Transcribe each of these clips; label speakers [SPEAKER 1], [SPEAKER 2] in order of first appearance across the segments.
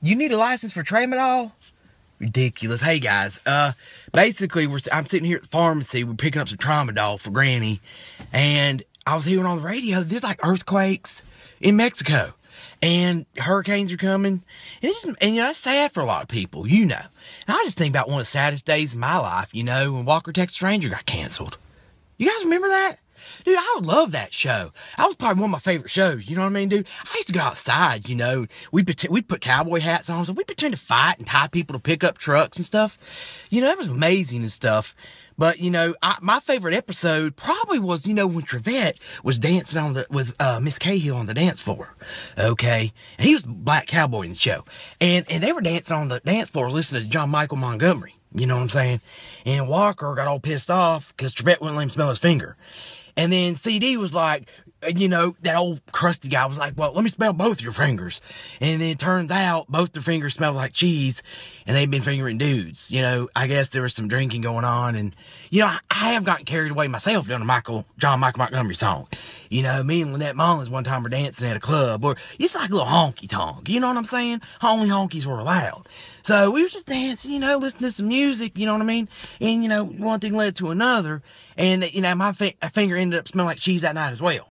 [SPEAKER 1] you need a license for tramadol? Ridiculous. Hey guys, uh, basically we're I'm sitting here at the pharmacy. We're picking up some tramadol for Granny, and I was hearing on the radio there's like earthquakes in Mexico, and hurricanes are coming. And it's just, and you know that's sad for a lot of people, you know. And I just think about one of the saddest days in my life, you know, when Walker Texas Ranger got canceled. You guys remember that? Dude, I would love that show. That was probably one of my favorite shows. You know what I mean, dude? I used to go outside, you know. We'd, pretend, we'd put cowboy hats on, so we'd pretend to fight and tie people to pick up trucks and stuff. You know, that was amazing and stuff. But, you know, I, my favorite episode probably was, you know, when Trevette was dancing on the, with uh, Miss Cahill on the dance floor. Okay. And he was the black cowboy in the show. And, and they were dancing on the dance floor listening to John Michael Montgomery. You know what I'm saying? And Walker got all pissed off because Trevette wouldn't let him smell his finger. And then CD was like, uh, you know, that old crusty guy was like, well, let me smell both your fingers. And then it turns out both the fingers smelled like cheese and they'd been fingering dudes. You know, I guess there was some drinking going on. And, you know, I, I have gotten carried away myself doing a Michael, John Michael Montgomery song. You know, me and Lynette Mullins one time were dancing at a club or it's like a little honky tonk. You know what I'm saying? Only honkies were allowed. So we were just dancing, you know, listening to some music, you know what I mean? And, you know, one thing led to another. And, you know, my fi- finger ended up smelling like cheese that night as well.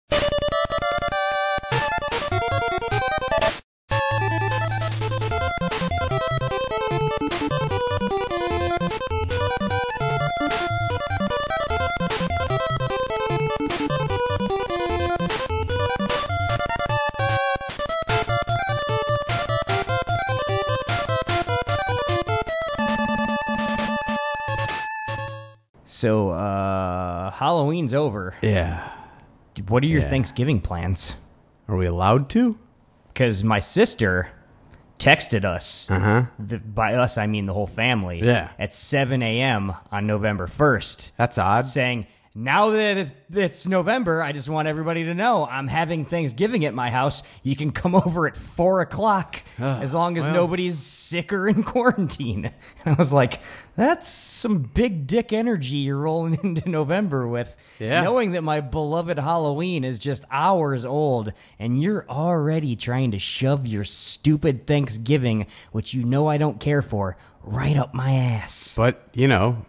[SPEAKER 2] So, uh, Halloween's over.
[SPEAKER 3] Yeah.
[SPEAKER 2] What are your
[SPEAKER 3] Yeah.
[SPEAKER 2] Thanksgiving plans?
[SPEAKER 3] Are we allowed to?
[SPEAKER 2] Because my sister texted us.
[SPEAKER 3] Uh huh.
[SPEAKER 2] The, by us, I mean the whole family.
[SPEAKER 3] Yeah.
[SPEAKER 2] At 7 a.m. on November 1st,
[SPEAKER 3] That's odd.
[SPEAKER 2] saying, now that it- it's November, I just want everybody to know I'm having Thanksgiving at my house. You can come over at four o'clock as long as nobody's sick or in quarantine. And I was like, that's some big dick energy you're rolling into November with.
[SPEAKER 3] Yeah.
[SPEAKER 2] Knowing that my beloved Halloween is just hours old and you're already trying to shove your stupid Thanksgiving, which you know I don't care for, right up my ass.
[SPEAKER 3] But, you know,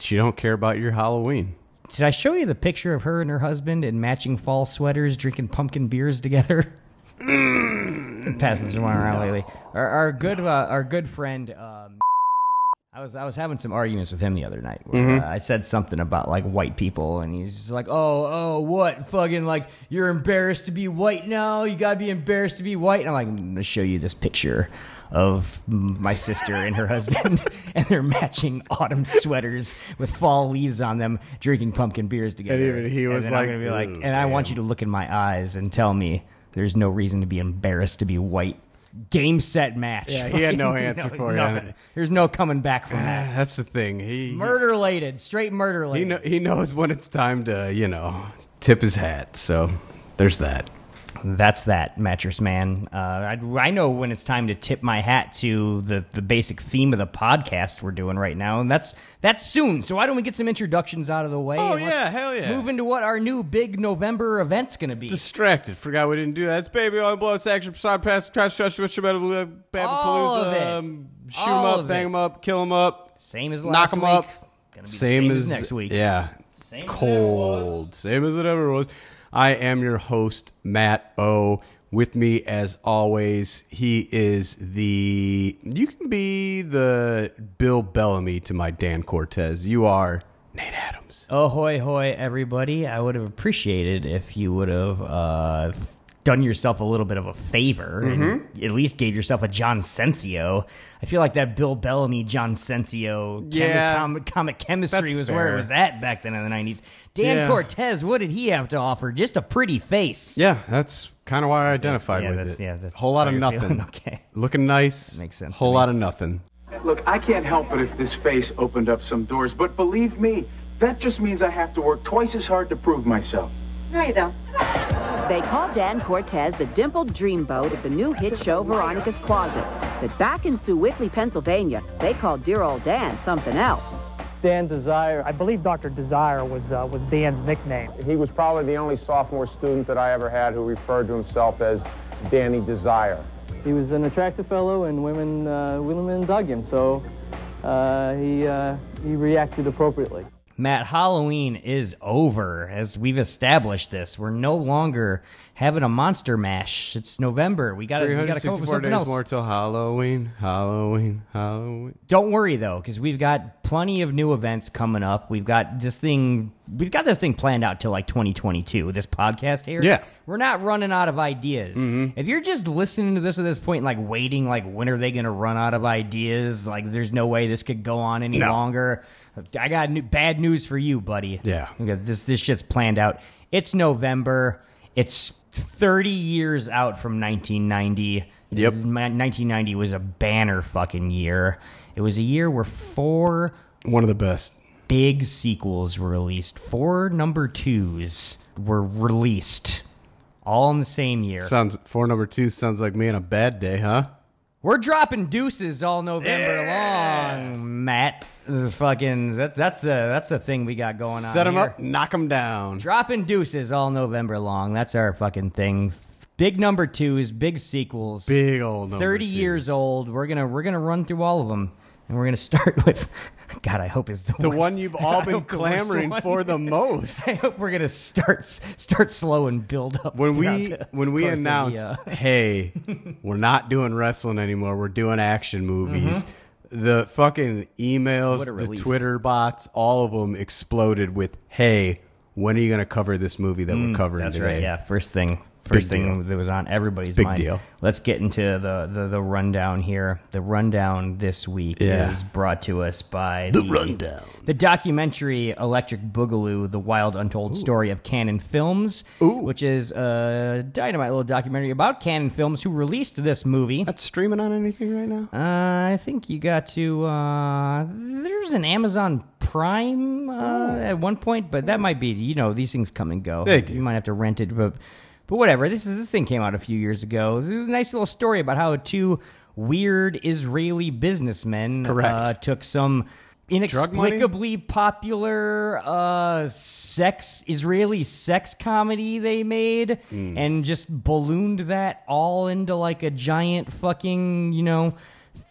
[SPEAKER 3] she don't care about your Halloween.
[SPEAKER 2] Did I show you the picture of her and her husband in matching fall sweaters drinking pumpkin beers together? Been Passing this one around lately. Our, our good uh, our good friend. Um, I was I was having some arguments with him the other night. Where,
[SPEAKER 3] Mm-hmm.
[SPEAKER 2] uh, I said something about like white people, and he's just like, "Oh, oh, what fucking like you're embarrassed to be white now? You gotta be embarrassed to be white." And I'm like, "I'm gonna show you this picture of my sister and her husband, and they're matching autumn sweaters with fall leaves on them, drinking pumpkin beers together."
[SPEAKER 3] even he was
[SPEAKER 2] then I'm
[SPEAKER 3] like,
[SPEAKER 2] gonna be like,
[SPEAKER 3] "Ooh,
[SPEAKER 2] "And I want you to look in my eyes and tell me there's no reason to be embarrassed to be white." Game set match.
[SPEAKER 3] Yeah, he had no
[SPEAKER 2] Fucking
[SPEAKER 3] answer for you.
[SPEAKER 2] nothing. There's no coming back from that.
[SPEAKER 3] That's the thing. He
[SPEAKER 2] Murder related, straight murder
[SPEAKER 3] he,
[SPEAKER 2] related.
[SPEAKER 3] kno- he knows when it's time to, you know, tip his hat. So there's that.
[SPEAKER 2] That's that, mattress man. Uh, I, I know when it's time to tip my hat to the, the basic theme of the podcast we're doing right now, and that's that's soon. So why don't we get some introductions out of the way?
[SPEAKER 3] Oh,
[SPEAKER 2] and let's
[SPEAKER 3] yeah, hell yeah.
[SPEAKER 2] Move into what our new big November event's gonna be.
[SPEAKER 3] Distracted. Forgot we didn't do that. It's baby on blow section. Side pass. Trash. Trash. Trash.
[SPEAKER 2] All of it.
[SPEAKER 3] Um, shoot 'em
[SPEAKER 2] All
[SPEAKER 3] up.
[SPEAKER 2] of
[SPEAKER 3] Bang
[SPEAKER 2] it.
[SPEAKER 3] 'em up. Kill 'em up.
[SPEAKER 2] same as
[SPEAKER 3] Knock
[SPEAKER 2] last
[SPEAKER 3] 'em
[SPEAKER 2] week.
[SPEAKER 3] up.
[SPEAKER 2] Gonna be the
[SPEAKER 3] Same,
[SPEAKER 2] as, next week.
[SPEAKER 3] Yeah.
[SPEAKER 2] Same as it ever
[SPEAKER 3] Cold. Same as it ever was. I am your host, Matt O. With me, as always, he is the. You can be the Bill Bellamy to my Dan Cortez. You are Nate Adams.
[SPEAKER 2] Ahoy, hoy, everybody. I would have appreciated if you would have uh, done yourself a little bit of a favor
[SPEAKER 3] Mm-hmm.
[SPEAKER 2] and at least gave yourself a John Sensio. I feel like that Bill Bellamy, John Sensio chemi-
[SPEAKER 3] Yeah.
[SPEAKER 2] com- comic chemistry
[SPEAKER 3] That's
[SPEAKER 2] was where
[SPEAKER 3] fair.
[SPEAKER 2] it was at back then in the 90s. Dan
[SPEAKER 3] Yeah.
[SPEAKER 2] Cortez, what did he have to offer? Just a pretty face.
[SPEAKER 3] Yeah, that's kind of why I identified
[SPEAKER 2] yeah,
[SPEAKER 3] with
[SPEAKER 2] that's-
[SPEAKER 3] it.
[SPEAKER 2] yeah, that's
[SPEAKER 3] whole lot
[SPEAKER 2] how
[SPEAKER 3] of
[SPEAKER 2] you're
[SPEAKER 3] nothing.
[SPEAKER 2] feeling. Okay.
[SPEAKER 3] looking nice.
[SPEAKER 2] makes sense to
[SPEAKER 3] Whole
[SPEAKER 2] me.
[SPEAKER 3] lot of nothing.
[SPEAKER 4] Look, I can't help it if this face opened up some doors, but believe me, that just means I have to work twice as hard to prove myself.
[SPEAKER 5] No, you don't.
[SPEAKER 6] They call Dan Cortez the dimpled dreamboat of the new hit show Veronica's Closet. But back in Sue Whitley, Pennsylvania, they call dear old Dan something else.
[SPEAKER 7] Dan Desire, I believe Dr. Desire was, uh, was Dan's nickname.
[SPEAKER 8] He was probably the only sophomore student that I ever had who referred to himself as Danny Desire.
[SPEAKER 5] he was an attractive fellow, and women uh, women dug him. So uh, he uh, he reacted appropriately.
[SPEAKER 2] Matt, Halloween is over. As we've established this, we're no longer having a monster mash. It's November. We got to we got to Uh, come up with
[SPEAKER 3] 364
[SPEAKER 2] something
[SPEAKER 3] days
[SPEAKER 2] else.
[SPEAKER 3] more till Halloween, Halloween, Halloween.
[SPEAKER 2] Don't worry though, because we've got plenty of new events coming up. We've got this thing. We've got this thing planned out till like 2022. This podcast here.
[SPEAKER 3] Yeah. Mm-hmm.
[SPEAKER 2] we're not running out of ideas. If you're just listening to this at this point, and, like waiting, like when are they going to run out of ideas? Like, there's no way this could go on any longer. I got new, bad news for you, buddy.
[SPEAKER 3] Yeah.
[SPEAKER 2] We got this this shit's planned out. It's November. It's 30 years out from 1990.
[SPEAKER 3] Yep.
[SPEAKER 2] My- 1990 was a banner fucking year. It was a year where four
[SPEAKER 3] One of the best.
[SPEAKER 2] big sequels were released. Four number twos were released all in the same year.
[SPEAKER 3] Sounds four number two sounds like me on a bad day, huh?
[SPEAKER 2] We're dropping deuces all November long, Matt. Uh, fucking that's that's the that's the thing we got going on.
[SPEAKER 3] Set him
[SPEAKER 2] here.
[SPEAKER 3] up, knock him down.
[SPEAKER 2] Dropping deuces all November long. That's our fucking thing. Big number twos, big sequels.
[SPEAKER 3] Big old number
[SPEAKER 2] Thirty years
[SPEAKER 3] twos.
[SPEAKER 2] old. We're gonna we're gonna run through all of them, and we're gonna start with. God, I hope is the
[SPEAKER 3] The
[SPEAKER 2] worst-
[SPEAKER 3] one you've all
[SPEAKER 2] I
[SPEAKER 3] been
[SPEAKER 2] hope the worst
[SPEAKER 3] clamoring
[SPEAKER 2] one.
[SPEAKER 3] for the most.
[SPEAKER 2] I hope we're gonna start start slow and build up.
[SPEAKER 3] When we
[SPEAKER 2] throughout the
[SPEAKER 3] when we
[SPEAKER 2] course of the,
[SPEAKER 3] announced,
[SPEAKER 2] uh,
[SPEAKER 3] hey, we're not doing wrestling anymore. We're doing action movies. The fucking emails,
[SPEAKER 2] Mm-hmm. What a
[SPEAKER 3] the
[SPEAKER 2] relief.
[SPEAKER 3] Twitter bots, all of them exploded with, "Hey, when are you going to cover this movie that we're covering
[SPEAKER 2] Mm, That's
[SPEAKER 3] today?"
[SPEAKER 2] right. Yeah, first thing, first
[SPEAKER 3] Big
[SPEAKER 2] thing
[SPEAKER 3] deal.
[SPEAKER 2] that was on everybody's
[SPEAKER 3] Big
[SPEAKER 2] mind.
[SPEAKER 3] deal.
[SPEAKER 2] Let's get into the, the the rundown here. The rundown this week
[SPEAKER 3] Yeah.
[SPEAKER 2] is brought to us by the, rundown. The documentary Electric Boogaloo: The Wild Untold Story of Canon Films, which is a dynamite little documentary about Canon Films who released this movie.
[SPEAKER 3] That's streaming on anything right now.
[SPEAKER 2] Uh, I think you got to. Uh, there's an Amazon Prime uh, at one point, but that might be. You know, these things come and go.
[SPEAKER 3] Oh. They do.
[SPEAKER 2] You might have to rent it, but but whatever. This is this thing came out a few years ago. This is a nice little story about how two weird Israeli businessmen
[SPEAKER 3] Correct.
[SPEAKER 2] Uh, took some.
[SPEAKER 3] money?
[SPEAKER 2] Inexplicably popular uh, sex Israeli sex comedy they made,
[SPEAKER 3] Hmm.
[SPEAKER 2] and just ballooned that all into like a giant fucking you know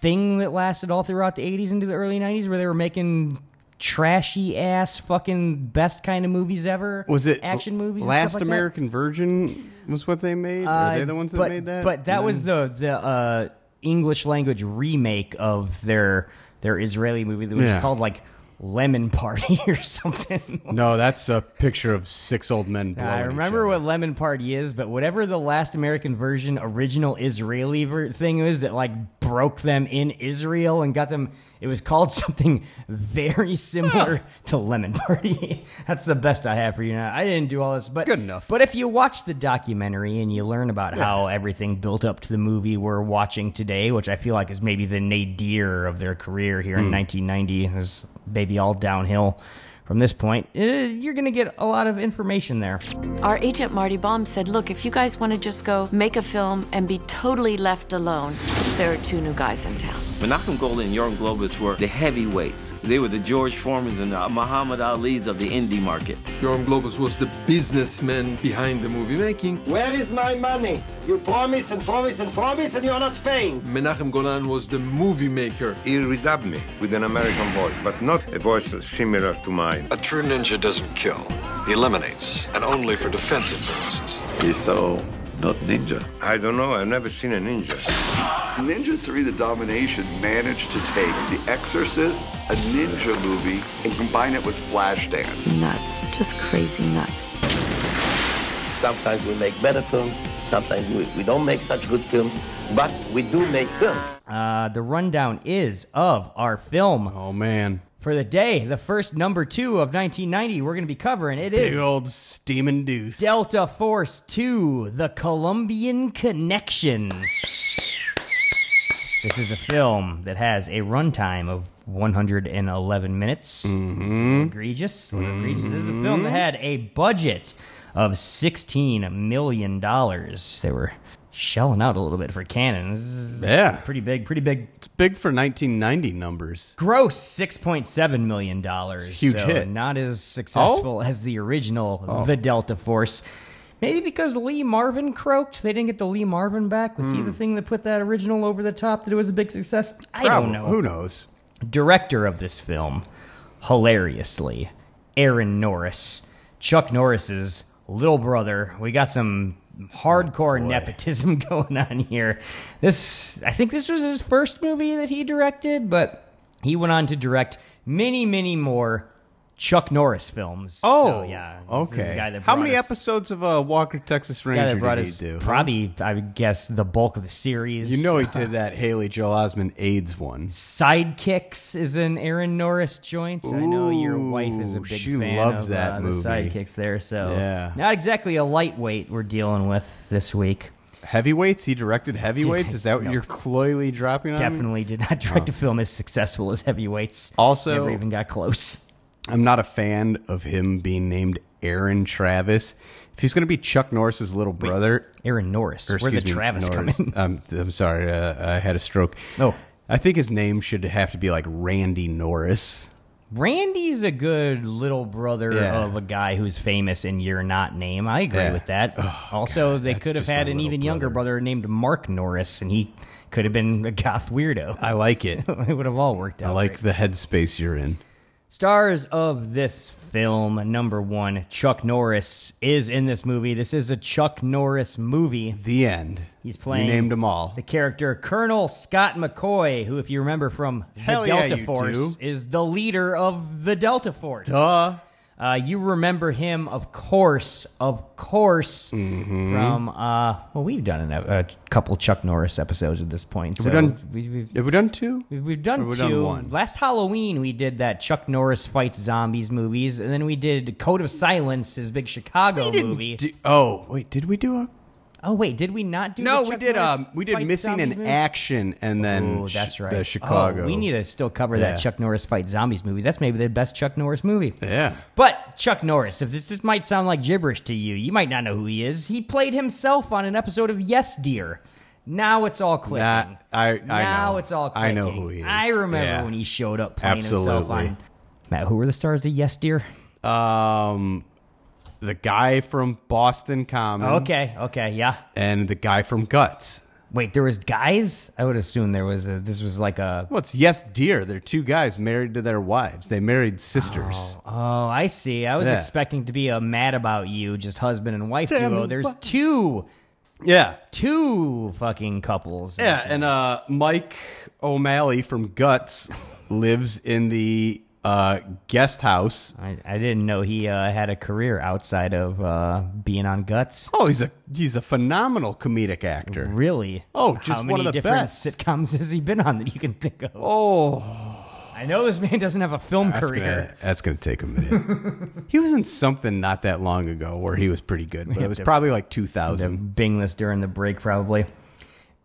[SPEAKER 2] thing that lasted all throughout the 80s into the early 90s where they were making trashy ass fucking best kind of movies ever
[SPEAKER 3] Was it
[SPEAKER 2] action movies and
[SPEAKER 3] Last
[SPEAKER 2] stuff like that.
[SPEAKER 3] American Virgin was what they made.
[SPEAKER 2] Uh,
[SPEAKER 3] Were they the ones that
[SPEAKER 2] but,
[SPEAKER 3] made that?
[SPEAKER 2] but that was the the uh, english language remake of their their israeli movie that was
[SPEAKER 3] Yeah.
[SPEAKER 2] called like lemon party or something
[SPEAKER 3] no. That's a picture of six old men. Blowing
[SPEAKER 2] I
[SPEAKER 3] each
[SPEAKER 2] remember
[SPEAKER 3] other.
[SPEAKER 2] what Lemon Party is, but whatever the last American version, original Israeli ver- thing is that like broke them in Israel and got them. It was called something very similar to Lemon Party. That's the best I have for you now. I didn't do all this, but
[SPEAKER 3] Good enough.
[SPEAKER 2] But if you watch the documentary and you learn about how everything built up to the movie we're watching today, which I feel like is maybe the nadir of their career here
[SPEAKER 3] Hmm.
[SPEAKER 2] in 1990, it was maybe all downhill. From this point, eh, you're going to get a lot of information there.
[SPEAKER 8] Our agent Marty Baum said, Look, if you guys want to just go make a film and be totally left alone, there are two new guys in town.
[SPEAKER 9] Menachem Golan and Yoram Globus were the heavyweights. They were the George Foremans and the Muhammad Ali's of the indie market.
[SPEAKER 10] Jorm Globus was the businessman behind the movie making.
[SPEAKER 11] Where is my money? You promise and promise and promise and you're not paying.
[SPEAKER 10] Menachem Golan was the movie maker.
[SPEAKER 11] He redubbed me with an American voice, but not a voice similar to mine.
[SPEAKER 12] A true ninja doesn't kill, he eliminates, and only for defensive purposes.
[SPEAKER 10] He's so not ninja.
[SPEAKER 11] I don't know, I've never seen a ninja.
[SPEAKER 12] Ninja 3 The Domination managed to take The Exorcist, a ninja movie, and combine it with Flashdance.
[SPEAKER 8] Nuts, just crazy nuts.
[SPEAKER 11] Sometimes we make better films, sometimes we, we don't make such good films, but we do make films.
[SPEAKER 2] Uh, the rundown is of our film
[SPEAKER 3] Oh man,
[SPEAKER 2] for the day, the first number two of 1990. We're going to be covering it
[SPEAKER 3] big
[SPEAKER 2] is
[SPEAKER 3] old steaming deuce.
[SPEAKER 2] Delta Force 2 The Colombian Connection. This is a film that has a runtime of 111 minutes. Egregious. Egregious. This is a film that had a budget of 16 million dollars. They were shelling out a little bit for Canon. This is
[SPEAKER 3] Yeah.
[SPEAKER 2] pretty big, pretty big
[SPEAKER 3] It's big for 1990 numbers.
[SPEAKER 2] gross six point seven million dollars.
[SPEAKER 3] Huge
[SPEAKER 2] so
[SPEAKER 3] hit. Oh?
[SPEAKER 2] Not as successful as the original The Delta Force. Maybe because Lee Marvin croaked, they didn't get the Lee Marvin back. Was he
[SPEAKER 3] Hmm.
[SPEAKER 2] the thing that put that original over the top that it was a big success? I don't
[SPEAKER 3] Probably.
[SPEAKER 2] know.
[SPEAKER 3] Who knows?
[SPEAKER 2] Director of this film, hilariously, Aaron Norris, Chuck Norris's little brother. We got some
[SPEAKER 3] Oh,
[SPEAKER 2] hardcore nepotism going on here. This, I think, this was his first movie that he directed, but he went on to direct many, many more Chuck Norris films. so,
[SPEAKER 3] Oh,
[SPEAKER 2] yeah. this- this is the
[SPEAKER 3] Okay.
[SPEAKER 2] guy that
[SPEAKER 3] How
[SPEAKER 2] brought
[SPEAKER 3] many
[SPEAKER 2] us-
[SPEAKER 3] episodes of uh, Walker Texas
[SPEAKER 2] this guy
[SPEAKER 3] Ranger
[SPEAKER 2] that brought
[SPEAKER 3] did
[SPEAKER 2] us
[SPEAKER 3] he do?
[SPEAKER 2] probably, I would guess, the bulk of the series.
[SPEAKER 3] You know he did that Haley Joel Osment AIDS one.
[SPEAKER 2] Sidekicks is an Aaron Norris joint. I know your wife is a
[SPEAKER 3] Ooh,
[SPEAKER 2] big
[SPEAKER 3] she
[SPEAKER 2] fan
[SPEAKER 3] loves
[SPEAKER 2] of
[SPEAKER 3] that
[SPEAKER 2] uh,
[SPEAKER 3] movie.
[SPEAKER 2] the sidekicks there, so
[SPEAKER 3] Yeah.
[SPEAKER 2] not exactly a lightweight we're dealing with this week.
[SPEAKER 3] Heavyweights? He directed Heavyweights? Is that what
[SPEAKER 2] No.
[SPEAKER 3] you're cloyly dropping on me?
[SPEAKER 2] Definitely did not direct a film as successful as Heavyweights.
[SPEAKER 3] oh. Also,
[SPEAKER 2] Never even got close.
[SPEAKER 3] I'm not a fan of him being named Aaron Travis. If he's going to be Chuck Norris's little brother,
[SPEAKER 2] Aaron Norris,
[SPEAKER 3] or
[SPEAKER 2] where'd the
[SPEAKER 3] excuse me,
[SPEAKER 2] Travis come
[SPEAKER 3] Norris.
[SPEAKER 2] in?
[SPEAKER 3] I'm, I'm sorry, uh, I had a stroke.
[SPEAKER 2] No,
[SPEAKER 3] I think his name should have to be like Randy Norris.
[SPEAKER 2] Randy's a good little brother
[SPEAKER 3] Yeah.
[SPEAKER 2] of a guy who's famous in your not name. I agree
[SPEAKER 3] Yeah.
[SPEAKER 2] with that. also, they could have
[SPEAKER 3] just my
[SPEAKER 2] had an
[SPEAKER 3] little
[SPEAKER 2] even younger brother named Mark Norris, and he could have been a goth weirdo.
[SPEAKER 3] I like it.
[SPEAKER 2] it would have all worked out.
[SPEAKER 3] I like the headspace you're in.
[SPEAKER 2] Stars of this film, number one, Chuck Norris is in this movie. This is a Chuck Norris movie.
[SPEAKER 3] The end.
[SPEAKER 2] He's playing.
[SPEAKER 3] You named them all.
[SPEAKER 2] The character Colonel Scott McCoy, who, if you remember from
[SPEAKER 3] Hell
[SPEAKER 2] the
[SPEAKER 3] yeah,
[SPEAKER 2] Delta
[SPEAKER 3] you
[SPEAKER 2] Force, is the leader of the Delta Force.
[SPEAKER 3] Duh.
[SPEAKER 2] Uh, you remember him, of course, of course,
[SPEAKER 3] Mm-hmm.
[SPEAKER 2] from uh, well, we've done a, a couple Chuck Norris episodes at this point.
[SPEAKER 3] Have
[SPEAKER 2] so
[SPEAKER 3] we done?
[SPEAKER 2] We, we've,
[SPEAKER 3] have we done two?
[SPEAKER 2] We've, we've done
[SPEAKER 3] Or we've
[SPEAKER 2] two.
[SPEAKER 3] done one?
[SPEAKER 2] Last Halloween, we did that Chuck Norris fights zombies movies, and then we did Code of Silence, his big Chicago
[SPEAKER 3] We didn't
[SPEAKER 2] movie.
[SPEAKER 3] do- oh wait, did we do a?
[SPEAKER 2] oh wait, did we not do?
[SPEAKER 3] no,
[SPEAKER 2] the
[SPEAKER 3] we
[SPEAKER 2] Chuck
[SPEAKER 3] did.
[SPEAKER 2] Norris
[SPEAKER 3] Um, we did
[SPEAKER 2] fights
[SPEAKER 3] missing
[SPEAKER 2] zombies
[SPEAKER 3] an
[SPEAKER 2] movie?
[SPEAKER 3] action, and then
[SPEAKER 2] Oh,
[SPEAKER 3] sh-
[SPEAKER 2] that's right.
[SPEAKER 3] The Chicago.
[SPEAKER 2] Oh, we need to still cover
[SPEAKER 3] Yeah.
[SPEAKER 2] that Chuck Norris fight zombies movie. That's maybe the best Chuck Norris movie.
[SPEAKER 3] Yeah.
[SPEAKER 2] But Chuck Norris, if this, this might sound like gibberish to you, you might not know who he is. He played himself on an episode of Yes Dear. Now it's all clicking.
[SPEAKER 3] Nah, I, I
[SPEAKER 2] now
[SPEAKER 3] know.
[SPEAKER 2] it's all clicking.
[SPEAKER 3] I know who he is.
[SPEAKER 2] I remember
[SPEAKER 3] Yeah.
[SPEAKER 2] when he showed up playing himself
[SPEAKER 3] Absolutely.
[SPEAKER 2] on. Matt, who were the stars of Yes Dear?
[SPEAKER 3] Um, the guy from Boston Common.
[SPEAKER 2] Okay, okay, yeah.
[SPEAKER 3] And the guy from Guts.
[SPEAKER 2] Wait, there was guys? I would assume there was a. This was like a.
[SPEAKER 3] Well, it's yes, dear. They're two guys married to their wives. They married sisters.
[SPEAKER 2] Oh, I see. I was
[SPEAKER 3] Yeah.
[SPEAKER 2] expecting to be a mad about you, just husband and wife
[SPEAKER 3] Tell
[SPEAKER 2] duo.
[SPEAKER 3] me
[SPEAKER 2] There's
[SPEAKER 3] why.
[SPEAKER 2] two,
[SPEAKER 3] Yeah.
[SPEAKER 2] two fucking couples.
[SPEAKER 3] Yeah, and uh, Mike O'Malley from Guts lives in the uh, guest house.
[SPEAKER 2] I, I didn't know he uh, had a career outside of uh, being on Guts.
[SPEAKER 3] Oh, he's a he's a phenomenal comedic actor.
[SPEAKER 2] Really?
[SPEAKER 3] Oh, just
[SPEAKER 2] How
[SPEAKER 3] one
[SPEAKER 2] many
[SPEAKER 3] of the
[SPEAKER 2] different
[SPEAKER 3] best.
[SPEAKER 2] sitcoms has he been on that you can think of?
[SPEAKER 3] Oh,
[SPEAKER 2] I know this man doesn't have a film
[SPEAKER 3] that's
[SPEAKER 2] career.
[SPEAKER 3] gonna, that's gonna take a minute. he was in something not that long ago where he was pretty good, but it was
[SPEAKER 2] to-
[SPEAKER 3] probably like two
[SPEAKER 2] To
[SPEAKER 3] thousand.
[SPEAKER 2] Bing this during the break, probably.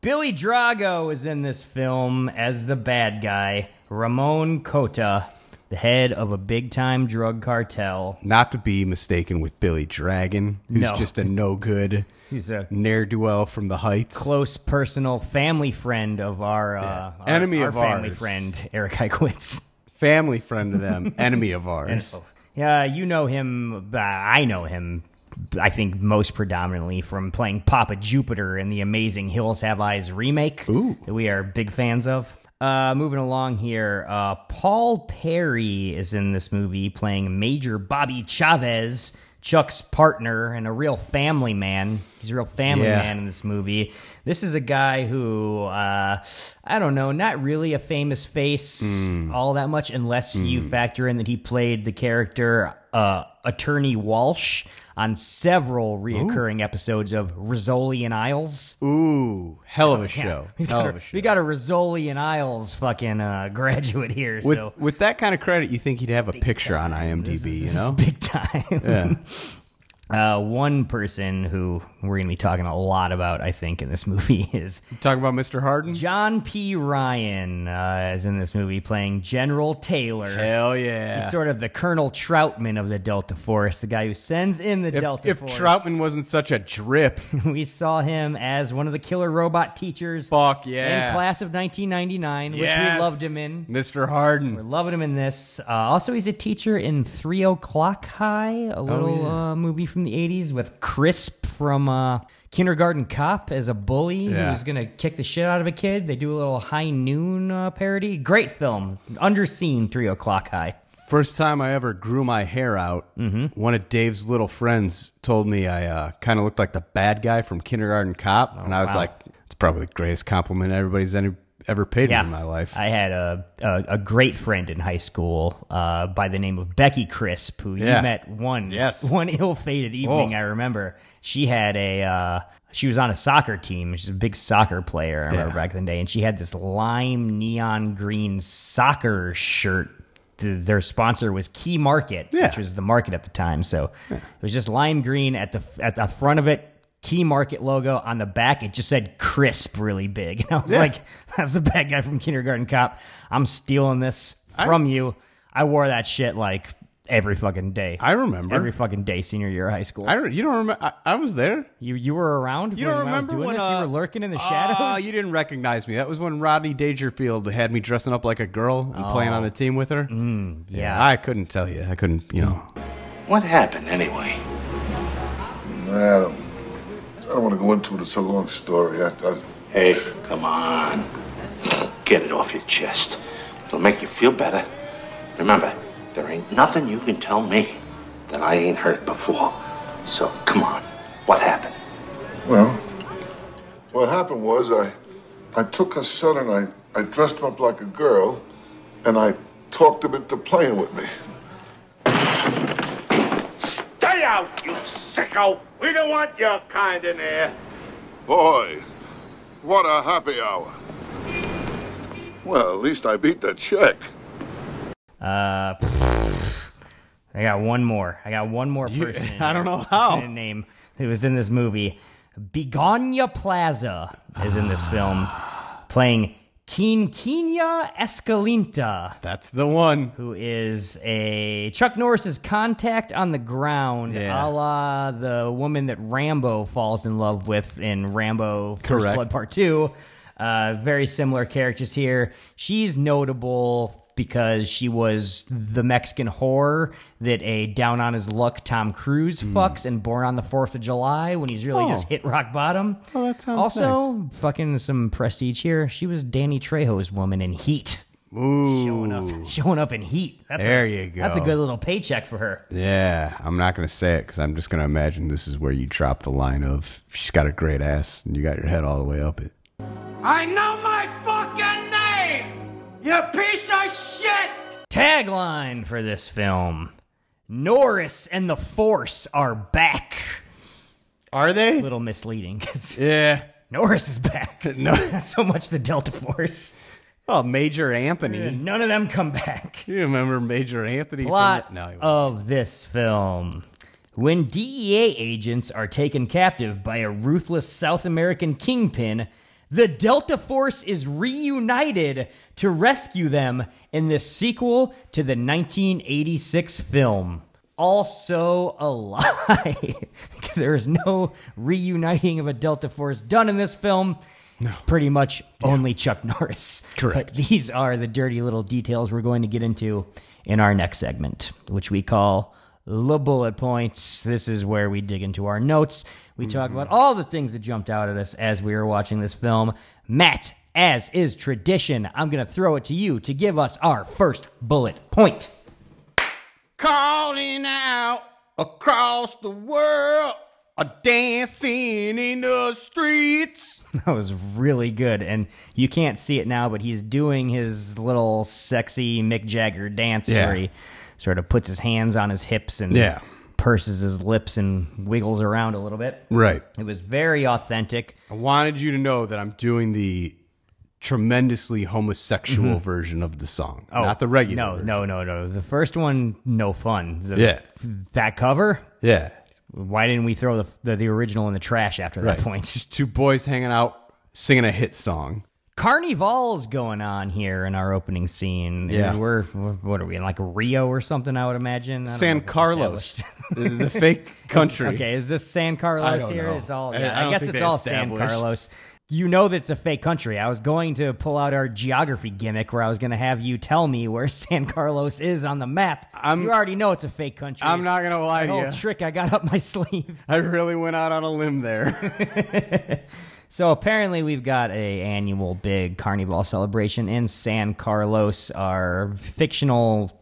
[SPEAKER 2] Billy Drago is in this film as the bad guy, Ramon Cota, the head of a big time drug cartel.
[SPEAKER 3] Not to be mistaken with Billy Dragon, who's
[SPEAKER 2] No.
[SPEAKER 3] just a no good
[SPEAKER 2] He's a
[SPEAKER 3] ne'er do well from the heights.
[SPEAKER 2] close personal family friend of our, uh, our-
[SPEAKER 3] Enemy
[SPEAKER 2] our
[SPEAKER 3] of
[SPEAKER 2] family
[SPEAKER 3] ours.
[SPEAKER 2] friend, Eric Heikwitz.
[SPEAKER 3] Family friend of them, enemy of ours.
[SPEAKER 2] Yeah, you know him. Uh, I know him. I think most predominantly from playing Papa Jupiter in the Amazing Hills Have Eyes remake
[SPEAKER 3] Ooh.
[SPEAKER 2] that we are big fans of. Uh, moving along here, uh, Paul Perry is in this movie playing Major Bobby Chavez, Chuck's partner and a real family man. He's a real family
[SPEAKER 3] Yeah.
[SPEAKER 2] man in this movie. This is a guy who uh, I don't know, not really a famous face
[SPEAKER 3] Mm.
[SPEAKER 2] all that much, unless you factor in that he played the character uh, Attorney Walsh on several reoccurring episodes of Rizzoli and Isles.
[SPEAKER 3] Ooh, hell of a show.
[SPEAKER 2] We got,
[SPEAKER 3] Hell
[SPEAKER 2] a,
[SPEAKER 3] of a show.
[SPEAKER 2] we got a Rizzoli and Isles fucking uh, graduate here.
[SPEAKER 3] with
[SPEAKER 2] so
[SPEAKER 3] with that kind of credit, you think he'd have a picture on IMDb, you
[SPEAKER 2] this
[SPEAKER 3] know?
[SPEAKER 2] is big time. Uh, one person who we're gonna be talking a lot about, I think, in this movie is
[SPEAKER 3] Talking about Mr. Harden?
[SPEAKER 2] John P. Ryan uh, is in this movie playing General Taylor.
[SPEAKER 3] Hell yeah.
[SPEAKER 2] He's sort of the Colonel Troutman of the Delta Force, the guy who sends in the
[SPEAKER 3] if
[SPEAKER 2] Delta
[SPEAKER 3] if
[SPEAKER 2] Force.
[SPEAKER 3] Troutman wasn't such a drip,
[SPEAKER 2] we saw him as one of the killer robot teachers
[SPEAKER 3] fuck
[SPEAKER 2] in
[SPEAKER 3] yeah.
[SPEAKER 2] class of 1999, which
[SPEAKER 3] Yes.
[SPEAKER 2] we loved him in.
[SPEAKER 3] Mr. Harden.
[SPEAKER 2] We're loving him in this. Uh, also, he's a teacher in Three O'Clock High, a little
[SPEAKER 3] Oh, yeah.
[SPEAKER 2] uh, movie from the 80s with Crisp from uh, Kindergarten Cop as a bully
[SPEAKER 3] Yeah.
[SPEAKER 2] who's going to kick the shit out of a kid. They do a little High Noon uh, parody. Great film. Underseen 3 o'clock high.
[SPEAKER 3] First time I ever grew my hair out,
[SPEAKER 2] Mm-hmm.
[SPEAKER 3] one of Dave's little friends told me I uh, kind of looked like the bad guy from Kindergarten Cop, and I was
[SPEAKER 2] Oh, wow.
[SPEAKER 3] like, "It's probably the greatest compliment everybody's any, ever paid me in my life."
[SPEAKER 2] I had a, a, a great friend in high school uh, by the name of Becky Crisp, who
[SPEAKER 3] Yeah.
[SPEAKER 2] you met one
[SPEAKER 3] Yes.
[SPEAKER 2] one ill-fated evening.
[SPEAKER 3] Oh.
[SPEAKER 2] I remember she had a uh, she was on a soccer team. She's a big soccer player. I remember
[SPEAKER 3] Yeah.
[SPEAKER 2] back in the day, and she had this lime neon green soccer shirt. Th- Their sponsor was Key Market, which was the market at the time. So it was just lime green at the at the front of it. Key Market logo on the back. It just said crisp really big. And I was
[SPEAKER 3] Yeah.
[SPEAKER 2] like, that's the bad guy from Kindergarten Cop. I'm stealing this from you. I wore that shit like every fucking day. I
[SPEAKER 3] remember
[SPEAKER 2] every fucking day senior year of high school.
[SPEAKER 3] I re- you don't remember? I, I was there.
[SPEAKER 2] You you were around.
[SPEAKER 3] You
[SPEAKER 2] when
[SPEAKER 3] don't
[SPEAKER 2] I was
[SPEAKER 3] remember
[SPEAKER 2] doing
[SPEAKER 3] when
[SPEAKER 2] this?
[SPEAKER 3] uh,
[SPEAKER 2] you were lurking in the
[SPEAKER 3] Oh,
[SPEAKER 2] shadows.
[SPEAKER 3] you didn't recognize me. That was when Rodney Dangerfield had me dressing up like a girl and playing
[SPEAKER 2] Oh.
[SPEAKER 3] on the team with her. Mm,
[SPEAKER 2] yeah.
[SPEAKER 3] I couldn't tell you. I couldn't. You know.
[SPEAKER 13] What happened anyway?
[SPEAKER 14] I don't, I don't want to go into it. It's a long story. I, I,
[SPEAKER 13] Hey, come on. Get it off your chest. It'll make you feel better. Remember, there ain't nothing you can tell me that I ain't heard before. So, come on. What happened?
[SPEAKER 14] well, what happened was I, I took her son and I, I dressed him up like a girl, and I talked him into playing with me.
[SPEAKER 13] Stay out, you sicko! We don't want your kind in here.
[SPEAKER 12] Boy, what a happy hour. Well, at least I beat the chick.
[SPEAKER 2] Uh, I got one more. I got one more person. in here.
[SPEAKER 3] I don't know how.
[SPEAKER 2] His name who was in this movie. Begonia Plaza is in this film, playing Quinquina Escalinta.
[SPEAKER 3] That's the one
[SPEAKER 2] who is a Chuck Norris's contact on the ground, a
[SPEAKER 3] Yeah.
[SPEAKER 2] la the woman that Rambo falls in love with in Rambo First
[SPEAKER 3] Correct.
[SPEAKER 2] Blood Part Two. Uh, very similar characters here. She's notable because she was the Mexican whore that a down on his luck Tom Cruise fucks and born on the 4th of July when he's really
[SPEAKER 3] Hmm. Oh.
[SPEAKER 2] just hit rock bottom.
[SPEAKER 3] Oh, that sounds
[SPEAKER 2] also, fucking some prestige here. She was Danny Trejo's woman in Heat.
[SPEAKER 3] Ooh.
[SPEAKER 2] Showing up, showing up in Heat. That's
[SPEAKER 3] There
[SPEAKER 2] a,
[SPEAKER 3] you go.
[SPEAKER 2] That's a good little paycheck for her.
[SPEAKER 3] Yeah, I'm not gonna say it because I'm just gonna imagine this is where you drop the line of she's got a great ass and you got your head all the way up it.
[SPEAKER 13] I know my fucking name! You piece of shit!
[SPEAKER 2] Tagline for this film Norris and the Force are back.
[SPEAKER 3] Are they? A
[SPEAKER 2] little misleading. 'cause
[SPEAKER 3] Yeah.
[SPEAKER 2] Norris is back. No. Not so much the Delta Force.
[SPEAKER 3] Oh, Major Anthony.
[SPEAKER 2] None of them come back.
[SPEAKER 3] You remember Major Anthony? from-
[SPEAKER 2] Plot
[SPEAKER 3] no, he wasn't.
[SPEAKER 2] of this film. When DEA agents are taken captive by a ruthless South American kingpin, the Delta Force is reunited to rescue them in the sequel to the 1986 film. Also a lie, because there is no reuniting of a Delta Force done in this film. It's pretty much only Chuck Norris. Correct. But these are the dirty little details we're going to get into in our next segment, which we call the bullet points. This is where we dig into our notes. We talk about all the things that jumped out at us as we were watching this film. Matt, as is tradition, I'm going to throw it to you to give us our first bullet point.
[SPEAKER 3] Calling out across the world, a dancing in the streets.
[SPEAKER 2] That was really good. And you can't see it now, but he's doing his little sexy Mick Jagger dance
[SPEAKER 3] Yeah.
[SPEAKER 2] where he sort of puts his hands on his hips and
[SPEAKER 3] Yeah.
[SPEAKER 2] purses his lips and wiggles around a little bit.
[SPEAKER 3] Right.
[SPEAKER 2] It was very authentic.
[SPEAKER 3] I wanted you to know that I'm doing the tremendously homosexual
[SPEAKER 2] Mhm.
[SPEAKER 3] version of the song,
[SPEAKER 2] Oh,
[SPEAKER 3] not the regular.
[SPEAKER 2] No, no, no, no. The first one, no fun. The-
[SPEAKER 3] Yeah.
[SPEAKER 2] That cover?
[SPEAKER 3] Yeah.
[SPEAKER 2] Why didn't we throw the, the, the original in the trash after that
[SPEAKER 3] Right.
[SPEAKER 2] point?
[SPEAKER 3] Just two boys hanging out singing a hit song.
[SPEAKER 2] Carnival's going on here in our opening scene.
[SPEAKER 3] Yeah.
[SPEAKER 2] And we're, we're- what are we in like Rio or something? I would imagine. I don't know
[SPEAKER 3] San
[SPEAKER 2] if it's
[SPEAKER 3] Carlos, the
[SPEAKER 2] established.
[SPEAKER 3] the fake
[SPEAKER 2] Is-
[SPEAKER 3] country.
[SPEAKER 2] okay, is this San
[SPEAKER 3] I
[SPEAKER 2] Carlos
[SPEAKER 3] don't
[SPEAKER 2] here?
[SPEAKER 3] know.
[SPEAKER 2] It's all.
[SPEAKER 3] I-
[SPEAKER 2] Yeah,
[SPEAKER 3] I
[SPEAKER 2] I,
[SPEAKER 3] don't
[SPEAKER 2] guess
[SPEAKER 3] think
[SPEAKER 2] it's
[SPEAKER 3] they
[SPEAKER 2] all San
[SPEAKER 3] established.
[SPEAKER 2] Carlos. you know that's a fake country. I was going to pull out our geography gimmick where I was going to have you tell me where San Carlos is on the map. you already know it's a fake country.
[SPEAKER 3] I'm not gonna lie
[SPEAKER 2] That
[SPEAKER 3] to
[SPEAKER 2] whole
[SPEAKER 3] you.
[SPEAKER 2] trick I got up my sleeve.
[SPEAKER 3] I really went out on a limb there.
[SPEAKER 2] So apparently we've got a annual big carnival celebration in San Carlos, our fictional.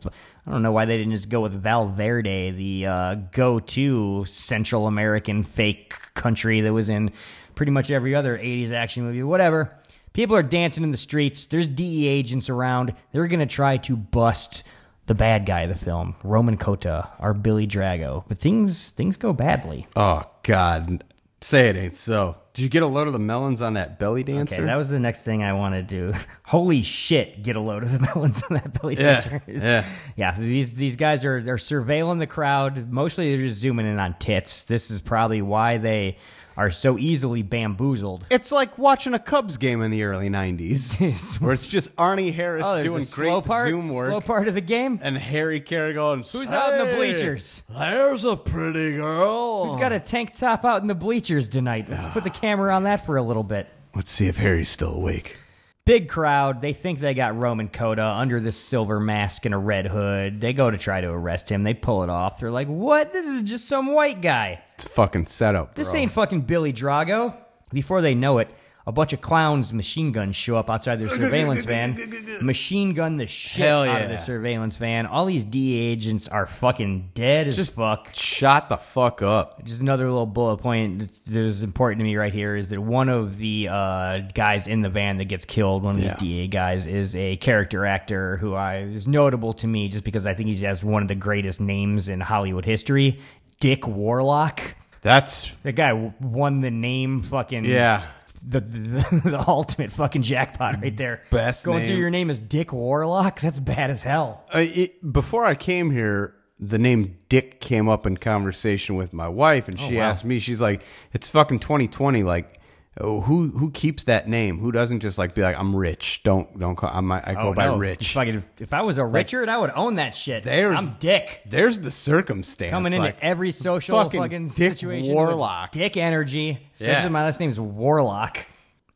[SPEAKER 2] I don't know why they didn't just go with Valverde, the uh, go-to Central American fake country that was in pretty much every other '80s action movie, whatever. People are dancing in the streets. There's DE agents around. They're gonna try to bust the bad guy of the film, Roman Cota, our Billy Drago. But things things go badly.
[SPEAKER 3] oh God, say it ain't so. Did you get a load of the melons on that belly dancer?
[SPEAKER 2] Okay, that was the next thing I wanted to. do. Holy shit! Get a load of the melons on that belly
[SPEAKER 3] Yeah,
[SPEAKER 2] dancer. It's-
[SPEAKER 3] yeah.
[SPEAKER 2] yeah. These these guys are they're surveilling the crowd. Mostly they're just zooming in on tits. This is probably why they are so easily bamboozled.
[SPEAKER 3] It's like watching a Cubs game in the early '90s, where it's just Arnie Harris
[SPEAKER 2] Oh, there's
[SPEAKER 3] doing
[SPEAKER 2] the slow
[SPEAKER 3] great
[SPEAKER 2] part?
[SPEAKER 3] Zoom work.
[SPEAKER 2] Slow part of the game,
[SPEAKER 3] and Harry Carrigan.
[SPEAKER 2] Who's out in the bleachers?
[SPEAKER 3] There's a pretty girl.
[SPEAKER 2] Who's got a tank top out in the bleachers tonight? Let's put the camera on that for a little bit.
[SPEAKER 3] Let's see if Harry's still awake.
[SPEAKER 2] Big crowd. They think they got Roman Coda under this silver mask and a red hood. They go to try to arrest him. They pull it off. They're like, "What? This is just some white guy.
[SPEAKER 3] It's a fucking setup.
[SPEAKER 2] This
[SPEAKER 3] bro.
[SPEAKER 2] ain't fucking Billy Drago." Before they know it, a bunch of clowns, machine guns show up outside their surveillance van. Machine gun the shit
[SPEAKER 3] Hell
[SPEAKER 2] out of
[SPEAKER 3] yeah.
[SPEAKER 2] the surveillance van. All these DEA agents are fucking dead as fuck.
[SPEAKER 3] Shot the fuck up.
[SPEAKER 2] Just another little bullet point that's- that is important to me right here is that one of the uh, guys in the van that gets killed, one of
[SPEAKER 3] Yeah.
[SPEAKER 2] these DA guys, is a character actor who I is notable to me just because I think he has one of the greatest names in Hollywood history, Dick Warlock.
[SPEAKER 3] That's
[SPEAKER 2] That guy w- won the name fucking
[SPEAKER 3] Yeah.
[SPEAKER 2] The, the the ultimate fucking jackpot right there.
[SPEAKER 3] Best
[SPEAKER 2] going through
[SPEAKER 3] name.
[SPEAKER 2] your name is Dick Warlock. That's bad as hell.
[SPEAKER 3] I- it, before I came here, the name Dick came up in conversation with my wife, and
[SPEAKER 2] Oh,
[SPEAKER 3] she
[SPEAKER 2] wow.
[SPEAKER 3] asked me, she's like, "It's fucking 2020. Like, oh, who who keeps that name? Who doesn't just like be like, I'm rich. Don't don't call. I'm, I go
[SPEAKER 2] Oh,
[SPEAKER 3] by
[SPEAKER 2] no.
[SPEAKER 3] rich.
[SPEAKER 2] If I, could, if I was a
[SPEAKER 3] Like-
[SPEAKER 2] Richard, I would own that shit.
[SPEAKER 3] There's
[SPEAKER 2] I'm Dick.
[SPEAKER 3] There's the circumstance
[SPEAKER 2] coming into
[SPEAKER 3] like,
[SPEAKER 2] every social
[SPEAKER 3] fucking
[SPEAKER 2] fucking,
[SPEAKER 3] Dick
[SPEAKER 2] situation. with
[SPEAKER 3] Warlock.
[SPEAKER 2] dick energy. Especially
[SPEAKER 3] Yeah.
[SPEAKER 2] my last name is Warlock.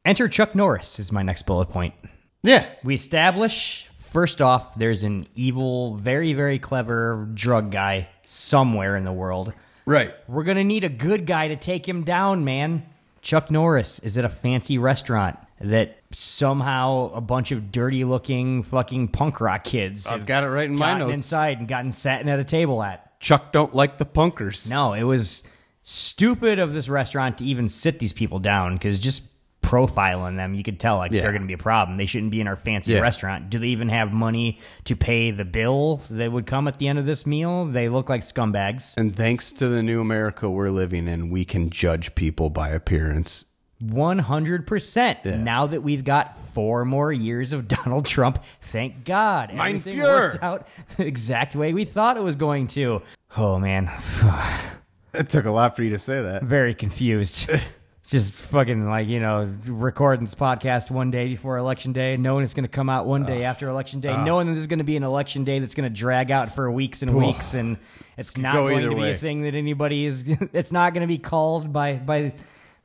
[SPEAKER 2] Enter Chuck Norris is my next bullet point.
[SPEAKER 3] Yeah,
[SPEAKER 2] we establish first off there's an evil, very very clever drug guy somewhere in the world.
[SPEAKER 3] Right.
[SPEAKER 2] We're gonna need a good guy to take him down, man. Chuck Norris is at a fancy restaurant that somehow a bunch of dirty looking fucking punk rock kids
[SPEAKER 3] I've
[SPEAKER 2] have
[SPEAKER 3] got it right in my
[SPEAKER 2] gotten
[SPEAKER 3] notes.
[SPEAKER 2] inside and gotten satin at a table at.
[SPEAKER 3] Chuck don't like the punkers.
[SPEAKER 2] No, it was stupid of this restaurant to even sit these people down because just profiling them, you could tell like
[SPEAKER 3] Yeah.
[SPEAKER 2] they're going to be a problem. They shouldn't be in our fancy
[SPEAKER 3] Yeah.
[SPEAKER 2] restaurant. Do they even have money to pay the bill that would come at the end of this meal? They look like scumbags.
[SPEAKER 3] And thanks to the new America we're living in, we can judge people by appearance.
[SPEAKER 2] 100%. Now that we've got four more years of Donald Trump, thank God.
[SPEAKER 3] Mein
[SPEAKER 2] Everything
[SPEAKER 3] Fuhrer.
[SPEAKER 2] worked out the exact way we thought it was going to. Oh, man.
[SPEAKER 3] It took a lot for you to say that.
[SPEAKER 2] very confused. Just fucking like, you know, recording this podcast one day before election day, knowing it's going to come out one day after election day,
[SPEAKER 3] Ah.
[SPEAKER 2] knowing that there's going to be an election day that's going to drag out for weeks and
[SPEAKER 3] Poof.
[SPEAKER 2] weeks, and it's not
[SPEAKER 3] go
[SPEAKER 2] going
[SPEAKER 3] either
[SPEAKER 2] to be
[SPEAKER 3] way.
[SPEAKER 2] a thing that anybody is, it's not going to be called by, by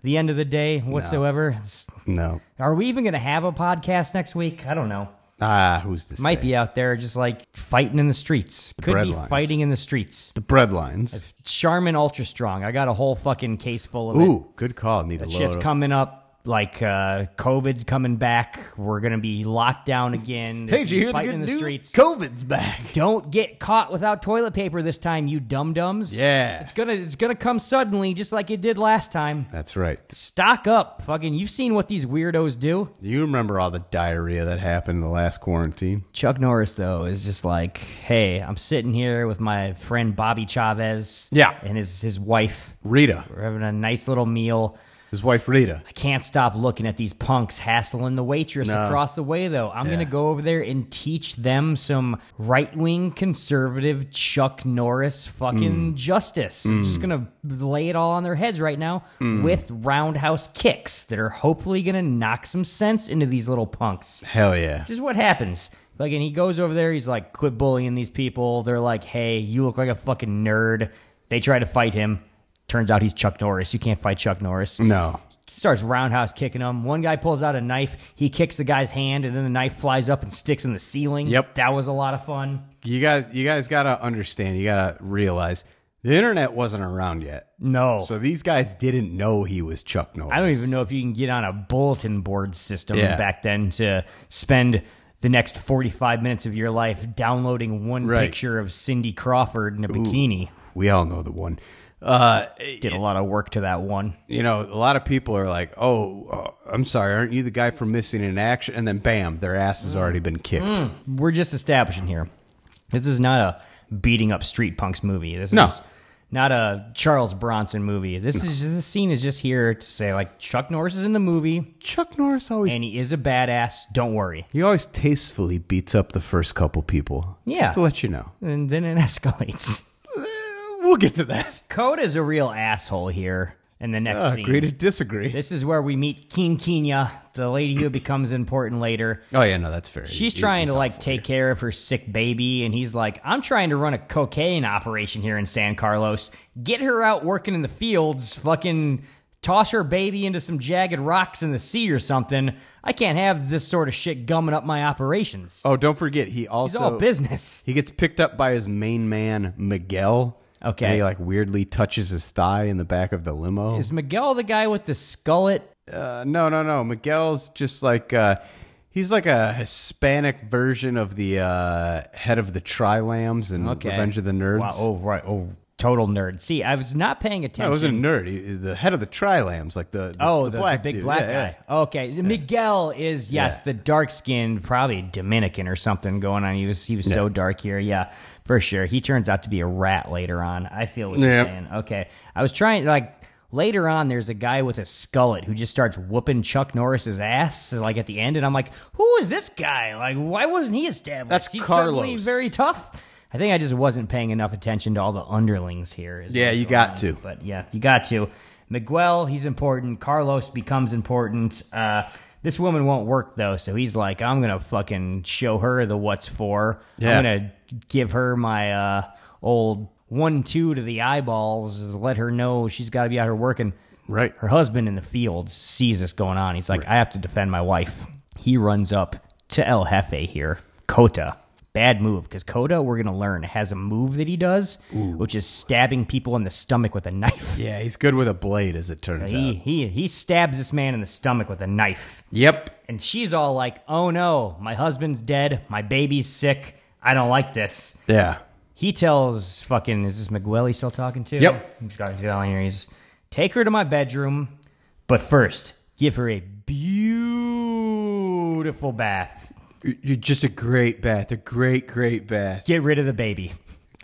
[SPEAKER 2] the end of the day whatsoever. It's-
[SPEAKER 3] No.
[SPEAKER 2] Are we even going to have a podcast next week? I don't know.
[SPEAKER 3] Ah, who's this?
[SPEAKER 2] Might be out there just like fighting in the streets. Could
[SPEAKER 3] bread
[SPEAKER 2] be
[SPEAKER 3] lines.
[SPEAKER 2] fighting in the streets.
[SPEAKER 3] The bread lines.
[SPEAKER 2] Charmin Ultra Strong. I got a whole fucking case full of it.
[SPEAKER 3] Ooh, good call. Need a
[SPEAKER 2] That
[SPEAKER 3] load.
[SPEAKER 2] shit's
[SPEAKER 3] of-
[SPEAKER 2] coming up. Like uh, COVID's coming back. We're gonna be locked down again.
[SPEAKER 3] Hey, did you hear the
[SPEAKER 2] Fighting
[SPEAKER 3] good
[SPEAKER 2] in the
[SPEAKER 3] news?
[SPEAKER 2] Streets.
[SPEAKER 3] COVID's back.
[SPEAKER 2] Don't get caught without toilet paper this time, you dum dums.
[SPEAKER 3] Yeah.
[SPEAKER 2] it's gonna it's gonna come suddenly, just like it did last time.
[SPEAKER 3] That's right.
[SPEAKER 2] Stock up, fucking. You've seen what these weirdos do.
[SPEAKER 3] You remember all the diarrhea that happened in the last quarantine?
[SPEAKER 2] Chuck Norris though is just like, hey, I'm sitting here with my friend Bobby Chavez.
[SPEAKER 3] Yeah.
[SPEAKER 2] and his his wife
[SPEAKER 3] Rita.
[SPEAKER 2] We're having a nice little meal.
[SPEAKER 3] His wife Rita.
[SPEAKER 2] I can't stop looking at these punks hassling the waitress
[SPEAKER 3] No.
[SPEAKER 2] across the way, though. I'm going
[SPEAKER 3] Yeah.
[SPEAKER 2] to go over there and teach them some right wing conservative Chuck Norris fucking justice. I'm just
[SPEAKER 3] Mm.
[SPEAKER 2] going to lay it all on their heads right now
[SPEAKER 3] Mm.
[SPEAKER 2] with roundhouse kicks that are hopefully going to knock some sense into these little punks.
[SPEAKER 3] Hell yeah.
[SPEAKER 2] Which is what happens. Like, and he goes over there. He's like, "Quit bullying these people." They're like, "Hey, you look like a fucking nerd." They try to fight him. Turns out he's Chuck Norris. You can't fight Chuck Norris.
[SPEAKER 3] No.
[SPEAKER 2] starts roundhouse kicking him. One guy pulls out a knife. He kicks the guy's hand, and then the knife flies up and sticks in the ceiling.
[SPEAKER 3] Yep.
[SPEAKER 2] That was a lot of fun.
[SPEAKER 3] You guys, you guys gotta understand. You gotta realize the internet wasn't around yet.
[SPEAKER 2] No.
[SPEAKER 3] So these guys didn't know he was Chuck Norris.
[SPEAKER 2] I don't even know if you can get on a bulletin board system
[SPEAKER 3] Yeah.
[SPEAKER 2] back then to spend the next 45 minutes of your life downloading one
[SPEAKER 3] Right.
[SPEAKER 2] picture of Cindy Crawford in a
[SPEAKER 3] Ooh,
[SPEAKER 2] bikini.
[SPEAKER 3] We all know the one. Uh,
[SPEAKER 2] Did a lot of work to that one.
[SPEAKER 3] You know, a lot of people are like, "Oh, uh, I'm sorry, aren't you the guy from Missing in Action?" And then, bam, their ass has already been kicked.
[SPEAKER 2] Mm, we're just establishing here. This is not a beating up street punks movie. This
[SPEAKER 3] No.
[SPEAKER 2] is not a Charles Bronson movie. This is this scene is just here to say like Chuck Norris is in the movie.
[SPEAKER 3] Chuck Norris always
[SPEAKER 2] and he is a badass. Don't worry.
[SPEAKER 3] He always tastefully beats up the first couple people.
[SPEAKER 2] Yeah.
[SPEAKER 3] just to let you know.
[SPEAKER 2] And then it escalates.
[SPEAKER 3] Uh, We'll get to that.
[SPEAKER 2] Coda's a real asshole here in the next
[SPEAKER 3] Uh,
[SPEAKER 2] scene.
[SPEAKER 3] agree to disagree.
[SPEAKER 2] This is where we meet King Kenya, the lady who becomes important later.
[SPEAKER 3] Oh yeah, no, that's fair.
[SPEAKER 2] She's
[SPEAKER 3] He-
[SPEAKER 2] trying
[SPEAKER 3] he's
[SPEAKER 2] to
[SPEAKER 3] not
[SPEAKER 2] like take care of her sick baby, and he's like, "I'm trying to run a cocaine operation here in San Carlos. Get her out working in the fields. Fucking toss her baby into some jagged rocks in the sea or something. I can't have this sort of shit gumming up my operations."
[SPEAKER 3] Oh, don't forget he also
[SPEAKER 2] all business.
[SPEAKER 3] He gets picked up by his main man Miguel.
[SPEAKER 2] Okay.
[SPEAKER 3] and he like weirdly touches his thigh in the back of the limo.
[SPEAKER 2] Is Miguel the guy with the skullet?
[SPEAKER 3] Uh, no, no, no. Miguel's just like uh, he's like a Hispanic version of the uh, head of the Tri Lambs and
[SPEAKER 2] Okay.
[SPEAKER 3] Revenge of the Nerds.
[SPEAKER 2] Wow, oh right, oh total nerd. See, I was not paying attention.
[SPEAKER 3] No, it wasn't a nerd. He, he- the head of the Tri Lambs, like the, the
[SPEAKER 2] Oh, the,
[SPEAKER 3] the
[SPEAKER 2] the
[SPEAKER 3] black
[SPEAKER 2] big
[SPEAKER 3] dude.
[SPEAKER 2] black
[SPEAKER 3] Yeah, yeah.
[SPEAKER 2] guy. Okay, Miguel is yes, the dark skinned, probably Dominican or something going on. He was he was so dark here, yeah, for sure. He turns out to be a rat later on. I feel what you're
[SPEAKER 3] Yep.
[SPEAKER 2] saying. Okay, I was trying like later on. There's a guy with a skullet who just starts whooping Chuck Norris's ass like at the end, and I'm like, who is this guy? Like, why wasn't he established?
[SPEAKER 3] That's
[SPEAKER 2] He's suddenly
[SPEAKER 3] Carlos.
[SPEAKER 2] Very tough. I think I just wasn't paying enough attention to all the underlings here. is
[SPEAKER 3] Yeah,
[SPEAKER 2] what's
[SPEAKER 3] you
[SPEAKER 2] going
[SPEAKER 3] got
[SPEAKER 2] on.
[SPEAKER 3] to.
[SPEAKER 2] But yeah, you got to. Miguel, he's important. Carlos becomes important. Uh, this woman won't work though, so he's like, I'm gonna fucking show her the what's for.
[SPEAKER 3] Yeah.
[SPEAKER 2] I'm gonna give her my uh, old one two to the eyeballs. Let her know she's got to be out here working.
[SPEAKER 3] Right.
[SPEAKER 2] Her husband in the fields sees this going on. He's like, I have to defend my wife. He runs up to El Jefe here, Kota. Bad move because Kota, we're gonna learn, has a move that he does, which is stabbing people in the stomach with a knife.
[SPEAKER 3] Yeah, he's good with a blade, as it turns
[SPEAKER 2] He,
[SPEAKER 3] out.
[SPEAKER 2] he he stabs this man in the stomach with a knife.
[SPEAKER 3] Yep.
[SPEAKER 2] And she's all like, "Oh no, my husband's dead, my baby's sick. I don't like this."
[SPEAKER 3] Yeah.
[SPEAKER 2] He tells fucking is this Miguel he's still talking to?
[SPEAKER 3] Yep.
[SPEAKER 2] He's got- he's telling her he's take her to my bedroom, but first give her a beautiful bath.
[SPEAKER 3] You're just a great bath, a great, great bath.
[SPEAKER 2] Get rid of the baby.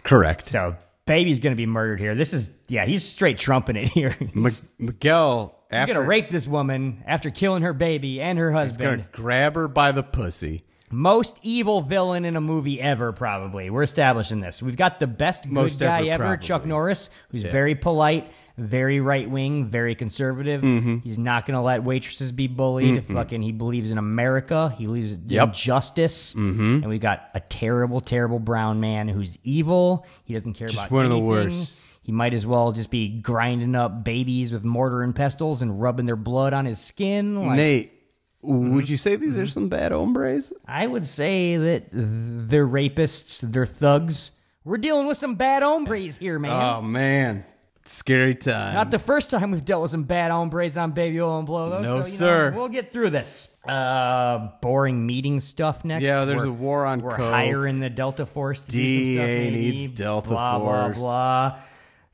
[SPEAKER 3] Correct.
[SPEAKER 2] So baby's gonna be murdered here. This is yeah, he's straight trumping it here. He's,
[SPEAKER 3] M- Miguel, after
[SPEAKER 2] he's gonna rape this woman after killing her baby and her
[SPEAKER 3] he's gonna
[SPEAKER 2] husband.
[SPEAKER 3] grab her by the pussy.
[SPEAKER 2] Most evil villain in a movie ever, probably. We're establishing this. We've got the best good
[SPEAKER 3] Most
[SPEAKER 2] guy
[SPEAKER 3] ever,
[SPEAKER 2] ever,
[SPEAKER 3] probably.
[SPEAKER 2] Chuck Norris, who's very polite, very right wing, very conservative.
[SPEAKER 3] Mm-hmm.
[SPEAKER 2] He's not going to let waitresses be bullied. Fucking, he believes in America. He believes in
[SPEAKER 3] Yep. Mm-hmm.
[SPEAKER 2] justice. And we got a terrible, terrible brown man who's evil. He doesn't care
[SPEAKER 3] Just
[SPEAKER 2] about
[SPEAKER 3] one of the
[SPEAKER 2] anything.
[SPEAKER 3] worst.
[SPEAKER 2] He might as well just be grinding up babies with mortar and pestles and rubbing their blood on his skin. Like, mm-hmm.
[SPEAKER 3] Nate, would you say these are some bad hombres?
[SPEAKER 2] I would say that they're rapists, they're thugs. We're dealing with some bad hombres here, man.
[SPEAKER 3] Oh man, scary time.
[SPEAKER 2] Not the first time we've dealt with some bad hombres on Baby Oil and Blow, though.
[SPEAKER 3] No,
[SPEAKER 2] so, you know,
[SPEAKER 3] sir.
[SPEAKER 2] we'll get through this. Uh, boring meeting stuff next.
[SPEAKER 3] Yeah, there's
[SPEAKER 2] We're-
[SPEAKER 3] a war on
[SPEAKER 2] We're
[SPEAKER 3] coke.
[SPEAKER 2] hiring the Delta Force. To do some stuff,
[SPEAKER 3] DEA
[SPEAKER 2] maybe,
[SPEAKER 3] needs Delta
[SPEAKER 2] blah,
[SPEAKER 3] Force.
[SPEAKER 2] Blah blah.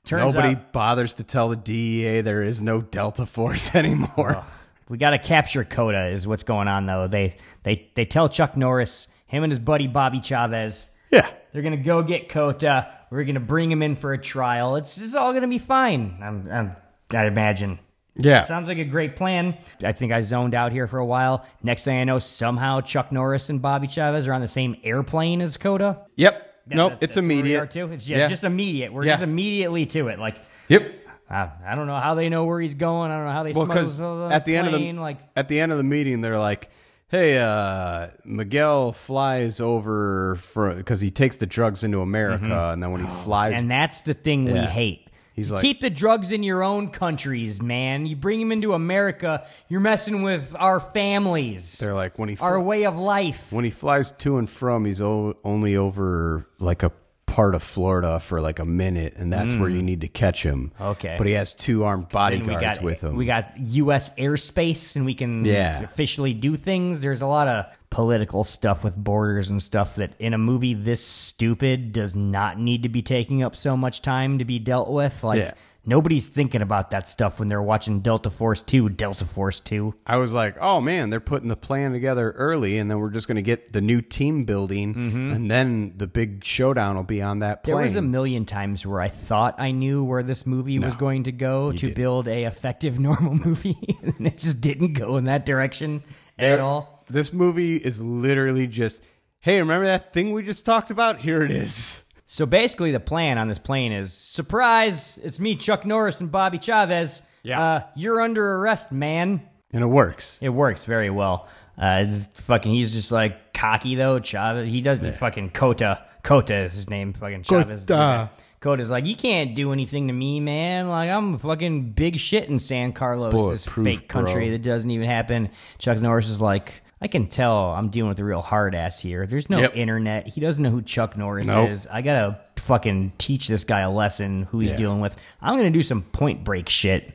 [SPEAKER 2] Turns
[SPEAKER 3] Nobody
[SPEAKER 2] out
[SPEAKER 3] bothers to tell the DEA there is no Delta Force anymore.
[SPEAKER 2] we got to capture Coda. Is what's going on though. They they they tell Chuck Norris, him and his buddy Bobby Chavez,
[SPEAKER 3] yeah.
[SPEAKER 2] They're gonna go get Kota. We're gonna bring him in for a trial. It's, it's all gonna be fine. I'm, I'm, I imagine.
[SPEAKER 3] Yeah.
[SPEAKER 2] Sounds like a great plan. I think I zoned out here for a while. Next thing I know, somehow Chuck Norris and Bobby Chavez are on the same airplane as Kota.
[SPEAKER 3] Yep. nope.
[SPEAKER 2] That-
[SPEAKER 3] it's
[SPEAKER 2] that's where We are
[SPEAKER 3] immediate.
[SPEAKER 2] too. It's yeah,
[SPEAKER 3] Yeah.
[SPEAKER 2] just immediate. We're
[SPEAKER 3] Yeah.
[SPEAKER 2] just immediately to it. Like
[SPEAKER 3] Yep.
[SPEAKER 2] I, I don't know how they know where he's going. I don't know how they
[SPEAKER 3] Well,
[SPEAKER 2] smuggle
[SPEAKER 3] because
[SPEAKER 2] this on
[SPEAKER 3] at the
[SPEAKER 2] plane.
[SPEAKER 3] end of the
[SPEAKER 2] like
[SPEAKER 3] at the end of the meeting, they're like, "Hey, uh, Miguel flies
[SPEAKER 2] Mm-hmm. Oh,
[SPEAKER 3] over for because he takes the drugs into America, and then when he flies,
[SPEAKER 2] And that's the thing we
[SPEAKER 3] Yeah.
[SPEAKER 2] hate
[SPEAKER 3] He's like,
[SPEAKER 2] Keep the drugs in your own countries, man. You bring them into America, you're messing with our families.
[SPEAKER 3] they're like when he
[SPEAKER 2] our
[SPEAKER 3] fl-
[SPEAKER 2] way of life.
[SPEAKER 3] when he flies to and from, he's o- only over like a part of Florida for like a minute, and that's
[SPEAKER 2] Mm.
[SPEAKER 3] where you need to catch him.
[SPEAKER 2] Okay.
[SPEAKER 3] but he has two armed
[SPEAKER 2] Then
[SPEAKER 3] bodyguards
[SPEAKER 2] we got,
[SPEAKER 3] with him.
[SPEAKER 2] We got U.S. airspace, and we can
[SPEAKER 3] Yeah.
[SPEAKER 2] officially do things. There's a lot of political stuff with borders and stuff that in a movie this stupid does not need to be taking up so much time to be dealt with. Like
[SPEAKER 3] Yeah.
[SPEAKER 2] nobody's thinking about that stuff when they're watching Delta Force Two, Delta Force Two.
[SPEAKER 3] I was like, oh man, they're putting the plan together early, and then we're just going to get the new team building, and then the big showdown will be on that plane.
[SPEAKER 2] Mm-hmm. There was a million times where I thought I knew where this movie was going to go to build a effective normal movie, and it just didn't go in that direction at
[SPEAKER 3] There-
[SPEAKER 2] all.
[SPEAKER 3] This movie is literally just, hey, remember that thing we just talked about? Here it is.
[SPEAKER 2] So basically, the plan on this plane is surprise. It's me, Chuck Norris, and Bobby Chavez. Yeah, uh, you're under arrest, man.
[SPEAKER 3] And it works.
[SPEAKER 2] It works very well. Uh, fucking, he's just like cocky though. Chavez, he does the fucking Cota. Cota is his name. Fucking Chavez.
[SPEAKER 3] Cota.
[SPEAKER 2] Cota's like, you can't do anything to me, man. Like I'm fucking big shit in San Carlos, this
[SPEAKER 3] Bulletproof,
[SPEAKER 2] fake country
[SPEAKER 3] bro.
[SPEAKER 2] that doesn't even happen. Chuck Norris is like. I can tell I'm dealing with a real hard ass here. There's no
[SPEAKER 3] Yep.
[SPEAKER 2] internet. He doesn't know who Chuck Norris
[SPEAKER 3] Nope.
[SPEAKER 2] is. I gotta fucking teach this guy a lesson who he's
[SPEAKER 3] Yeah.
[SPEAKER 2] dealing with. I'm gonna do some point break shit.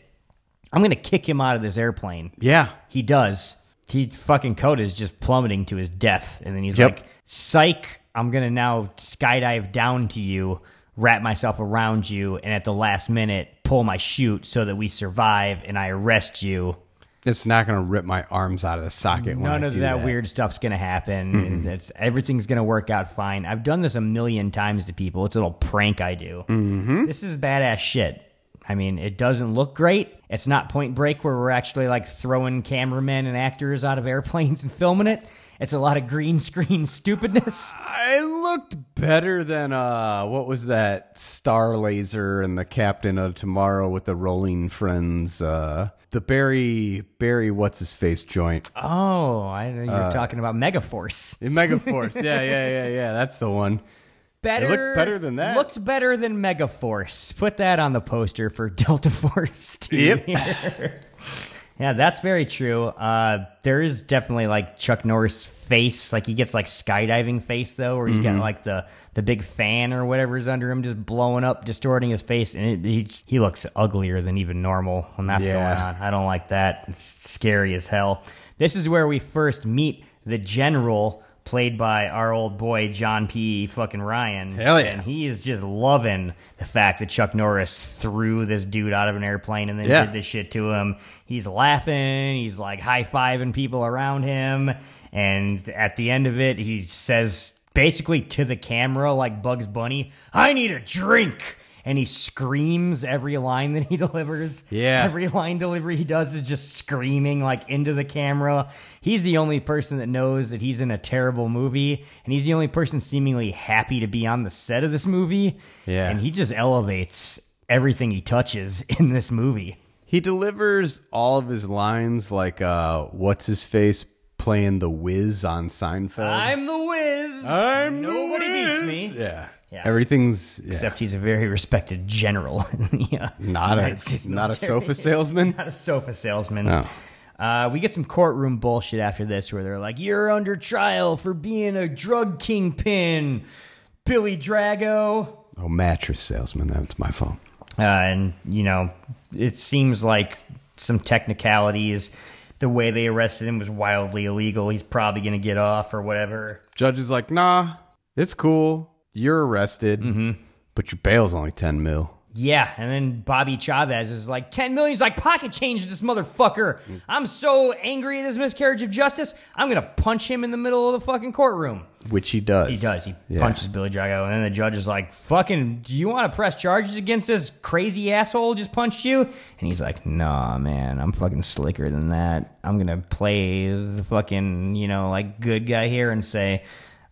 [SPEAKER 2] I'm gonna kick him out of this airplane.
[SPEAKER 3] Yeah.
[SPEAKER 2] He does. He fucking Coda is just plummeting to his death. And then he's
[SPEAKER 3] Yep.
[SPEAKER 2] like, Psych, I'm gonna now skydive down to you, wrap myself around you, and at the last minute pull my chute so that we survive and I arrest you.
[SPEAKER 3] It's not going to rip my arms out of the socket. when
[SPEAKER 2] None
[SPEAKER 3] I
[SPEAKER 2] of
[SPEAKER 3] do
[SPEAKER 2] that, weird stuff's gonna happen. and That's everything's gonna work out fine. I've done this a million times to people. It's a little prank I do.
[SPEAKER 3] Mhm.
[SPEAKER 2] This is badass shit. I mean, it doesn't look great. It's not Point Break where we're actually like throwing cameramen and actors out of airplanes and filming it. It's a lot of green screen stupidness.
[SPEAKER 3] I looked better than uh what was that star laser and the captain of tomorrow with the rolling friends uh the barry barry what's his face joint
[SPEAKER 2] Oh, I know you're
[SPEAKER 3] Uh,
[SPEAKER 2] talking about Megaforce.
[SPEAKER 3] megaforce yeah yeah yeah yeah that's the one
[SPEAKER 2] Better,
[SPEAKER 3] looked better than that.
[SPEAKER 2] Looked better than Megaforce. Put that on the poster for Delta Force. to
[SPEAKER 3] Yep.
[SPEAKER 2] hear. yeah, that's very true. Uh, there is definitely like Chuck Norris face, like he gets like skydiving face though, where you got
[SPEAKER 3] Mhm.
[SPEAKER 2] like the the big fan or whatever's under him just blowing up, distorting his face, and it, he he looks uglier than even normal when that's
[SPEAKER 3] Yeah.
[SPEAKER 2] going on. I don't like that. It's scary as hell. This is where we first meet the general, played by our old boy John P. fucking Ryan.
[SPEAKER 3] Hell yeah.
[SPEAKER 2] And he is just loving the fact that Chuck Norris threw this dude out of an airplane and then
[SPEAKER 3] Yeah.
[SPEAKER 2] did this shit to him. He's laughing. He's like high fiving people around him. And at the end of it, he says basically to the camera, like Bugs Bunny, I need a drink. And he screams every line that he delivers.
[SPEAKER 3] Yeah.
[SPEAKER 2] Every line delivery he does is just screaming like into the camera. He's the only person that knows that he's in a terrible movie, and he's the only person seemingly happy to be on the set of this movie.
[SPEAKER 3] Yeah.
[SPEAKER 2] And he just elevates everything he touches in this movie.
[SPEAKER 3] he delivers all of his lines like uh what's his face playing the whiz on seinfeld
[SPEAKER 2] I'm the whiz.
[SPEAKER 3] I'm the
[SPEAKER 2] nobody beats
[SPEAKER 3] Wiz.
[SPEAKER 2] me.
[SPEAKER 3] yeah
[SPEAKER 2] Yeah.
[SPEAKER 3] Everything's yeah.
[SPEAKER 2] Except he's a very respected general. yeah.
[SPEAKER 3] Not a-
[SPEAKER 2] United States
[SPEAKER 3] not a
[SPEAKER 2] military.
[SPEAKER 3] sofa salesman?
[SPEAKER 2] not a sofa salesman.
[SPEAKER 3] No.
[SPEAKER 2] Uh, we get some courtroom bullshit after this where they're like, you're under trial for being a drug kingpin, Billy Drago.
[SPEAKER 3] oh mattress salesman that's my fault
[SPEAKER 2] Uh, and, you know, it seems like some technicalities. The way they arrested him was wildly illegal. He's probably going to get off or whatever.
[SPEAKER 3] Judge is like, nah, it's cool. You're arrested, mm-hmm. but your bail's only 10 mil.
[SPEAKER 2] Yeah, and then Bobby Chavez is like, 10 million's like pocket change to this motherfucker. I'm so angry at this miscarriage of justice, I'm going to punch him in the middle of the fucking courtroom.
[SPEAKER 3] Which he does.
[SPEAKER 2] He does. He
[SPEAKER 3] Yeah.
[SPEAKER 2] punches Billy Drago, and then the judge is like, fucking, do you want to press charges against this crazy asshole who just punched you? And he's like, nah, man, I'm fucking slicker than that. I'm going to play the fucking, you know, like good guy here and say,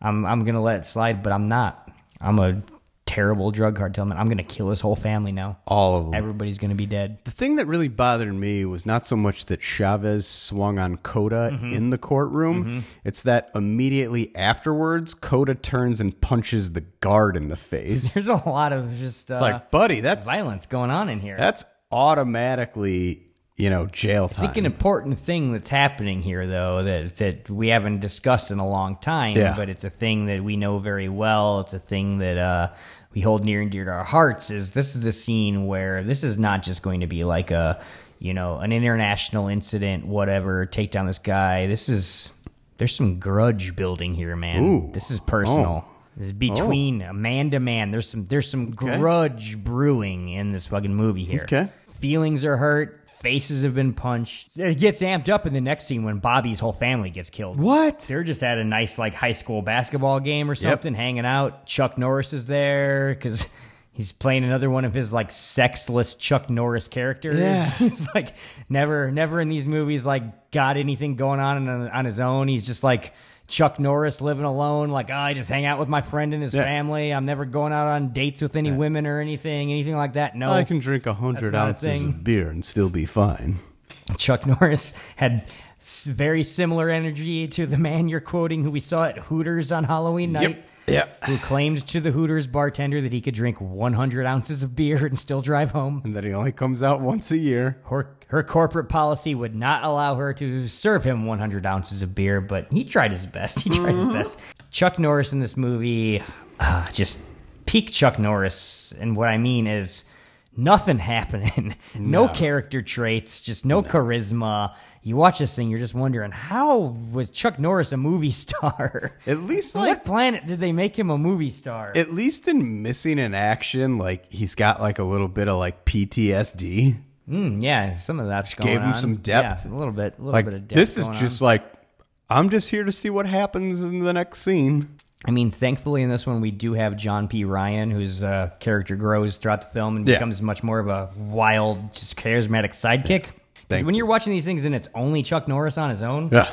[SPEAKER 2] I'm, I'm going to let it slide, but I'm not. I'm a terrible drug cartel man. I'm going to kill his whole family now.
[SPEAKER 3] All of them.
[SPEAKER 2] Everybody's going to be dead.
[SPEAKER 3] The thing that really bothered me was not so much that Chavez swung on Coda
[SPEAKER 2] Mhm.
[SPEAKER 3] in the
[SPEAKER 2] Mhm.
[SPEAKER 3] courtroom, it's that immediately afterwards, Coda turns and punches the guard in the face.
[SPEAKER 2] There's a lot of just.
[SPEAKER 3] It's
[SPEAKER 2] uh,
[SPEAKER 3] like, buddy, that's-
[SPEAKER 2] violence going on in here.
[SPEAKER 3] That's automatically, you know, jail time.
[SPEAKER 2] I think an important thing that's happening here, though, that that we haven't discussed in a long time,
[SPEAKER 3] Yeah.
[SPEAKER 2] but it's a thing that we know very well. It's a thing that uh, we hold near and dear to our hearts. Is this is the scene where this is not just going to be like a, you know, an international incident, whatever, take down this guy. This is there's some grudge building here, man.
[SPEAKER 3] Ooh.
[SPEAKER 2] This is personal.
[SPEAKER 3] Oh.
[SPEAKER 2] This is between a man to man. There's some there's some
[SPEAKER 3] Okay.
[SPEAKER 2] grudge brewing in this fucking movie here.
[SPEAKER 3] Okay.
[SPEAKER 2] Feelings are hurt. Faces have been punched. It gets amped up in the next scene when Bobby's whole family gets killed.
[SPEAKER 3] What?
[SPEAKER 2] They're just at a nice like high school basketball game or
[SPEAKER 3] Yep.
[SPEAKER 2] something, hanging out. Chuck Norris is there because he's playing another one of his like sexless Chuck Norris characters.
[SPEAKER 3] Yeah.
[SPEAKER 2] he's like never, never in these movies like got anything going on on, on his own. He's just like. Chuck Norris living alone, like "Oh, I just hang out with my friend and his
[SPEAKER 3] Yeah.
[SPEAKER 2] family. I'm never going out on dates with any women or anything, anything like that. No,
[SPEAKER 3] I can drink a 100
[SPEAKER 2] Oh, That's not a
[SPEAKER 3] ounces
[SPEAKER 2] thing.
[SPEAKER 3] of beer and still be fine.
[SPEAKER 2] Chuck Norris had s- very similar energy to the man you're quoting who we saw at Hooters on Halloween
[SPEAKER 3] Yep.
[SPEAKER 2] night.
[SPEAKER 3] Yep.
[SPEAKER 2] Who claimed to the Hooters bartender that he could drink 100 ounces of beer and still drive home.
[SPEAKER 3] And that he only comes out once a year.
[SPEAKER 2] Her, her corporate policy would not allow her to serve him 100 ounces of beer, but he tried his best. He tried his
[SPEAKER 3] Mhm.
[SPEAKER 2] best. Chuck Norris in this movie, ah, just peak Chuck Norris. And what I mean is nothing happening, no,
[SPEAKER 3] No.
[SPEAKER 2] character traits, just no, charisma. You watch this thing, you're just wondering how was Chuck Norris a movie star?
[SPEAKER 3] At least,
[SPEAKER 2] what planet did they make him a movie star?
[SPEAKER 3] At least in Missing in Action, like, he's got like a little bit of like PTSD.
[SPEAKER 2] Mm, yeah, some of that's going
[SPEAKER 3] Gave him
[SPEAKER 2] on.
[SPEAKER 3] some depth.
[SPEAKER 2] Yeah, a little bit, a little
[SPEAKER 3] like,
[SPEAKER 2] bit of depth.
[SPEAKER 3] This is
[SPEAKER 2] going on.
[SPEAKER 3] just like, I'm just here to see what happens in the next scene.
[SPEAKER 2] I mean, thankfully in this one we do have John P. Ryan, whose uh, character grows throughout the film and
[SPEAKER 3] Yeah.
[SPEAKER 2] becomes much more of a wild, just charismatic sidekick. 'Cause when you're watching these things and it's only Chuck Norris on his own,
[SPEAKER 3] Yeah.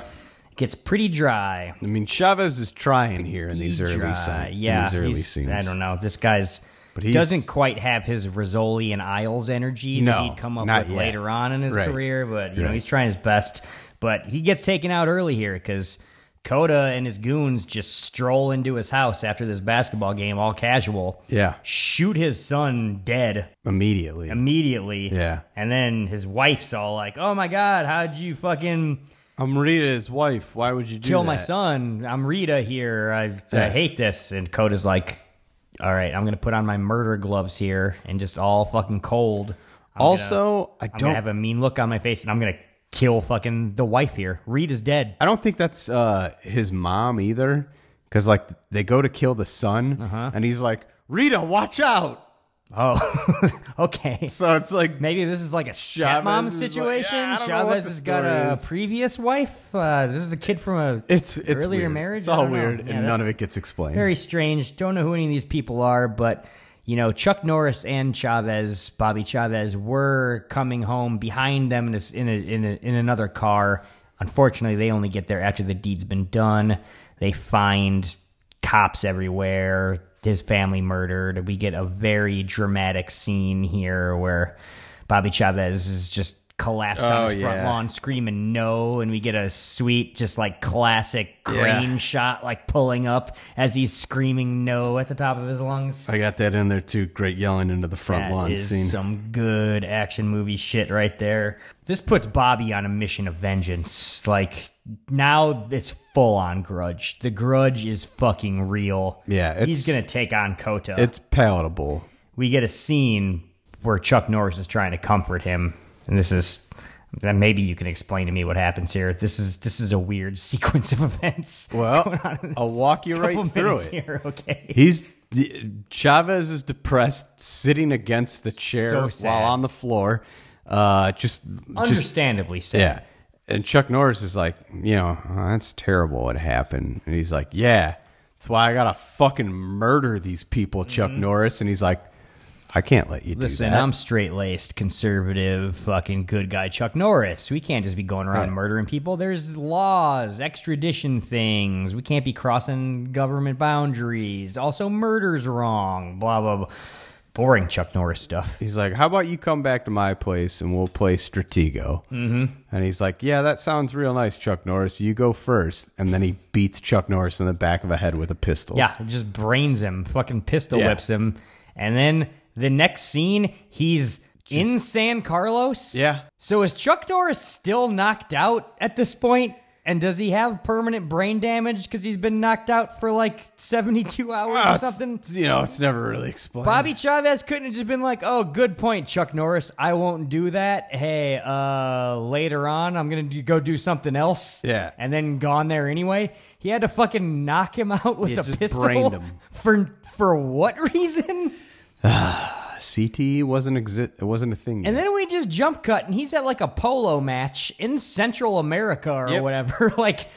[SPEAKER 2] it gets pretty dry.
[SPEAKER 3] I mean, Chavez is trying here in these early,
[SPEAKER 2] Dry.
[SPEAKER 3] scenes.
[SPEAKER 2] yeah,
[SPEAKER 3] in these early
[SPEAKER 2] he's-
[SPEAKER 3] scenes.
[SPEAKER 2] I don't know. This guy's
[SPEAKER 3] But
[SPEAKER 2] he
[SPEAKER 3] he's-
[SPEAKER 2] doesn't quite have his Rizzoli and Isles energy that
[SPEAKER 3] No,
[SPEAKER 2] he'd come up
[SPEAKER 3] not
[SPEAKER 2] with
[SPEAKER 3] yet.
[SPEAKER 2] later on in his
[SPEAKER 3] Right.
[SPEAKER 2] career, but you know
[SPEAKER 3] Right.
[SPEAKER 2] he's trying his best. But he gets taken out early here because Coda and his goons just stroll into his house after this basketball game, all casual.
[SPEAKER 3] Yeah.
[SPEAKER 2] shoot his son dead
[SPEAKER 3] Immediately.
[SPEAKER 2] immediately.
[SPEAKER 3] Yeah.
[SPEAKER 2] and then his wife's all like, "Oh my god, how'd you fucking?"
[SPEAKER 3] I'm Rita, his wife. Why would you do
[SPEAKER 2] kill
[SPEAKER 3] that?
[SPEAKER 2] my son. I'm Rita here. I, I
[SPEAKER 3] Yeah.
[SPEAKER 2] hate this. And Coda's like, all right, I'm going to put on my murder gloves here and just all fucking cold. I'm
[SPEAKER 3] Also,
[SPEAKER 2] gonna,
[SPEAKER 3] I
[SPEAKER 2] I'm
[SPEAKER 3] don't-
[SPEAKER 2] gonna have a mean look on my face and I'm going to kill fucking the wife here. Rita's dead.
[SPEAKER 3] I don't think that's uh, his mom either, because like they go to kill the son,
[SPEAKER 2] Uh-huh.
[SPEAKER 3] and he's like, "Rita, watch out!"
[SPEAKER 2] Oh, okay.
[SPEAKER 3] So it's like
[SPEAKER 2] maybe this is like a stepmom
[SPEAKER 3] Chavez is like,
[SPEAKER 2] situation.
[SPEAKER 3] "Yeah, I don't know what
[SPEAKER 2] Chavez
[SPEAKER 3] the
[SPEAKER 2] has got
[SPEAKER 3] story
[SPEAKER 2] a
[SPEAKER 3] is."
[SPEAKER 2] previous wife. Uh, this is the kid from a
[SPEAKER 3] It's it's
[SPEAKER 2] earlier
[SPEAKER 3] weird.
[SPEAKER 2] marriage.
[SPEAKER 3] It's
[SPEAKER 2] I
[SPEAKER 3] all
[SPEAKER 2] don't know.
[SPEAKER 3] weird,
[SPEAKER 2] Yeah,
[SPEAKER 3] and
[SPEAKER 2] that's-
[SPEAKER 3] none of it gets explained.
[SPEAKER 2] Very strange. Don't know who any of these people are, but you know, Chuck Norris and Chavez, Bobby Chavez, were coming home behind them in a, in, a, in, a, in another car. Unfortunately, they only get there after the deed's been done. They find cops everywhere. His family murdered. We get a very dramatic scene here where Bobby Chavez is just collapsed
[SPEAKER 3] Oh,
[SPEAKER 2] on his front
[SPEAKER 3] yeah.
[SPEAKER 2] lawn screaming no and we get a sweet just like classic
[SPEAKER 3] Yeah.
[SPEAKER 2] crane shot like pulling up as he's screaming no at the top of his lungs
[SPEAKER 3] I got that in there too. Great yelling into the front
[SPEAKER 2] That
[SPEAKER 3] lawn
[SPEAKER 2] is
[SPEAKER 3] scene.
[SPEAKER 2] some good action movie shit right there this puts bobby on a mission of vengeance like now it's full on grudge the grudge is fucking real
[SPEAKER 3] Yeah,
[SPEAKER 2] he's
[SPEAKER 3] it's-
[SPEAKER 2] gonna take on kota
[SPEAKER 3] it's palatable.
[SPEAKER 2] we get a scene where Chuck Norris is trying to comfort him, and this is then maybe you can explain to me what happens here. This is this is a weird sequence of events.
[SPEAKER 3] Well, I'll walk you right
[SPEAKER 2] Couple
[SPEAKER 3] through
[SPEAKER 2] minutes
[SPEAKER 3] it.
[SPEAKER 2] here, okay.
[SPEAKER 3] He's Chavez is depressed, sitting against the chair
[SPEAKER 2] So sad.
[SPEAKER 3] while on the floor. Uh, just just-
[SPEAKER 2] Understandably sad.
[SPEAKER 3] Yeah. And Chuck Norris is like, you know, "Oh, that's terrible what happened. And he's like, Mm-hmm. yeah, that's why I gotta fucking murder these people, Chuck Norris. And he's like, I can't let you
[SPEAKER 2] Listen,
[SPEAKER 3] do that.
[SPEAKER 2] I'm straight laced, conservative, fucking good guy Chuck Norris. We can't just be going around
[SPEAKER 3] Right.
[SPEAKER 2] murdering people. There's laws, extradition things. We can't be crossing government boundaries. Also, murder's wrong. Blah, blah, blah. Boring Chuck Norris stuff.
[SPEAKER 3] He's like, "How about you come back to my place and we'll play Stratego?"
[SPEAKER 2] Mhm.
[SPEAKER 3] And he's like, "Yeah, that sounds real nice, Chuck Norris. You go first. And then he beats Chuck Norris in the back of the head with a pistol.
[SPEAKER 2] Yeah, it just brains him, fucking pistol
[SPEAKER 3] Yeah.
[SPEAKER 2] whips him. And then the next scene, he's in San Carlos.
[SPEAKER 3] Yeah.
[SPEAKER 2] So is Chuck Norris still knocked out at this point? And does he have permanent brain damage because he's been knocked out for like 72 hours
[SPEAKER 3] Ah,
[SPEAKER 2] or
[SPEAKER 3] it's-
[SPEAKER 2] something?
[SPEAKER 3] You know, it's never really explained.
[SPEAKER 2] Bobby Chavez couldn't have just been like, "Oh, good point, Chuck Norris. I won't do that. Hey, uh, later on, I'm gonna do, go do something else."
[SPEAKER 3] Yeah.
[SPEAKER 2] and then gone there anyway. He had to fucking knock him out with
[SPEAKER 3] Yeah,
[SPEAKER 2] a
[SPEAKER 3] just
[SPEAKER 2] pistol
[SPEAKER 3] brained him.
[SPEAKER 2] for for what reason?
[SPEAKER 3] CTE E wasn't exi- it wasn't a thing.
[SPEAKER 2] And then we just jump cut, and he's at like a polo match in Central America or
[SPEAKER 3] Yet.
[SPEAKER 2] whatever. like,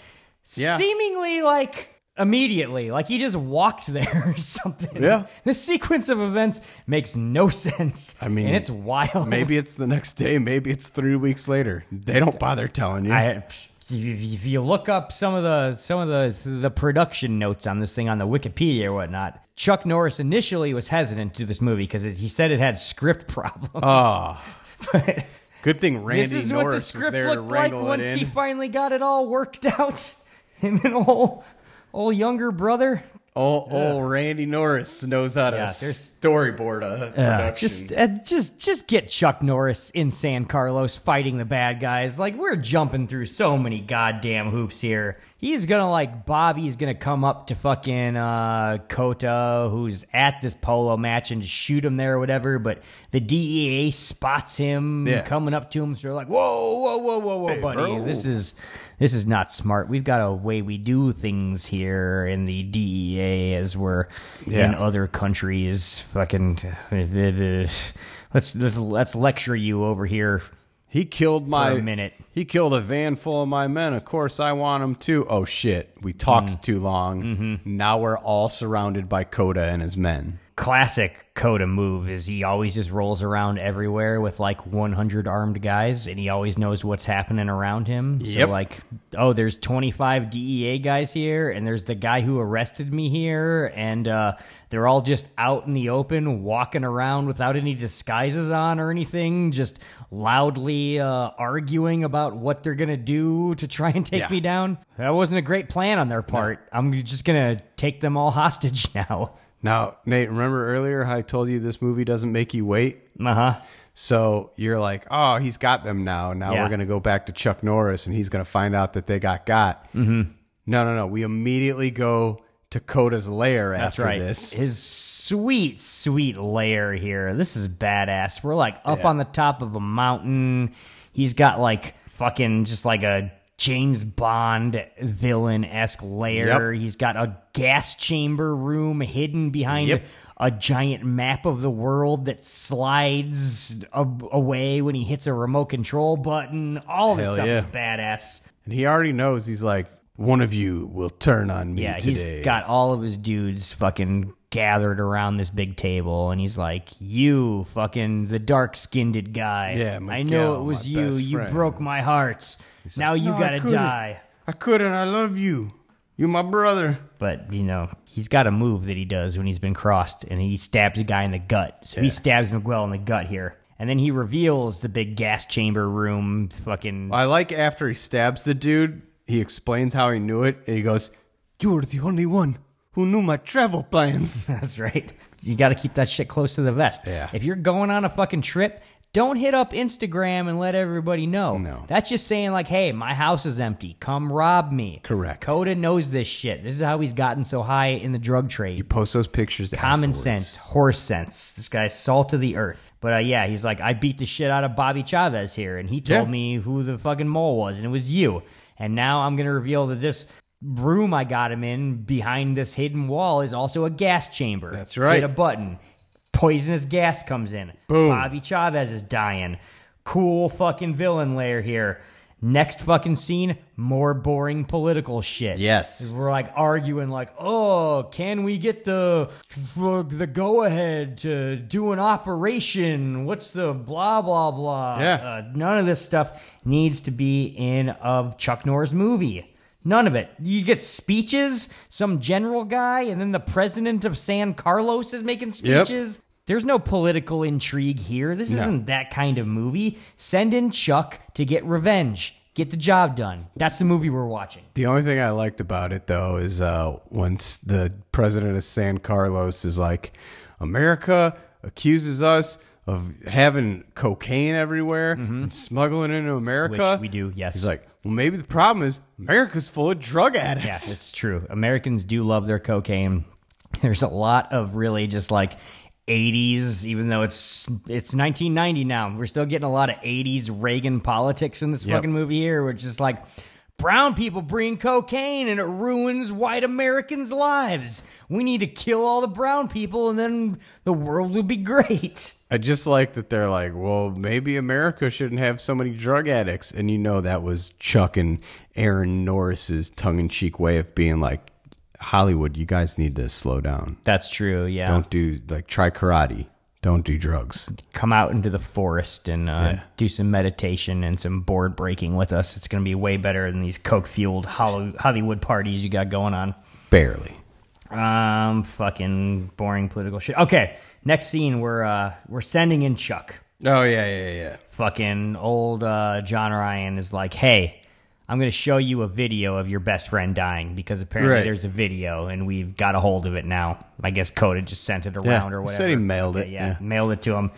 [SPEAKER 3] Yeah.
[SPEAKER 2] seemingly like immediately, like he just walked there or something.
[SPEAKER 3] Yeah.
[SPEAKER 2] this sequence of events makes no sense.
[SPEAKER 3] I mean,
[SPEAKER 2] and it's wild.
[SPEAKER 3] Maybe it's the next day. Maybe it's three weeks later. They don't bother telling you.
[SPEAKER 2] I, if you look up some of the some of the the production notes on this thing on the Wikipedia or whatnot, Chuck Norris initially was hesitant to do this movie because he said it had script problems.
[SPEAKER 3] Oh. Good thing Randy
[SPEAKER 2] this is
[SPEAKER 3] Norris
[SPEAKER 2] what the
[SPEAKER 3] was
[SPEAKER 2] script
[SPEAKER 3] there to
[SPEAKER 2] looked like
[SPEAKER 3] wrangle it
[SPEAKER 2] once he
[SPEAKER 3] in.
[SPEAKER 2] finally got it all worked out. Him and old old younger brother.
[SPEAKER 3] Oh, oh, Randy Norris knows how to
[SPEAKER 2] Yeah, there's-
[SPEAKER 3] storyboard
[SPEAKER 2] Uh,
[SPEAKER 3] a production.
[SPEAKER 2] just, uh, just, just get Chuck Norris in San Carlos fighting the bad guys. Like we're jumping through so many goddamn hoops here. He's gonna like Bobby's gonna come up to fucking uh, Kota, who's at this polo match, and shoot him there or whatever. But the DEA spots him
[SPEAKER 3] Yeah.
[SPEAKER 2] coming up to him, so they're like, "Whoa, whoa, whoa, whoa, whoa, buddy!
[SPEAKER 3] bro."
[SPEAKER 2] This is this is not smart. We've got a way we do things here in the DEA as we're in
[SPEAKER 3] Yeah.
[SPEAKER 2] other countries. Fucking let's let's let's lecture you over here.
[SPEAKER 3] He killed my
[SPEAKER 2] a minute.
[SPEAKER 3] He killed a van full of my men. Of course, I want him too. Oh shit, we talked
[SPEAKER 2] Mm.
[SPEAKER 3] too long.
[SPEAKER 2] Mm-hmm.
[SPEAKER 3] Now we're all surrounded by Coda and his men.
[SPEAKER 2] Classic Coda move is he always just rolls around everywhere with like 100 armed guys, and he always knows what's happening around him. So
[SPEAKER 3] Yep.
[SPEAKER 2] like, oh, there's 25 DEA guys here, and there's the guy who arrested me here, and uh, they're all just out in the open, walking around without any disguises on or anything, just loudly uh, arguing about what they're gonna do to try and take
[SPEAKER 3] Yeah.
[SPEAKER 2] me down. That wasn't a great plan on their part. I'm just gonna take them all hostage now.
[SPEAKER 3] Now, Nate, remember earlier how I told you this movie doesn't make you wait?
[SPEAKER 2] Uh huh.
[SPEAKER 3] So you're like, oh, he's got them now. Now
[SPEAKER 2] Yeah.
[SPEAKER 3] we're going to go back to Chuck Norris and he's going to find out that they got got. Mm-hmm. No, no, no. We immediately go to Coda's lair
[SPEAKER 2] That's
[SPEAKER 3] after
[SPEAKER 2] right.
[SPEAKER 3] this.
[SPEAKER 2] His sweet, sweet lair here. This is badass. We're like up on the top of a mountain. He's got like fucking just like a James Bond villain esque lair. He's got a gas chamber room hidden behind
[SPEAKER 3] Yep.
[SPEAKER 2] a giant map of the world that slides a- away when he hits a remote control button. All this
[SPEAKER 3] Hell
[SPEAKER 2] stuff
[SPEAKER 3] yeah.
[SPEAKER 2] is badass.
[SPEAKER 3] And he already knows he's like, one of you will turn on me
[SPEAKER 2] Yeah,
[SPEAKER 3] today.
[SPEAKER 2] he's got all of his dudes fucking gathered around this big table, and he's like, "You fucking the dark skinned guy.
[SPEAKER 3] Yeah,
[SPEAKER 2] I
[SPEAKER 3] Miguel,
[SPEAKER 2] know it was
[SPEAKER 3] my
[SPEAKER 2] you.
[SPEAKER 3] best
[SPEAKER 2] You
[SPEAKER 3] friend."
[SPEAKER 2] broke my heart. now you
[SPEAKER 3] "No, I
[SPEAKER 2] gotta
[SPEAKER 3] couldn't.
[SPEAKER 2] die."
[SPEAKER 3] I couldn't. I love you. You're my brother.
[SPEAKER 2] But you know, he's got a move that he does when he's been crossed, and he stabs a guy in the gut. So he
[SPEAKER 3] Yeah.
[SPEAKER 2] stabs Miguel in the gut here, and then he reveals the big gas chamber room. Fucking
[SPEAKER 3] I like after he stabs the dude, he explains how he knew it and he goes, You're the only one who knew my travel plans.
[SPEAKER 2] That's right. You got to keep that shit close to the vest.
[SPEAKER 3] Yeah.
[SPEAKER 2] If you're going on a fucking trip, don't hit up Instagram and let everybody know.
[SPEAKER 3] No.
[SPEAKER 2] That's just saying like, "Hey, my house is empty. Come rob me."
[SPEAKER 3] Correct.
[SPEAKER 2] Coda knows this shit. This is how he's gotten so high in the drug trade.
[SPEAKER 3] Post those pictures.
[SPEAKER 2] Common
[SPEAKER 3] afterwards.
[SPEAKER 2] sense, horse sense. This guy's salt of the earth. But uh, yeah, he's like, I beat the shit out of Bobby Chavez here, and he told
[SPEAKER 3] Yeah.
[SPEAKER 2] me who the fucking mole was, and it was you. And now I'm gonna reveal that this room I got him in behind this hidden wall is also a gas chamber.
[SPEAKER 3] That's right.
[SPEAKER 2] Hit a button. Poisonous gas comes in.
[SPEAKER 3] Boom.
[SPEAKER 2] Bobby Chavez is dying. Cool fucking villain layer here. Next fucking scene, more boring political shit.
[SPEAKER 3] Yes.
[SPEAKER 2] We're like arguing, like, oh, can we get the the go ahead to do an operation? What's the blah blah blah?
[SPEAKER 3] Yeah.
[SPEAKER 2] Uh, none of this stuff needs to be in a Chuck Norris movie. None of it. You get speeches, some general guy, and then the president of San Carlos is making
[SPEAKER 3] Yep.
[SPEAKER 2] speeches. There's no political intrigue here. This
[SPEAKER 3] No.
[SPEAKER 2] isn't that kind of movie. Send in Chuck to get revenge. Get the job done. That's the movie we're watching.
[SPEAKER 3] The only thing I liked about it though is uh, once the president of San Carlos is like, America accuses us of having cocaine everywhere and smuggling into America.
[SPEAKER 2] Which we do, yes.
[SPEAKER 3] He's like, well, maybe the problem is America's full of drug addicts.
[SPEAKER 2] Yeah, it's true. Americans do love their cocaine. There's a lot of really just like 80s, even though it's it's 1990 now. We're still getting a lot of 80s Reagan politics in this
[SPEAKER 3] Yep.
[SPEAKER 2] fucking movie here, which is like brown people bring cocaine and it ruins white Americans' lives. We need to kill all the brown people and then the world will be great.
[SPEAKER 3] I just like that they're like, well, maybe America shouldn't have so many drug addicts. And you know, that was Chuck and Aaron Norris's tongue in cheek way of being like, Hollywood, you guys need to slow down.
[SPEAKER 2] That's true. Yeah.
[SPEAKER 3] Don't do, like, try karate. Don't do drugs.
[SPEAKER 2] Come out into the forest and uh,
[SPEAKER 3] Yeah.
[SPEAKER 2] do some meditation and some board breaking with us. It's going to be way better than these coke fueled Hollywood parties you got going on.
[SPEAKER 3] Barely.
[SPEAKER 2] Um, fucking boring political shit. Okay, next scene we're uh we're sending in Chuck.
[SPEAKER 3] Oh yeah, yeah, yeah.
[SPEAKER 2] Fucking old uh, John Ryan is like, hey, I'm gonna show you a video of your best friend dying because apparently
[SPEAKER 3] Right.
[SPEAKER 2] there's a video and we've got a hold of it now. I guess Coda just sent it around
[SPEAKER 3] Yeah,
[SPEAKER 2] or
[SPEAKER 3] he
[SPEAKER 2] whatever.
[SPEAKER 3] said he mailed it,
[SPEAKER 2] Yeah,
[SPEAKER 3] yeah.
[SPEAKER 2] mailed it to him.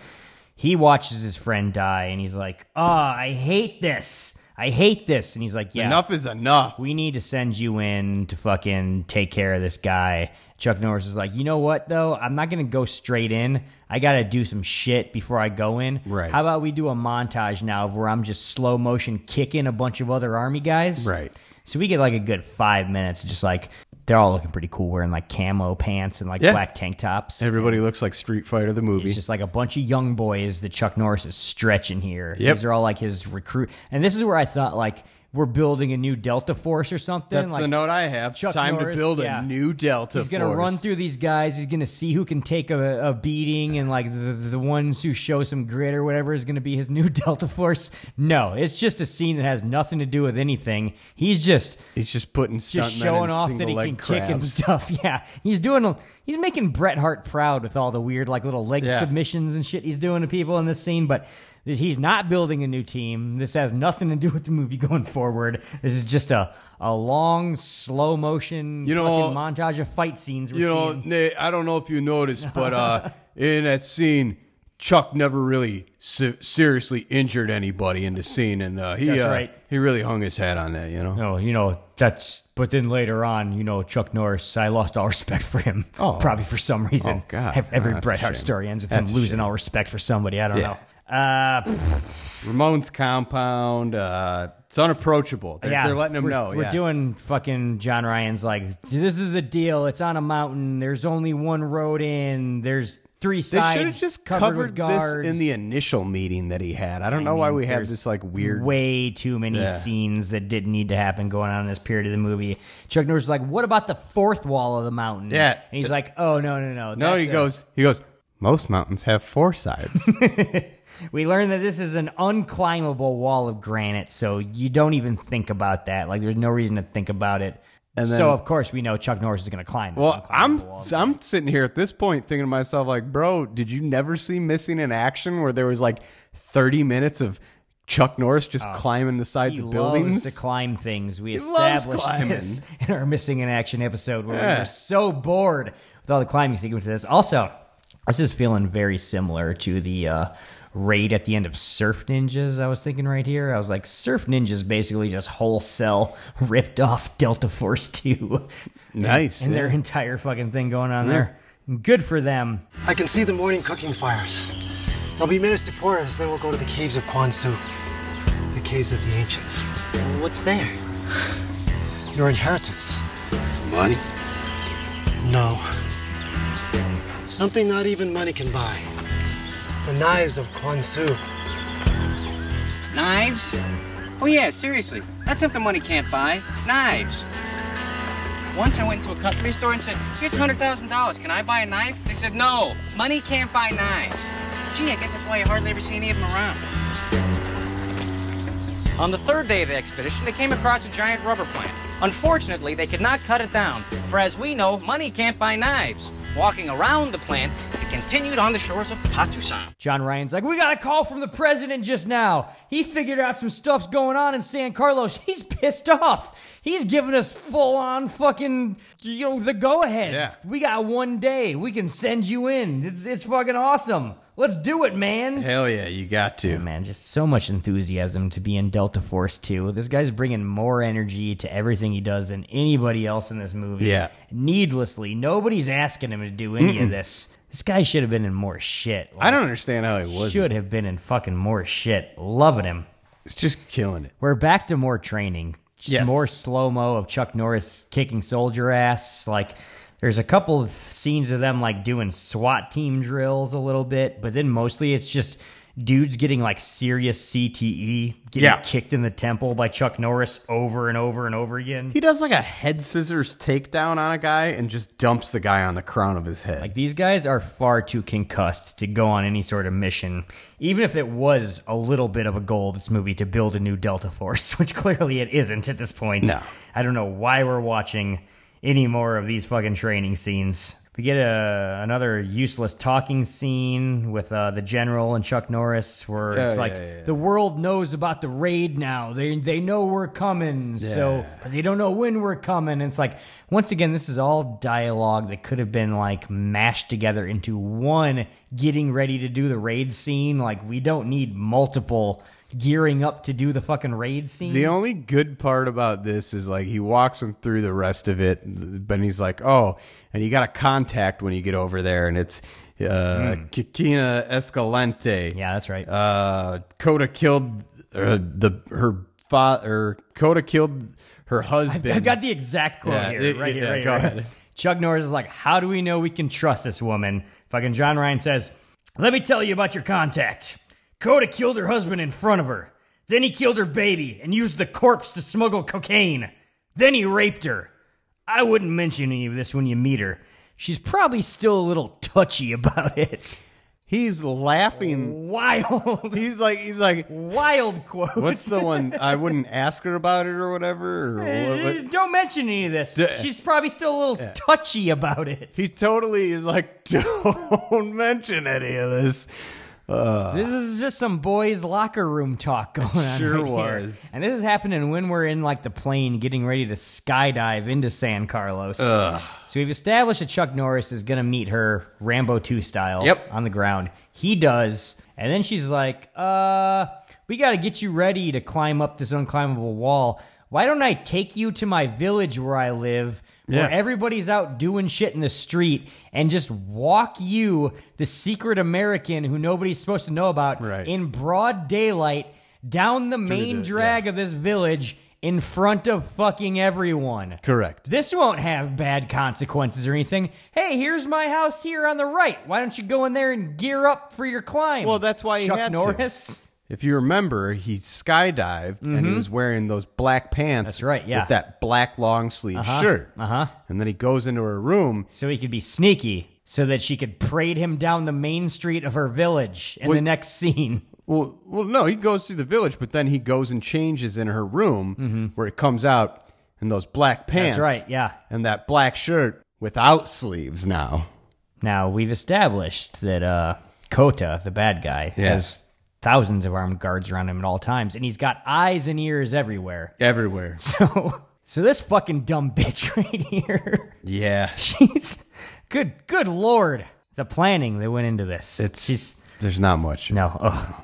[SPEAKER 2] He watches his friend die and he's like, oh, I hate this. I hate this. And he's like, yeah.
[SPEAKER 3] Enough is enough.
[SPEAKER 2] We need to send you in to fucking take care of this guy. Chuck Norris is like, you know what though? I'm not gonna go straight in. I gotta do some shit before I go in.
[SPEAKER 3] Right.
[SPEAKER 2] How about we do a montage now of where I'm just slow motion kicking a bunch of other army guys?
[SPEAKER 3] Right.
[SPEAKER 2] So we get like a good five minutes, just like they're all looking pretty cool, wearing like camo pants and like
[SPEAKER 3] Yeah.
[SPEAKER 2] black tank tops.
[SPEAKER 3] Everybody looks like Street Fighter the movie.
[SPEAKER 2] It's just like a bunch of young boys that Chuck Norris is stretching here.
[SPEAKER 3] Yep.
[SPEAKER 2] These are all like his recruit. And this is where I thought like we're building a new Delta Force or something.
[SPEAKER 3] That's
[SPEAKER 2] like,
[SPEAKER 3] the note I have.
[SPEAKER 2] Chuck
[SPEAKER 3] Time
[SPEAKER 2] Norris,
[SPEAKER 3] to build a
[SPEAKER 2] yeah.
[SPEAKER 3] new Delta.
[SPEAKER 2] He's gonna
[SPEAKER 3] Force.
[SPEAKER 2] run through these guys. He's gonna see who can take a, a beating, and like the, the ones who show some grit or whatever is gonna be his new Delta Force. No, it's just a scene that has nothing to do with anything. He's just
[SPEAKER 3] He's just putting
[SPEAKER 2] just
[SPEAKER 3] stuntmen
[SPEAKER 2] showing
[SPEAKER 3] in
[SPEAKER 2] off that he
[SPEAKER 3] single-leg
[SPEAKER 2] can kick and
[SPEAKER 3] crabs.
[SPEAKER 2] stuff. Yeah, he's doing. a- He's making Bret Hart proud with all the weird like little leg
[SPEAKER 3] Yeah.
[SPEAKER 2] submissions and shit he's doing to people in this scene, but. He's not building a new team. This has nothing to do with the movie going forward. This is just a, a long, slow motion
[SPEAKER 3] You know-
[SPEAKER 2] fucking montage of fight scenes. We're
[SPEAKER 3] You know,
[SPEAKER 2] seeing.
[SPEAKER 3] Nate, I don't know if you noticed, but uh, in that scene, Chuck never really se- seriously injured anybody in the scene, and uh, he
[SPEAKER 2] That's
[SPEAKER 3] uh,
[SPEAKER 2] right.
[SPEAKER 3] he really hung his hat on that. You know,
[SPEAKER 2] No, Oh, you know, that's. But then later on, you know, Chuck Norris, I lost all respect for him.
[SPEAKER 3] Oh.
[SPEAKER 2] Probably for some reason.
[SPEAKER 3] Oh, God.
[SPEAKER 2] Ev- Every
[SPEAKER 3] Oh, that's a
[SPEAKER 2] Bret Hart
[SPEAKER 3] shame.
[SPEAKER 2] story ends with
[SPEAKER 3] That's a
[SPEAKER 2] him losing
[SPEAKER 3] shame.
[SPEAKER 2] all respect for somebody. I don't
[SPEAKER 3] Yeah.
[SPEAKER 2] know. Uh, pff,
[SPEAKER 3] Ramon's compound, uh, it's unapproachable. They're,
[SPEAKER 2] yeah.
[SPEAKER 3] they're letting him
[SPEAKER 2] we're,
[SPEAKER 3] know.
[SPEAKER 2] We're
[SPEAKER 3] yeah.
[SPEAKER 2] doing fucking John Ryan's like, this is the deal. It's on a mountain. There's only one road in. There's three
[SPEAKER 3] They
[SPEAKER 2] sides.
[SPEAKER 3] should have just
[SPEAKER 2] covered,
[SPEAKER 3] covered,
[SPEAKER 2] with
[SPEAKER 3] this
[SPEAKER 2] guards.
[SPEAKER 3] in the initial meeting that he had. I don't know
[SPEAKER 2] I
[SPEAKER 3] why
[SPEAKER 2] mean,
[SPEAKER 3] we have
[SPEAKER 2] there's
[SPEAKER 3] this like weird.
[SPEAKER 2] way too many
[SPEAKER 3] Yeah.
[SPEAKER 2] scenes that didn't need to happen going on in this period of the movie. Chuck Norris is like, "What about the fourth wall of the mountain?"
[SPEAKER 3] Yeah.
[SPEAKER 2] and he's like, "Oh no, no, no,
[SPEAKER 3] no,
[SPEAKER 2] that's
[SPEAKER 3] he
[SPEAKER 2] a-
[SPEAKER 3] goes. He goes. Most mountains have four sides.
[SPEAKER 2] We learned that this is an unclimbable wall of granite, so you don't even think about that. Like, there's no reason to think about it.
[SPEAKER 3] And then-
[SPEAKER 2] so, of course, we know Chuck Norris is going to climb. This
[SPEAKER 3] Well, I'm
[SPEAKER 2] unclimbable wall.
[SPEAKER 3] I'm sitting here at this point thinking to myself like, bro, did you never see Missing in Action where there was like 30 minutes of Chuck Norris just climbing the sides
[SPEAKER 2] Ah, He
[SPEAKER 3] of
[SPEAKER 2] loves
[SPEAKER 3] buildings?
[SPEAKER 2] to climb things. We
[SPEAKER 3] He loves
[SPEAKER 2] established
[SPEAKER 3] climbing.
[SPEAKER 2] this in our missing in action episode where we
[SPEAKER 3] Yeah.
[SPEAKER 2] were so bored with all the climbing sequences. Also, this is feeling very similar to the uh, raid at the end of Surf Ninjas. I was thinking right here. I was like, Surf Ninjas basically just wholesale ripped off Delta Force Two.
[SPEAKER 3] Nice,
[SPEAKER 2] and,
[SPEAKER 3] yeah.
[SPEAKER 2] their entire fucking thing going on
[SPEAKER 3] Yeah.
[SPEAKER 2] there. Good for them.
[SPEAKER 15] I can see the morning cooking fires. There'll be minutes before us, then we'll go to the caves of Quan Su, the caves of the ancients. What's there? Your inheritance.
[SPEAKER 16] Money?
[SPEAKER 15] No. Something not even money can buy. The knives of Quan Su.
[SPEAKER 16] Knives? Oh, yeah, seriously. That's something money can't buy. Knives. Once I went into a cutlery store and said, Here's $100,000. Can I buy a knife? They said, No, money can't buy knives. Gee, I guess that's why you hardly ever see any of them around. On the third day of the expedition, they came across a giant rubber plant. Unfortunately, they could not cut it down, for as we know, money can't buy knives. Walking around the plant, it continued on the shores of Patusan.
[SPEAKER 2] John Ryan's like, we got a call from the president just now. He figured out some stuff's going on in San Carlos. He's pissed off. He's giving us full on fucking, you know, the go ahead.
[SPEAKER 3] Yeah.
[SPEAKER 2] We got one day. We can send you in. It's, it's fucking awesome. Let's do it, man.
[SPEAKER 3] Hell yeah, you got to.
[SPEAKER 2] man, just so much enthusiasm to be in Delta Force 2. This guy's bringing more energy to everything he does than anybody else in this movie.
[SPEAKER 3] Yeah.
[SPEAKER 2] Needlessly. Nobody's asking him to do any
[SPEAKER 3] Mm-mm.
[SPEAKER 2] of this. This guy should have been in more shit.
[SPEAKER 3] I don't understand how he was.
[SPEAKER 2] Should have been in fucking more shit. Loving him.
[SPEAKER 3] It's just killing it.
[SPEAKER 2] We're back to more training. Just
[SPEAKER 3] Yes.
[SPEAKER 2] more slow mo of Chuck Norris kicking soldier ass. Like there's a couple of scenes of them like doing SWAT team drills a little bit, but then mostly it's just dudes getting like serious CTE, getting
[SPEAKER 3] Yeah.
[SPEAKER 2] kicked in the temple by Chuck Norris over and over and over again.
[SPEAKER 3] He does like a head scissors takedown on a guy and just dumps the guy on the crown of his head.
[SPEAKER 2] Like these guys are far too concussed to go on any sort of mission, even if it was a little bit of a goal of this movie to build a new Delta Force, which clearly it isn't at this point.
[SPEAKER 3] No.
[SPEAKER 2] I don't know why we're watching any more of these fucking training scenes. We get a, another useless talking scene with uh, the general and Chuck Norris, where it's
[SPEAKER 3] Oh,
[SPEAKER 2] like
[SPEAKER 3] yeah, yeah,
[SPEAKER 2] the world knows about the raid now. They they know we're coming, so but they don't know when we're coming. It's like once again, this is all dialogue that could have been like mashed together into one getting ready to do the raid scene. Like we don't need multiple gearing up to do the fucking raid scene.
[SPEAKER 3] The only good part about this is like he walks him through the rest of it, but he's like, "Oh, and you got a contact when you get over there, and it's uh,
[SPEAKER 2] Mm.
[SPEAKER 3] Kikina Escalante."
[SPEAKER 2] Yeah, that's right.
[SPEAKER 3] Uh, Coda killed uh, the her father. Coda killed her husband.
[SPEAKER 2] I've got the exact quote
[SPEAKER 3] Yeah,
[SPEAKER 2] here,
[SPEAKER 3] it-
[SPEAKER 2] right here,
[SPEAKER 3] yeah,
[SPEAKER 2] right
[SPEAKER 3] go
[SPEAKER 2] here.
[SPEAKER 3] ahead.
[SPEAKER 2] Chuck Norris is like, "How do we know we can trust this woman?" Fucking John Ryan says, "Let me tell you about your contact. Coda killed her husband in front of her. Then he killed her baby and used the corpse to smuggle cocaine. Then he raped her. I wouldn't mention any of this when you meet her. She's probably still a little touchy about it."
[SPEAKER 3] He's laughing
[SPEAKER 2] wild.
[SPEAKER 3] He's like he's like
[SPEAKER 2] wild quote.
[SPEAKER 3] What's the one? I wouldn't ask her about it or whatever. Or what, what-
[SPEAKER 2] Don't mention any of this.
[SPEAKER 3] D-
[SPEAKER 2] She's probably still a little touchy about it.
[SPEAKER 3] He totally is like, don't mention any of this. Uh,
[SPEAKER 2] This is just some boys' locker room talk going on.
[SPEAKER 3] sure
[SPEAKER 2] right here.
[SPEAKER 3] was.
[SPEAKER 2] And this is happening when we're in like the plane getting ready to skydive into San Carlos.
[SPEAKER 3] Ugh.
[SPEAKER 2] So we've established that Chuck Norris is going to meet her Rambo 2 style
[SPEAKER 3] Yep.
[SPEAKER 2] on the ground. He does. And then she's like, uh, we got to get you ready to climb up this unclimbable wall. Why don't I take you to my village where I live?
[SPEAKER 3] Yeah.
[SPEAKER 2] Where everybody's out doing shit in the street and just walk you, the secret American who nobody's supposed to know about, in broad daylight down the main
[SPEAKER 3] the-
[SPEAKER 2] drag of this village in front of fucking everyone.
[SPEAKER 3] Correct.
[SPEAKER 2] This won't have bad consequences or anything. Hey, here's my house here on the right. Why don't you go in there and gear up for your climb? Well, that's why
[SPEAKER 3] he
[SPEAKER 2] Chuck
[SPEAKER 3] had to.
[SPEAKER 2] Norris.
[SPEAKER 3] If you remember, he skydived and he
[SPEAKER 2] Mhm.
[SPEAKER 3] was wearing those black pants. That's
[SPEAKER 2] right, yeah.
[SPEAKER 3] With that black long sleeve
[SPEAKER 2] Uh-huh,
[SPEAKER 3] shirt.
[SPEAKER 2] Uh huh.
[SPEAKER 3] And then he goes into her room.
[SPEAKER 2] So he could be sneaky, so that she could parade him down the main street of her village in
[SPEAKER 3] Well-
[SPEAKER 2] the next scene.
[SPEAKER 3] Well, well, no, he goes through the village, but then he goes and changes in her room where it comes out in those black pants.
[SPEAKER 2] Mm-hmm. That's right, yeah.
[SPEAKER 3] And that black shirt without sleeves now.
[SPEAKER 2] Now we've established that uh, Kota, the bad guy,
[SPEAKER 3] Yeah.
[SPEAKER 2] has thousands of armed guards around him at all times, and he's got eyes and ears everywhere.
[SPEAKER 3] Everywhere.
[SPEAKER 2] So, so this fucking dumb bitch right here.
[SPEAKER 3] Yeah.
[SPEAKER 2] She's good. Good lord, the planning that went into this. It's she's,
[SPEAKER 3] There's not much.
[SPEAKER 2] No. Ugh,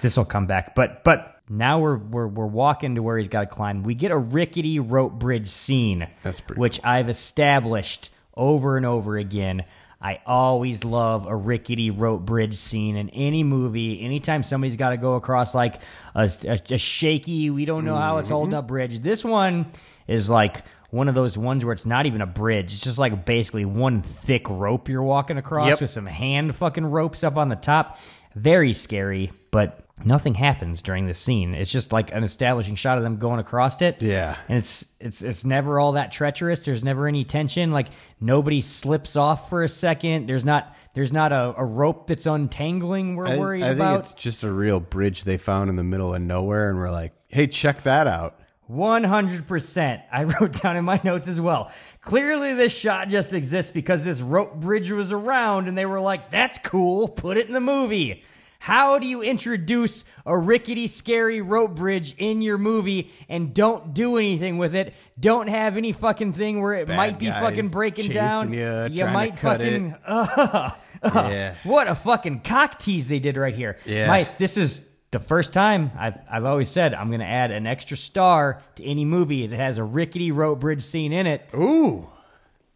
[SPEAKER 2] this will come back. But but now we're we're we're walking to where he's got to climb. We get a rickety rope bridge scene. That's pretty. Which I've established over and over again. I always love a rickety rope bridge scene in any movie. Anytime somebody's got to go across like a, a, a shaky, we don't know how it's
[SPEAKER 3] Mm-hmm.
[SPEAKER 2] holding up bridge. This one is like one of those ones where it's not even a bridge. It's just like basically one thick rope you're walking across
[SPEAKER 3] Yep.
[SPEAKER 2] with some hand fucking ropes up on the top. Very scary, but Nothing happens during this scene. It's just like an establishing shot of them going across it.
[SPEAKER 3] Yeah.
[SPEAKER 2] And it's it's it's never all that treacherous. There's never any tension. Like nobody slips off for a second. There's not there's not a, a rope that's untangling we're
[SPEAKER 3] I,
[SPEAKER 2] worried
[SPEAKER 3] I think
[SPEAKER 2] about.
[SPEAKER 3] it's just a real bridge they found in the middle of nowhere, and we're like, hey, check that out.
[SPEAKER 2] One hundred percent. I wrote down in my notes as well. Clearly, this shot just exists because this rope bridge was around, and they were like, "That's cool. Put it in the movie." How do you introduce a rickety, scary rope bridge in your movie and don't do anything with it? Don't have any fucking thing where it
[SPEAKER 3] Bad
[SPEAKER 2] might be
[SPEAKER 3] guys
[SPEAKER 2] fucking breaking
[SPEAKER 3] chasing
[SPEAKER 2] down.
[SPEAKER 3] you, trying to
[SPEAKER 2] might
[SPEAKER 3] cut it.
[SPEAKER 2] fucking. Ugh. Ugh.
[SPEAKER 3] Yeah.
[SPEAKER 2] What a fucking cock tease they did right here.
[SPEAKER 3] Yeah.
[SPEAKER 2] My- this is the first time I've, I've always said I'm going to add an extra star to any movie that has a rickety rope bridge scene in it.
[SPEAKER 3] Ooh.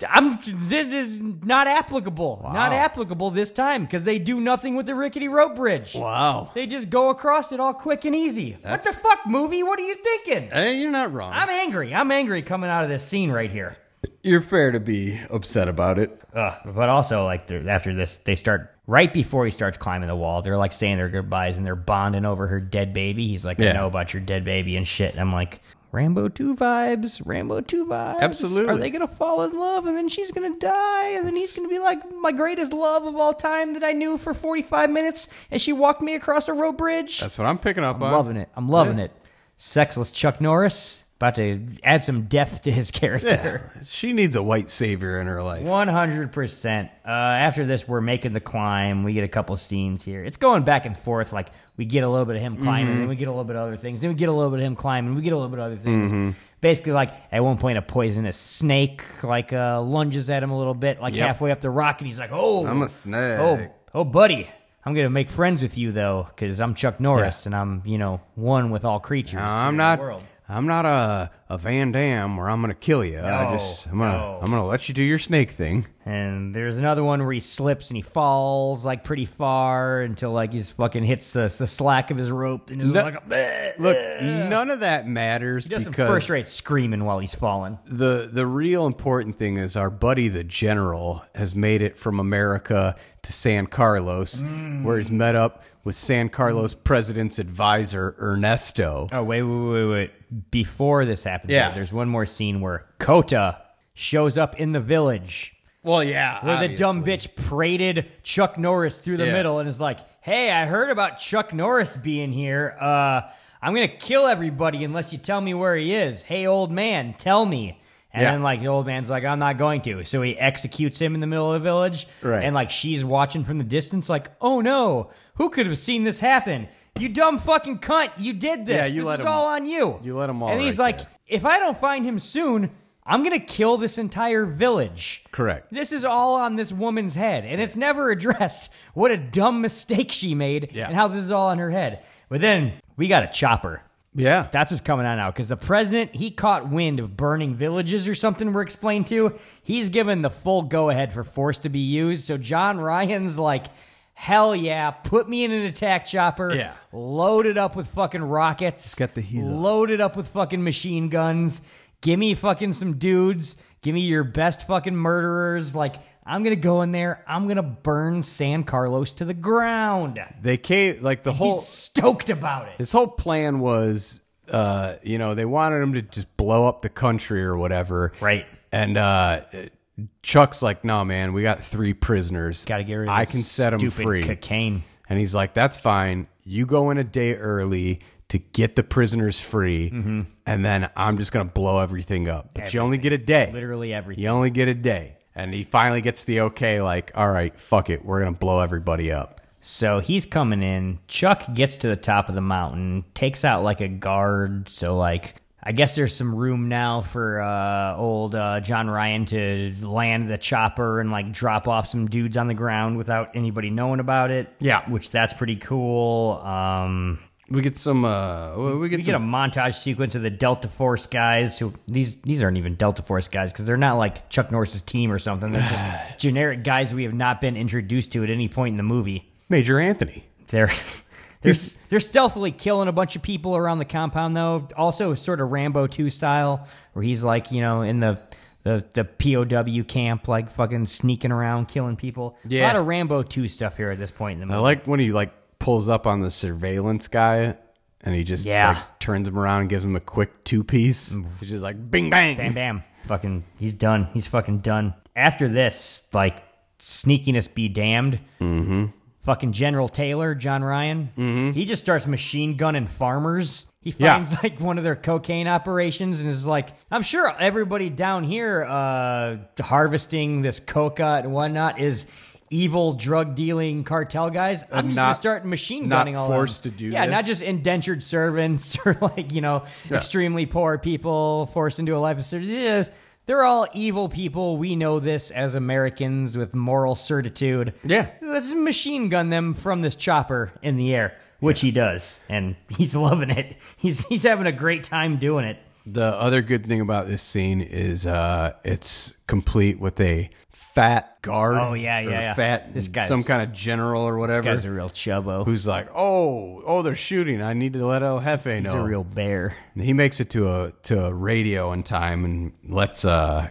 [SPEAKER 2] I'm, this is not applicable. Not applicable this time because they do nothing with the rickety rope bridge.
[SPEAKER 3] Wow.
[SPEAKER 2] They just go across it all quick and easy. what the fuck, movie? What are you thinking?
[SPEAKER 3] Hey, you're not wrong.
[SPEAKER 2] I'm angry. I'm angry coming out of this scene right here.
[SPEAKER 3] You're fair to be upset about it.
[SPEAKER 2] Uh, but also, like they're- after this, they start right before he starts climbing the wall. They're like saying their goodbyes and they're bonding over her dead baby. He's like, "I
[SPEAKER 3] Yeah.
[SPEAKER 2] know about your dead baby and shit." And I'm like, Rambo two vibes. Rambo two vibes.
[SPEAKER 3] Absolutely.
[SPEAKER 2] Are they gonna fall in love and then she's gonna die and then he's gonna be like my greatest love of all time that I knew for 45 minutes and she walked me across a rope bridge.
[SPEAKER 3] That's what I'm picking up
[SPEAKER 2] I'm
[SPEAKER 3] on.
[SPEAKER 2] loving it. I'm loving it. Sexless Chuck Norris about to add some depth to his character.
[SPEAKER 3] She needs a white savior in her life.
[SPEAKER 2] One hundred percent. Uh, After this, we're making the climb. We get a couple scenes here. It's going back and forth. Like we get a little bit of him climbing,
[SPEAKER 3] Mhm.
[SPEAKER 2] then we get a little bit of other things, then we get a little bit of him climbing, we get a little bit of other things.
[SPEAKER 3] Mhm.
[SPEAKER 2] Basically, like at one point, a poisonous snake like uh, lunges at him a little bit, like
[SPEAKER 3] Yep.
[SPEAKER 2] halfway up the rock, and he's like, "Oh,
[SPEAKER 3] I'm a snake."
[SPEAKER 2] Oh, oh, buddy." I'm gonna make friends with you though, because I'm Chuck Norris and I'm, you know, one with all creatures.
[SPEAKER 3] No,
[SPEAKER 2] here in
[SPEAKER 3] I'm
[SPEAKER 2] the
[SPEAKER 3] not.
[SPEAKER 2] world.
[SPEAKER 3] I'm not a a Van Dam where I'm gonna kill you.
[SPEAKER 2] No,
[SPEAKER 3] I just I'm gonna
[SPEAKER 2] no.
[SPEAKER 3] I'm gonna let you do your snake thing.
[SPEAKER 2] And there's another one where he slips and he falls like pretty far until like he's fucking hits the the slack of his rope and is
[SPEAKER 3] No-
[SPEAKER 2] like a bleh,
[SPEAKER 3] Look,
[SPEAKER 2] bleh.
[SPEAKER 3] none of that matters
[SPEAKER 2] He does some
[SPEAKER 3] because
[SPEAKER 2] first rate screaming while he's falling.
[SPEAKER 3] the the real important thing is our buddy the general has made it from America to San Carlos,
[SPEAKER 2] Mm.
[SPEAKER 3] where he's met up with San Carlos president's advisor Ernesto.
[SPEAKER 2] Oh wait, wait, wait, wait! Before this happens,
[SPEAKER 3] Yeah.
[SPEAKER 2] though, there's one more scene where Kota shows up in the village.
[SPEAKER 3] Well, yeah,
[SPEAKER 2] where the dumb bitch prated Chuck Norris through the
[SPEAKER 3] Yeah.
[SPEAKER 2] middle and is like, "Hey, I heard about Chuck Norris being here. Uh, I'm gonna kill everybody unless you tell me where he is. Hey, old man, tell me." And
[SPEAKER 3] Yeah.
[SPEAKER 2] then like the old man's like, "I'm not going to." So he executes him in the middle of the village,
[SPEAKER 3] Right.
[SPEAKER 2] And like she's watching from the distance, like, "Oh no, who could have seen this happen? You dumb fucking cunt! You did this.
[SPEAKER 3] Yeah, you
[SPEAKER 2] this
[SPEAKER 3] let
[SPEAKER 2] is
[SPEAKER 3] him-
[SPEAKER 2] all on you."
[SPEAKER 3] You let him all.
[SPEAKER 2] and he's
[SPEAKER 3] right
[SPEAKER 2] like, "If I don't find him soon." I'm gonna kill this entire village.
[SPEAKER 3] there. correct.
[SPEAKER 2] This is all on this woman's head, and it's never addressed what a dumb mistake she made
[SPEAKER 3] Yeah.
[SPEAKER 2] and how this is all on her head. But then we got a chopper.
[SPEAKER 3] Yeah.
[SPEAKER 2] That's what's coming on now because the president, he caught wind of burning villages or something, we're explained to. He's given the full go ahead for force to be used. So John Ryan's like, hell yeah, put me in an attack chopper.
[SPEAKER 3] Yeah.
[SPEAKER 2] Load it up with fucking rockets.
[SPEAKER 3] Get the heat up.
[SPEAKER 2] Load it up with fucking machine guns. Give me fucking some dudes. Give me your best fucking murderers. Like, I'm going to go in there. I'm going to burn San Carlos to the ground.
[SPEAKER 3] They came like the whole
[SPEAKER 2] He's stoked about it.
[SPEAKER 3] His whole plan was, uh, you know, they wanted him to just blow up the country or whatever.
[SPEAKER 2] Right.
[SPEAKER 3] And uh, Chuck's like, no, man, we got three prisoners. Got
[SPEAKER 2] to get rid of
[SPEAKER 3] I
[SPEAKER 2] this
[SPEAKER 3] can set them
[SPEAKER 2] stupid
[SPEAKER 3] free.
[SPEAKER 2] cocaine.
[SPEAKER 3] And he's like, that's fine. You go in a day early to get the prisoners free,
[SPEAKER 2] Mm-hmm.
[SPEAKER 3] and then I'm just going to blow everything up. But you only get a day.
[SPEAKER 2] Literally everything.
[SPEAKER 3] You only get a day. And he finally gets the okay, like, all right, fuck it. We're going to blow everybody up.
[SPEAKER 2] So he's coming in. Chuck gets to the top of the mountain, takes out like a guard. So like, I guess there's some room now for uh, old uh, John Ryan to land the chopper and like drop off some dudes on the ground without anybody knowing about it.
[SPEAKER 3] Yeah.
[SPEAKER 2] which that's pretty cool. Um,
[SPEAKER 3] We get some, uh, we
[SPEAKER 2] we
[SPEAKER 3] get
[SPEAKER 2] get
[SPEAKER 3] some
[SPEAKER 2] a montage sequence of the Delta Force guys who these these aren't even Delta Force guys because they're not like Chuck Norris's team or something. They're just generic guys we have not been introduced to at any point in the movie.
[SPEAKER 3] Major Anthony.
[SPEAKER 2] They're they're they're stealthily killing a bunch of people around the compound though. Also, sort of Rambo two style, where he's like you know in the the the POW camp, like fucking sneaking around killing people.
[SPEAKER 3] Yeah.
[SPEAKER 2] a lot of Rambo two stuff here at this point in the
[SPEAKER 3] I
[SPEAKER 2] movie.
[SPEAKER 3] like when he like pulls up on the surveillance guy and he just
[SPEAKER 2] Yeah. Mm.
[SPEAKER 3] like, turns him around and gives him a quick two piece, which is like bing bang.
[SPEAKER 2] Bam, bam. Fucking, he's done. He's fucking done. After this, like, sneakiness be damned.
[SPEAKER 3] Mm-hmm.
[SPEAKER 2] Fucking General Taylor, John Ryan. Mm-hmm. He just starts machine gunning farmers. He
[SPEAKER 3] Yeah.
[SPEAKER 2] finds like one of their cocaine operations and is like, I'm sure everybody down here uh, harvesting this coca and whatnot is evil drug dealing cartel guys. I'm
[SPEAKER 3] And
[SPEAKER 2] just gonna
[SPEAKER 3] not-
[SPEAKER 2] start machine
[SPEAKER 3] not
[SPEAKER 2] gunning all of them."
[SPEAKER 3] forced to do
[SPEAKER 2] Yeah, not
[SPEAKER 3] this.
[SPEAKER 2] just indentured servants or like you know
[SPEAKER 3] Yeah.
[SPEAKER 2] extremely poor people forced into a life of servitude. They're all evil people. We know this as Americans with moral certitude.
[SPEAKER 3] Yeah,
[SPEAKER 2] let's machine gun them from this chopper in the air, which he does, and he's loving it. He's he's having a great time doing it.
[SPEAKER 3] The other good thing about this scene is uh, it's complete with a fat guard.
[SPEAKER 2] Oh, yeah,
[SPEAKER 3] or
[SPEAKER 2] yeah, yeah.
[SPEAKER 3] fat.
[SPEAKER 2] This
[SPEAKER 3] This
[SPEAKER 2] guy's-
[SPEAKER 3] guy's some kind of general or whatever.
[SPEAKER 2] guy's a real chubbo.
[SPEAKER 3] Who's like, oh, oh, they're shooting. I need to let El Jefe know.
[SPEAKER 2] a real bear.
[SPEAKER 3] And he makes it to a to a radio in time and lets uh,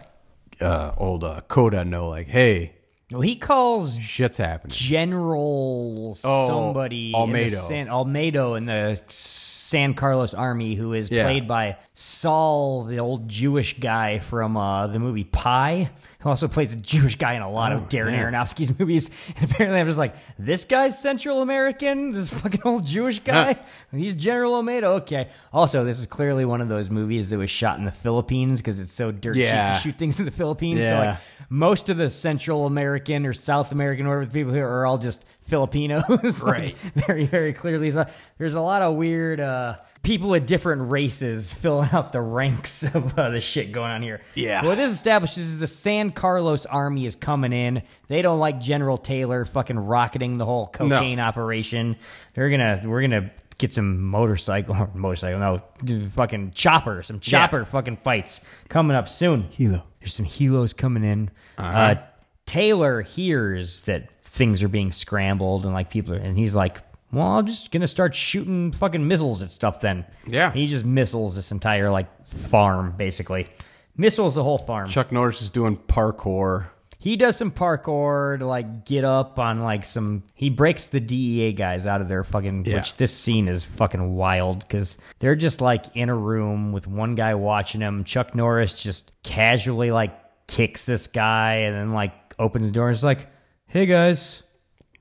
[SPEAKER 3] uh old uh, Coda know like, hey.
[SPEAKER 2] Well, he calls
[SPEAKER 3] shit's happening.
[SPEAKER 2] General
[SPEAKER 3] Oh,
[SPEAKER 2] somebody in the
[SPEAKER 3] Almeida.
[SPEAKER 2] San, Almeida in the San Carlos Army, who is
[SPEAKER 3] Yeah.
[SPEAKER 2] played by Saul, the old Jewish guy from uh, the movie Pie, who also plays a Jewish guy in a lot of Darren
[SPEAKER 3] Oh, yeah.
[SPEAKER 2] Aronofsky's movies. And apparently, I'm just like, this guy's Central American, this fucking old Jewish guy. He's General Almeida. Okay. Also, this is clearly one of those movies that was shot in the Philippines because it's so dirt cheap
[SPEAKER 3] Yeah.
[SPEAKER 2] to shoot things in the Philippines. So
[SPEAKER 3] Yeah.
[SPEAKER 2] like, most of the Central American or South American, whatever the people here are all just Filipinos, Like,
[SPEAKER 3] Right.
[SPEAKER 2] very, very clearly, the- there's a lot of weird uh, people of different races filling out the ranks of uh, the shit going on here.
[SPEAKER 3] Yeah.
[SPEAKER 2] What this establishes is the San Carlos army is coming in. They don't like General Taylor fucking rocketing the whole
[SPEAKER 3] No.
[SPEAKER 2] cocaine operation. They're gonna, we're gonna get some motorcycle, motorcycle, no, d- fucking chopper, some
[SPEAKER 3] Yeah.
[SPEAKER 2] chopper fucking fights coming up soon.
[SPEAKER 3] Hilo.
[SPEAKER 2] There's some helos coming in. uh
[SPEAKER 3] Uh-huh.
[SPEAKER 2] Taylor hears that things are being scrambled and like people are, and he's like, well, I'm just gonna start shooting fucking missiles at stuff then.
[SPEAKER 3] Yeah.
[SPEAKER 2] He just missiles this entire like farm basically. Missiles the whole farm.
[SPEAKER 3] Chuck Norris is doing parkour.
[SPEAKER 2] He does some parkour to like get up on like some. He breaks the DEA guys out of their fucking.
[SPEAKER 3] Yeah.
[SPEAKER 2] Which this scene is fucking wild because they're just like in a room with one guy watching him. Chuck Norris just casually like kicks this guy and then like opens the door and is like, "Hey guys,"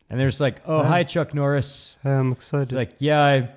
[SPEAKER 2] and there's like, "Oh hi Chuck Norris."
[SPEAKER 17] I'm excited.
[SPEAKER 2] It's like, "Yeah, I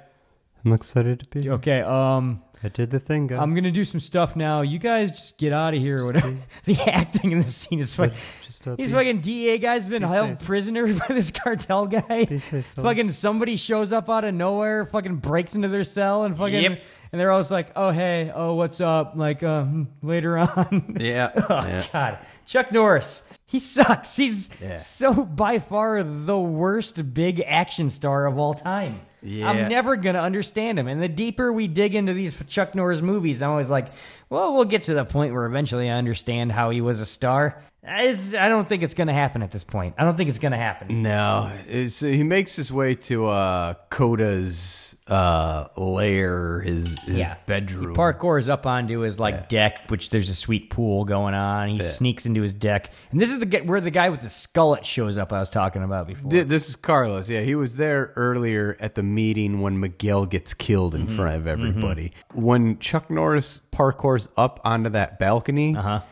[SPEAKER 17] I'm excited to be here.
[SPEAKER 2] okay." Um,
[SPEAKER 17] I did the thing, guys.
[SPEAKER 2] I'm gonna do some stuff now. You guys just get out of here or whatever. the acting in this scene is fucking.
[SPEAKER 17] uh,
[SPEAKER 2] He's
[SPEAKER 17] be-
[SPEAKER 2] fucking DA guy's been
[SPEAKER 17] be
[SPEAKER 2] held prisoner by this cartel guy. Fucking somebody shows up out of nowhere, fucking breaks into their cell and fucking.
[SPEAKER 3] Yep.
[SPEAKER 2] And they're always like, "Oh hey, oh what's up?" Like um, later on.
[SPEAKER 3] Yeah.
[SPEAKER 2] oh
[SPEAKER 3] Yeah.
[SPEAKER 2] god, Chuck Norris. He sucks. He's
[SPEAKER 3] Yeah.
[SPEAKER 2] so by far the worst big action star of all time.
[SPEAKER 3] Yeah.
[SPEAKER 2] I'm never gonna understand him. And the deeper we dig into these Chuck Norris movies, I'm always like, well, we'll get to the point where eventually I understand how he was a star. I, just- I don't think it's gonna happen at this point. I don't think it's gonna happen.
[SPEAKER 3] No, it's, he makes his way to uh, Coda's uh, lair, his, his
[SPEAKER 2] Yeah.
[SPEAKER 3] bedroom.
[SPEAKER 2] Parkours up onto his like deck, which there's a sweet pool going on. He
[SPEAKER 3] Yeah.
[SPEAKER 2] sneaks into his deck, and this is the get- where the guy with the skullet shows up. I was talking about before.
[SPEAKER 3] Th- This is Carlos. Yeah, he was there earlier at the meeting when Miguel gets killed
[SPEAKER 2] Mm-hmm.
[SPEAKER 3] in front of everybody. When Chuck Norris parkours up onto that balcony, uh-huh.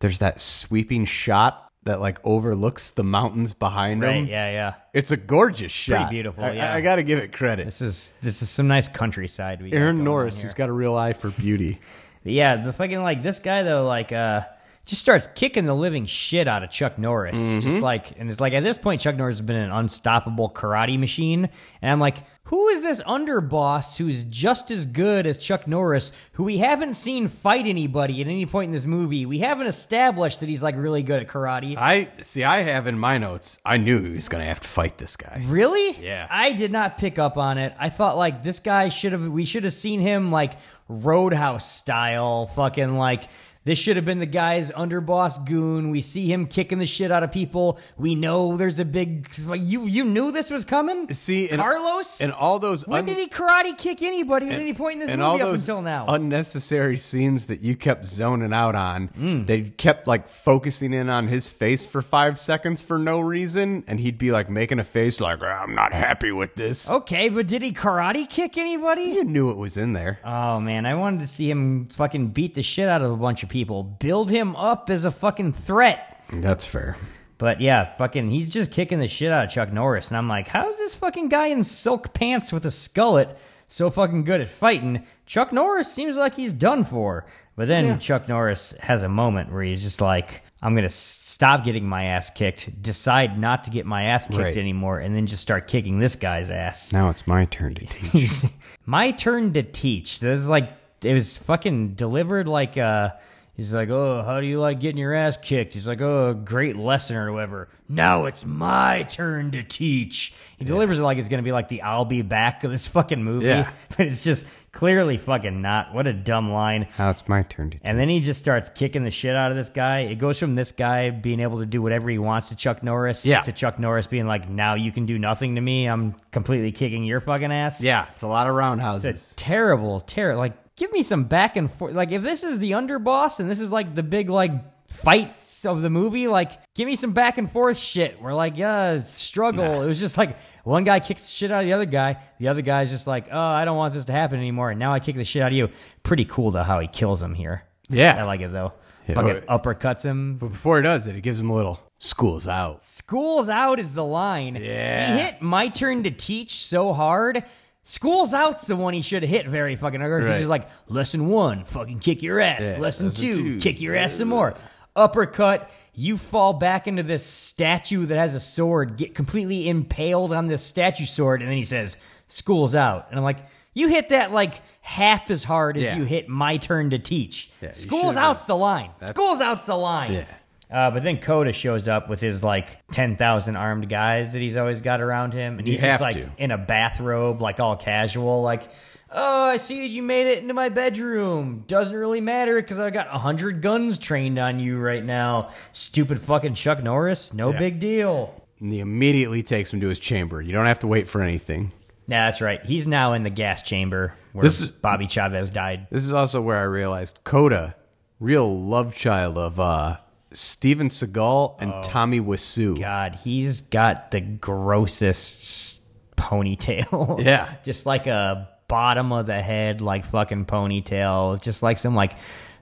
[SPEAKER 3] there's that sweeping shot that like overlooks the mountains behind
[SPEAKER 2] Right,
[SPEAKER 3] him.
[SPEAKER 2] yeah, yeah.
[SPEAKER 3] It's a gorgeous shot.
[SPEAKER 2] Pretty beautiful.
[SPEAKER 3] I-
[SPEAKER 2] yeah,
[SPEAKER 3] I, I got to give it credit.
[SPEAKER 2] This is this is some nice countryside. We got
[SPEAKER 3] Aaron
[SPEAKER 2] going on
[SPEAKER 3] Norris.
[SPEAKER 2] here.
[SPEAKER 3] He's got a real eye for beauty.
[SPEAKER 2] But yeah, the fucking like this guy though, like uh just starts kicking the living shit out of Chuck Norris. Just
[SPEAKER 3] Mhm.
[SPEAKER 2] like and it's like at this point Chuck Norris has been an unstoppable karate machine. And I'm like, who is this underboss who's just as good as Chuck Norris, who we haven't seen fight anybody at any point in this movie? We haven't established that he's like really good at karate.
[SPEAKER 3] I see. I have in my notes. I knew he was going to have to fight this guy.
[SPEAKER 2] Really?
[SPEAKER 3] Yeah.
[SPEAKER 2] I did not pick up on it. I thought like this guy should have we should have seen him like roadhouse style fucking like th- This should have been the guy's underboss goon. We see him kicking the shit out of people. We know there's a big. You you knew this was coming.
[SPEAKER 3] See, and-
[SPEAKER 2] Carlos.
[SPEAKER 3] and all those
[SPEAKER 2] When
[SPEAKER 3] un-
[SPEAKER 2] did he karate kick anybody at any point in this
[SPEAKER 3] and
[SPEAKER 2] movie
[SPEAKER 3] all
[SPEAKER 2] up
[SPEAKER 3] those
[SPEAKER 2] until now?
[SPEAKER 3] unnecessary scenes that you kept zoning out on.
[SPEAKER 2] Mm.
[SPEAKER 3] They kept like focusing in on his face for five seconds for no reason, and he'd be like making a face like "Oh, I'm not happy with this.
[SPEAKER 2] okay, but did he karate kick anybody?
[SPEAKER 3] You knew it was in there.
[SPEAKER 2] Oh man, I wanted to see him fucking beat the shit out of a bunch of people. Build him up as a fucking threat.
[SPEAKER 3] That's fair.
[SPEAKER 2] But yeah, fucking, he's just kicking the shit out of Chuck Norris, and I'm like, how's this fucking guy in silk pants with a skullet so fucking good at fighting? Chuck Norris seems like he's done for. But then
[SPEAKER 18] Yeah.
[SPEAKER 2] Chuck Norris has a moment where he's just like, I'm gonna s- stop getting my ass kicked, decide not to get my ass kicked
[SPEAKER 3] Right.
[SPEAKER 2] anymore, and then just start kicking this guy's ass.
[SPEAKER 3] Now it's my turn to teach.
[SPEAKER 2] my turn to teach. There's like it was fucking delivered like uh he's like, Oh, how do you like getting your ass kicked? He's like, Oh, great lesson or whatever. Now it's my turn to teach. He delivers it like it's gonna be like the I'll be back of this fucking movie.
[SPEAKER 3] Yeah.
[SPEAKER 2] But it's just clearly fucking not. What a dumb line.
[SPEAKER 3] now it's my turn to teach.
[SPEAKER 2] And then he just starts kicking the shit out of this guy. It goes from this guy being able to do whatever he wants to Chuck Norris
[SPEAKER 3] Yeah.
[SPEAKER 2] to Chuck Norris being like, now you can do nothing to me. I'm completely kicking your fucking ass.
[SPEAKER 3] Yeah, it's a lot of roundhouses.
[SPEAKER 2] It's a terrible, terrible. Like, give me some back and forth. Like, if this is the underboss and this is like the big like fights of the movie, like, give me some back and forth shit. We're like, yeah, struggle. It was just like one guy kicks the shit out of the other guy. The other guy's just like, oh, I don't want this to happen anymore. And now I kick the shit out of you. Pretty cool though how he kills him here.
[SPEAKER 3] Yeah.
[SPEAKER 2] I like it though.
[SPEAKER 3] Yeah.
[SPEAKER 2] Fucking uppercuts him.
[SPEAKER 3] But before he does it, he gives him a little school's out.
[SPEAKER 2] School's out is the line.
[SPEAKER 3] Yeah.
[SPEAKER 2] He hit my turn to teach so hard. School's out's the one he should have hit very fucking hard. He's
[SPEAKER 3] Right.
[SPEAKER 2] just like, lesson one, fucking kick your ass.
[SPEAKER 3] Yeah,
[SPEAKER 2] lesson,
[SPEAKER 3] lesson
[SPEAKER 2] two,
[SPEAKER 3] two.
[SPEAKER 2] kick your ass some more. Uppercut, you fall back into this statue that has a sword, get completely impaled on this statue sword, and then he says, school's out. And I'm like, you hit that like half as hard as
[SPEAKER 3] Yeah.
[SPEAKER 2] you hit my turn to teach.
[SPEAKER 3] Yeah, you
[SPEAKER 2] School's
[SPEAKER 3] should've-
[SPEAKER 2] out's the line.
[SPEAKER 3] That's-
[SPEAKER 2] School's out's the line.
[SPEAKER 3] Yeah.
[SPEAKER 2] Uh, but then Coda shows up with his like ten thousand armed guys that he's always got around him, and
[SPEAKER 3] You
[SPEAKER 2] he's just
[SPEAKER 3] have
[SPEAKER 2] like
[SPEAKER 3] to.
[SPEAKER 2] in a bathrobe, like all casual, like, "Oh, I see you made it into my bedroom. Doesn't really matter because I've got hundred guns trained on you right now. Stupid fucking Chuck Norris, no
[SPEAKER 3] Yeah.
[SPEAKER 2] big deal."
[SPEAKER 3] And he immediately takes him to his chamber. You don't have to wait for anything.
[SPEAKER 2] Nah, that's right. He's now in the gas chamber where
[SPEAKER 3] This is-
[SPEAKER 2] Bobby Chavez died.
[SPEAKER 3] This is also where I realized Coda, real love child of uh, Steven Seagal and Tommy Wiseau.
[SPEAKER 2] Oh, God, he's got the grossest ponytail.
[SPEAKER 3] Yeah.
[SPEAKER 2] just like a bottom of the head, like fucking ponytail. Just like some like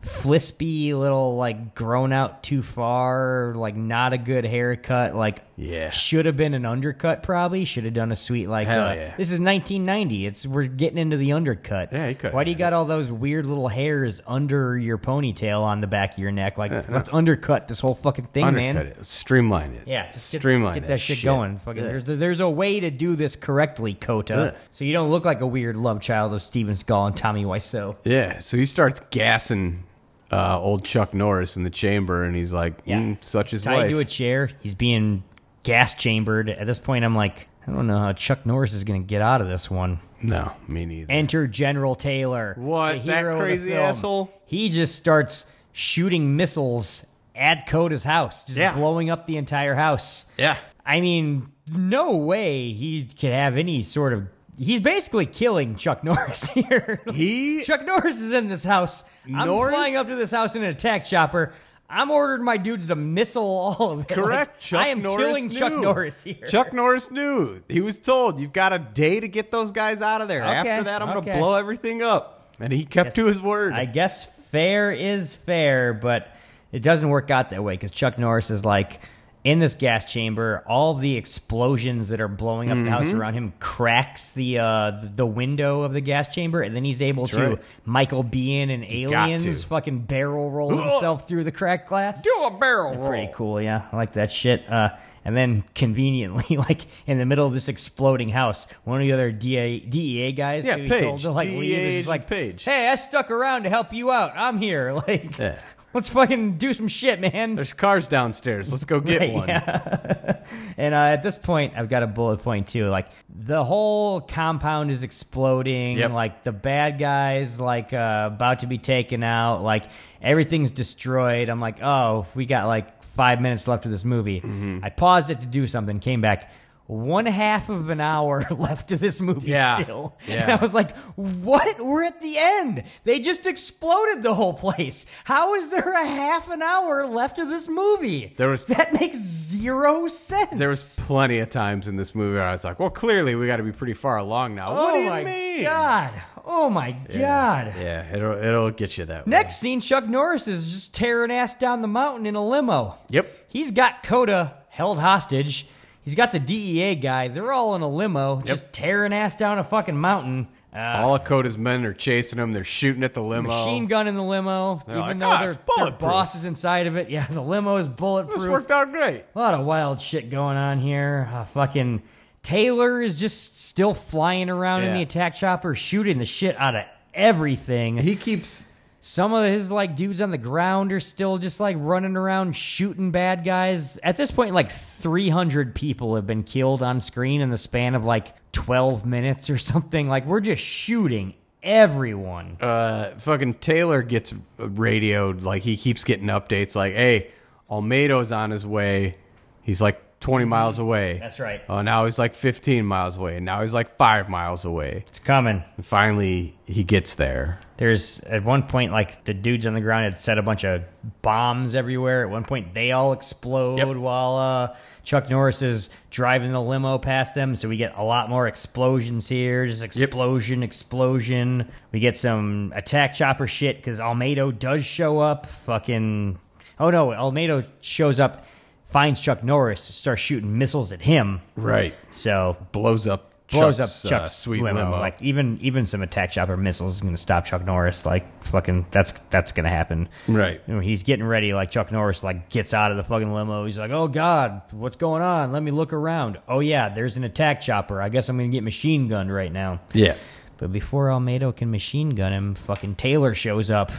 [SPEAKER 2] flispy little like grown out too far, like not a good haircut. Like
[SPEAKER 3] Yeah.
[SPEAKER 2] should have been an undercut. Probably should have done a sweet like.
[SPEAKER 3] Hell
[SPEAKER 2] uh,
[SPEAKER 3] yeah.
[SPEAKER 2] This is 1990. It's we're getting into the undercut. Yeah,
[SPEAKER 3] could
[SPEAKER 2] Why do you got all those weird little hairs under your ponytail on the back of your neck? Like let's undercut this whole fucking thing,
[SPEAKER 3] Uh, Undercut
[SPEAKER 2] man.
[SPEAKER 3] it. Streamline it.
[SPEAKER 2] Yeah, just get,
[SPEAKER 3] streamline
[SPEAKER 2] get that,
[SPEAKER 3] that
[SPEAKER 2] shit, going. Fucking,
[SPEAKER 3] Yeah.
[SPEAKER 2] there's there's a way to do this correctly, Kota.
[SPEAKER 3] Ugh.
[SPEAKER 2] So you don't look like a weird love child of Steven Skull and Tommy Wiseau.
[SPEAKER 3] Yeah, so he starts gassing uh, old Chuck Norris in the chamber, and he's like, "Mm, such is
[SPEAKER 2] Tied
[SPEAKER 3] life.
[SPEAKER 2] to a chair, he's being gas chambered. At this point, I'm like, I don't know how Chuck Norris is going to get out of this one.
[SPEAKER 3] No, me neither.
[SPEAKER 2] Enter General Taylor.
[SPEAKER 3] What, that crazy asshole?
[SPEAKER 2] He just starts shooting missiles at Coda's house, just
[SPEAKER 3] Yeah.
[SPEAKER 2] blowing up the entire house.
[SPEAKER 3] Yeah.
[SPEAKER 2] I mean, no way he could have any sort of. He's basically killing Chuck Norris here.
[SPEAKER 3] He
[SPEAKER 2] Chuck Norris is in this house. I'm
[SPEAKER 3] Norris?
[SPEAKER 2] flying up to this house in an attack chopper. I'm ordering my dudes to missile all of it.
[SPEAKER 3] Correct.
[SPEAKER 2] Like,
[SPEAKER 3] Chuck
[SPEAKER 2] I am
[SPEAKER 3] Norris
[SPEAKER 2] killing Chuck
[SPEAKER 3] knew.
[SPEAKER 2] Norris here.
[SPEAKER 3] Chuck Norris knew. He was told, "You've got a day to get those guys out of there.
[SPEAKER 2] Okay,
[SPEAKER 3] After that, I'm
[SPEAKER 2] okay.
[SPEAKER 3] gonna blow everything up." And he kept to his word.
[SPEAKER 2] I guess fair is fair, but it doesn't work out that way because Chuck Norris is like in this gas chamber. All of the explosions that are blowing up the house
[SPEAKER 3] Mhm.
[SPEAKER 2] around him cracks the uh, the window of the gas chamber, and then he's able
[SPEAKER 3] That's
[SPEAKER 2] to
[SPEAKER 3] right.
[SPEAKER 2] Michael Bian and
[SPEAKER 3] got
[SPEAKER 2] aliens
[SPEAKER 3] to.
[SPEAKER 2] fucking barrel roll
[SPEAKER 3] Ugh.
[SPEAKER 2] himself through the crack glass.
[SPEAKER 3] Do a barrel roll.
[SPEAKER 2] Pretty cool, yeah. I like that shit. Uh, and then conveniently, like in the middle of this exploding house, one of the other DA, DEA E guys,
[SPEAKER 3] Yeah, E
[SPEAKER 2] who he
[SPEAKER 3] Page.
[SPEAKER 2] told to like
[SPEAKER 3] DEA
[SPEAKER 2] leave, is just
[SPEAKER 3] agent
[SPEAKER 2] like,
[SPEAKER 3] Page.
[SPEAKER 2] "Hey, I stuck around to help you out. I'm here." Like,
[SPEAKER 3] Yeah.
[SPEAKER 2] Let's fucking do some shit, man.
[SPEAKER 3] There's cars downstairs. Let's go get
[SPEAKER 2] Right,
[SPEAKER 3] one.
[SPEAKER 2] yeah. and uh, at this point, I've got a bullet point too. Like the whole compound is exploding.
[SPEAKER 3] Yep.
[SPEAKER 2] Like the bad guys, like uh, about to be taken out. Like everything's destroyed. I'm like, oh, we got like five minutes left of this movie.
[SPEAKER 3] Mm-hmm.
[SPEAKER 2] I paused it to do something. Came back. One half of an hour left of this movie
[SPEAKER 3] Yeah.
[SPEAKER 2] still.
[SPEAKER 3] Yeah.
[SPEAKER 2] And I was like, what? We're at the end. They just exploded the whole place. How is there a half an hour left of this movie?
[SPEAKER 3] There was
[SPEAKER 2] That makes zero sense.
[SPEAKER 3] there was plenty of times in this movie where I was like, well, clearly we got to be pretty far along now.
[SPEAKER 2] oh
[SPEAKER 3] what do you
[SPEAKER 2] my
[SPEAKER 3] mean?
[SPEAKER 2] god. Oh my god.
[SPEAKER 3] Yeah, it'll it'll get you that. way.
[SPEAKER 2] Next scene, Chuck Norris is just tearing ass down the mountain in a limo.
[SPEAKER 3] Yep.
[SPEAKER 2] He's got Coda held hostage. He's got the DEA guy. They're all in a limo, just tearing ass down a fucking mountain. Uh,
[SPEAKER 3] All of Coda's men are chasing him. They're shooting at the limo.
[SPEAKER 2] machine gun in the limo,
[SPEAKER 3] They're
[SPEAKER 2] even
[SPEAKER 3] like,
[SPEAKER 2] though
[SPEAKER 3] "Ah,
[SPEAKER 2] their,
[SPEAKER 3] it's
[SPEAKER 2] their
[SPEAKER 3] bulletproof."
[SPEAKER 2] boss is inside of it. Yeah, the limo is bulletproof.
[SPEAKER 3] This worked out great.
[SPEAKER 2] A lot of wild shit going on here. Uh, fucking Taylor is just still flying around in
[SPEAKER 3] Yeah.
[SPEAKER 2] the attack chopper, shooting the shit out of everything.
[SPEAKER 3] He keeps.
[SPEAKER 2] Some of his like dudes on the ground are still just like running around shooting bad guys. At this point, like 300 people have been killed on screen in the span of like 12 minutes or something. Like we're just shooting everyone.
[SPEAKER 3] Uh, fucking Taylor gets radioed. Like he keeps getting updates. Like, hey, Almeido's on his way. He's like 20 miles away.
[SPEAKER 2] That's right.
[SPEAKER 3] Oh, now he's like 15 miles away. and Now he's like five miles away.
[SPEAKER 2] It's coming.
[SPEAKER 3] And finally, he gets there.
[SPEAKER 2] There's at one point like the dudes on the ground had set a bunch of bombs everywhere. At one point they all explode while uh, Chuck Norris is driving the limo past them. So we get a lot more explosions here. Just explosion, explosion. We get some attack chopper shit because Almedo does show up. Fucking oh no, Almedo shows up, finds Chuck Norris, starts shooting missiles at him.
[SPEAKER 3] Right.
[SPEAKER 2] So
[SPEAKER 3] blows up.
[SPEAKER 2] blows
[SPEAKER 3] Chuck's,
[SPEAKER 2] up
[SPEAKER 3] uh,
[SPEAKER 2] Chuck's
[SPEAKER 3] sweet
[SPEAKER 2] limo.
[SPEAKER 3] limo.
[SPEAKER 2] Like even even some attack chopper missiles is gonna stop Chuck Norris. Like fucking that's that's gonna happen.
[SPEAKER 3] Right.
[SPEAKER 2] You know, he's getting ready. Like Chuck Norris like gets out of the fucking limo. He's like, oh god, what's going on? Let me look around. Oh yeah, there's an attack chopper. I guess I'm gonna get machine gunned right now.
[SPEAKER 3] Yeah.
[SPEAKER 2] But before Almedo can machine gun him, fucking Taylor shows up.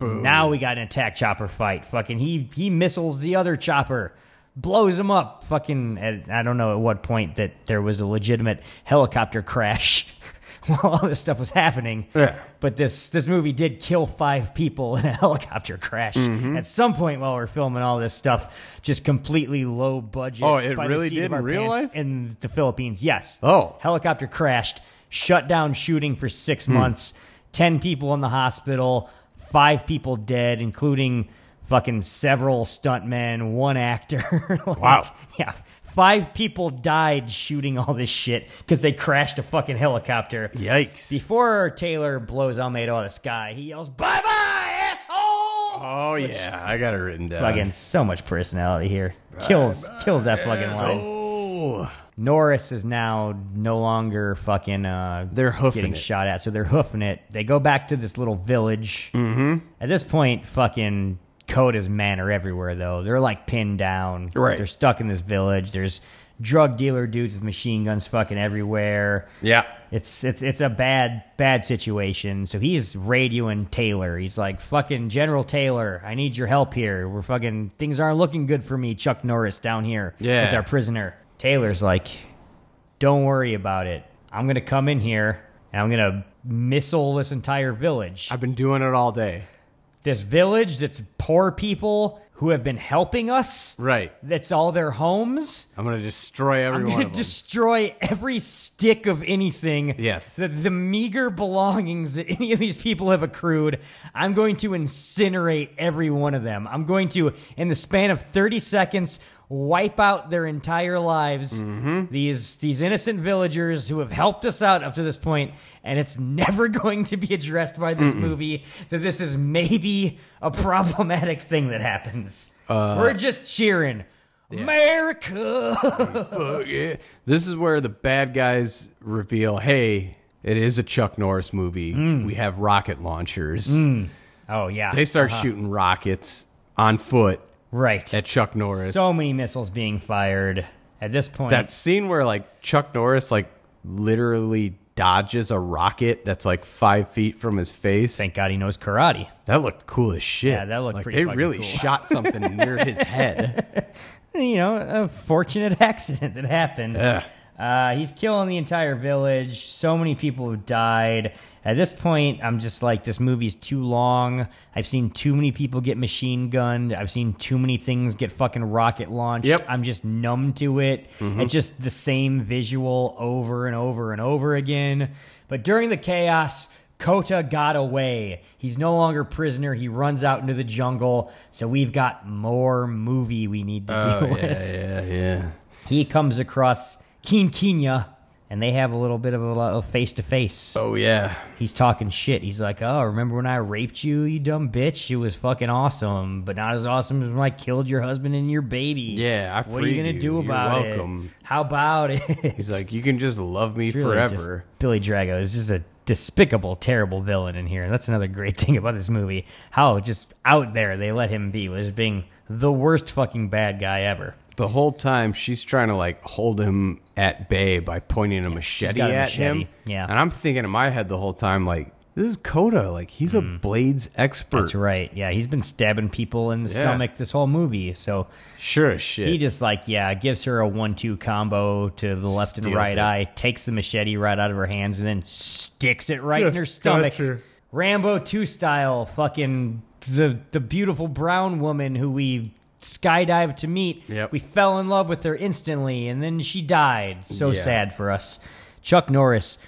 [SPEAKER 2] Now we got an attack chopper fight. Fucking he he missiles the other chopper, blows him up. Fucking at, I don't know at what point that there was a legitimate helicopter crash while all this stuff was happening.
[SPEAKER 3] Yeah.
[SPEAKER 2] But this this movie did kill five people in a helicopter crash
[SPEAKER 3] Mhm.
[SPEAKER 2] at some point while we're filming all this stuff. Just completely low budget.
[SPEAKER 3] Oh, it
[SPEAKER 2] by the
[SPEAKER 3] really
[SPEAKER 2] seat
[SPEAKER 3] did
[SPEAKER 2] of
[SPEAKER 3] in
[SPEAKER 2] our
[SPEAKER 3] real
[SPEAKER 2] pants
[SPEAKER 3] life?
[SPEAKER 2] in the Philippines. Yes.
[SPEAKER 3] Oh. Hmm.
[SPEAKER 2] Helicopter crashed, shut down shooting for six months, 10 people in the hospital, five people dead, including fucking several stuntmen, one actor. Like,
[SPEAKER 3] Wow.
[SPEAKER 2] Yeah. Five people died shooting all this shit because they crashed a fucking helicopter.
[SPEAKER 3] Yikes.
[SPEAKER 2] Before Taylor blows Almeida out of the sky, he yells, bye bye, asshole!
[SPEAKER 3] Oh yeah, I got it written down.
[SPEAKER 2] Fucking so much personality here. Kills kills that fucking line.
[SPEAKER 3] Oh.
[SPEAKER 2] Norris is now no longer fucking. Uh,
[SPEAKER 3] They're hoofing
[SPEAKER 2] getting
[SPEAKER 3] it.
[SPEAKER 2] shot at, so they're hoofing it. They go back to this little village. Mm-hmm. At this point, fucking Coda's men are everywhere though. They're like pinned down.
[SPEAKER 3] Right.
[SPEAKER 2] They're stuck in this village. There's drug dealer dudes with machine guns fucking everywhere.
[SPEAKER 3] Yeah.
[SPEAKER 2] It's it's it's a bad bad situation. So he's radioing Taylor. He's like, "Fucking General Taylor, I need your help here. We're fucking things aren't looking good for me, Chuck Norris down here
[SPEAKER 3] Yeah.
[SPEAKER 2] with our prisoner." Taylor's like, "Don't worry about it. I'm going to come in here and I'm going to missile this entire village.
[SPEAKER 3] I've been doing it all day.
[SPEAKER 2] This village that's poor people who have been helping us.
[SPEAKER 3] Right.
[SPEAKER 2] That's all their homes."
[SPEAKER 3] I'm gonna destroy every
[SPEAKER 2] I'm
[SPEAKER 3] one
[SPEAKER 2] gonna
[SPEAKER 3] of them.
[SPEAKER 2] destroy every stick of anything.
[SPEAKER 3] Yes.
[SPEAKER 2] The, the meager belongings that any of these people have accrued. I'm going to incinerate every one of them. I'm going to, in the span of 30 seconds, wipe out their entire lives.
[SPEAKER 3] Mm-hmm.
[SPEAKER 2] These these innocent villagers who have helped us out up to this point, and it's never going to be addressed by this movie that this is maybe a problematic thing that happens.
[SPEAKER 3] Uh,
[SPEAKER 2] We're just cheering. America.
[SPEAKER 3] Fuck Oh, yeah. This is where the bad guys reveal, hey, it is a Chuck Norris movie. We have rocket launchers.
[SPEAKER 2] Mm. Oh yeah.
[SPEAKER 3] They start
[SPEAKER 2] Uh-huh.
[SPEAKER 3] shooting rockets on foot
[SPEAKER 2] right
[SPEAKER 3] at Chuck Norris.
[SPEAKER 2] So many missiles being fired at this point.
[SPEAKER 3] that scene where like Chuck Norris like literally dodges a rocket that's like five feet from his face. Thank
[SPEAKER 2] God he knows karate.
[SPEAKER 3] That looked cool as shit.
[SPEAKER 2] Yeah, that looked
[SPEAKER 3] like
[SPEAKER 2] pretty
[SPEAKER 3] they
[SPEAKER 2] fucking
[SPEAKER 3] really
[SPEAKER 2] cool.
[SPEAKER 3] shot something near his head.
[SPEAKER 2] you know, a fortunate accident that happened.
[SPEAKER 3] Yeah.
[SPEAKER 2] Uh, he's killing the entire village. So many people have died. At this point, I'm just like, this movie's too long. I've seen too many people get machine gunned. I've seen too many things get fucking rocket launched.
[SPEAKER 3] Yep.
[SPEAKER 2] I'm just numb to it.
[SPEAKER 3] Mhm.
[SPEAKER 2] It's just the same visual over and over and over again. But during the chaos, Kota got away. He's no longer prisoner. He runs out into the jungle. So we've got more movie we need to
[SPEAKER 3] Oh,
[SPEAKER 2] deal
[SPEAKER 3] yeah,
[SPEAKER 2] with.
[SPEAKER 3] yeah, yeah.
[SPEAKER 2] He comes across Quinquina, and they have a little bit of a face to face.
[SPEAKER 3] Oh yeah.
[SPEAKER 2] He's talking shit. He's like, "Oh, remember when I raped you, you dumb bitch? It was fucking awesome, but not as awesome as when I killed your husband and your baby."
[SPEAKER 3] Yeah, I
[SPEAKER 2] what are you
[SPEAKER 3] freed
[SPEAKER 2] gonna
[SPEAKER 3] you.
[SPEAKER 2] do
[SPEAKER 3] You're
[SPEAKER 2] about
[SPEAKER 3] welcome.
[SPEAKER 2] it? How about it?
[SPEAKER 3] He's like, you can just love me
[SPEAKER 2] It's really just-
[SPEAKER 3] forever.
[SPEAKER 2] Billy Drago is just a despicable, terrible villain in here. And that's another great thing about this movie. How just out there they let him be, was being the worst fucking bad guy ever.
[SPEAKER 3] the whole time she's trying to like hold him at bay by pointing a machete
[SPEAKER 2] got
[SPEAKER 3] at
[SPEAKER 2] a machete,
[SPEAKER 3] him.
[SPEAKER 2] yeah.
[SPEAKER 3] And I'm thinking in my head the whole time like this is Coda, like he's a blades expert.
[SPEAKER 2] Mm. That's right. Yeah, he's been stabbing people in the
[SPEAKER 3] Yeah.
[SPEAKER 2] stomach this whole movie. So
[SPEAKER 3] sure as shit.
[SPEAKER 2] He just like yeah, gives her a one-two combo to the left and
[SPEAKER 3] Steals
[SPEAKER 2] right
[SPEAKER 3] it.
[SPEAKER 2] eye, takes the machete right out of her hands, and then sticks it right
[SPEAKER 18] Just
[SPEAKER 2] in her
[SPEAKER 18] got
[SPEAKER 2] stomach.
[SPEAKER 18] her.
[SPEAKER 2] Rambo two style, fucking the the beautiful brown woman who we skydived to meet.
[SPEAKER 3] Yep.
[SPEAKER 2] We fell in love with her instantly, and then she died. So
[SPEAKER 3] Yeah.
[SPEAKER 2] sad for us. Chuck Norris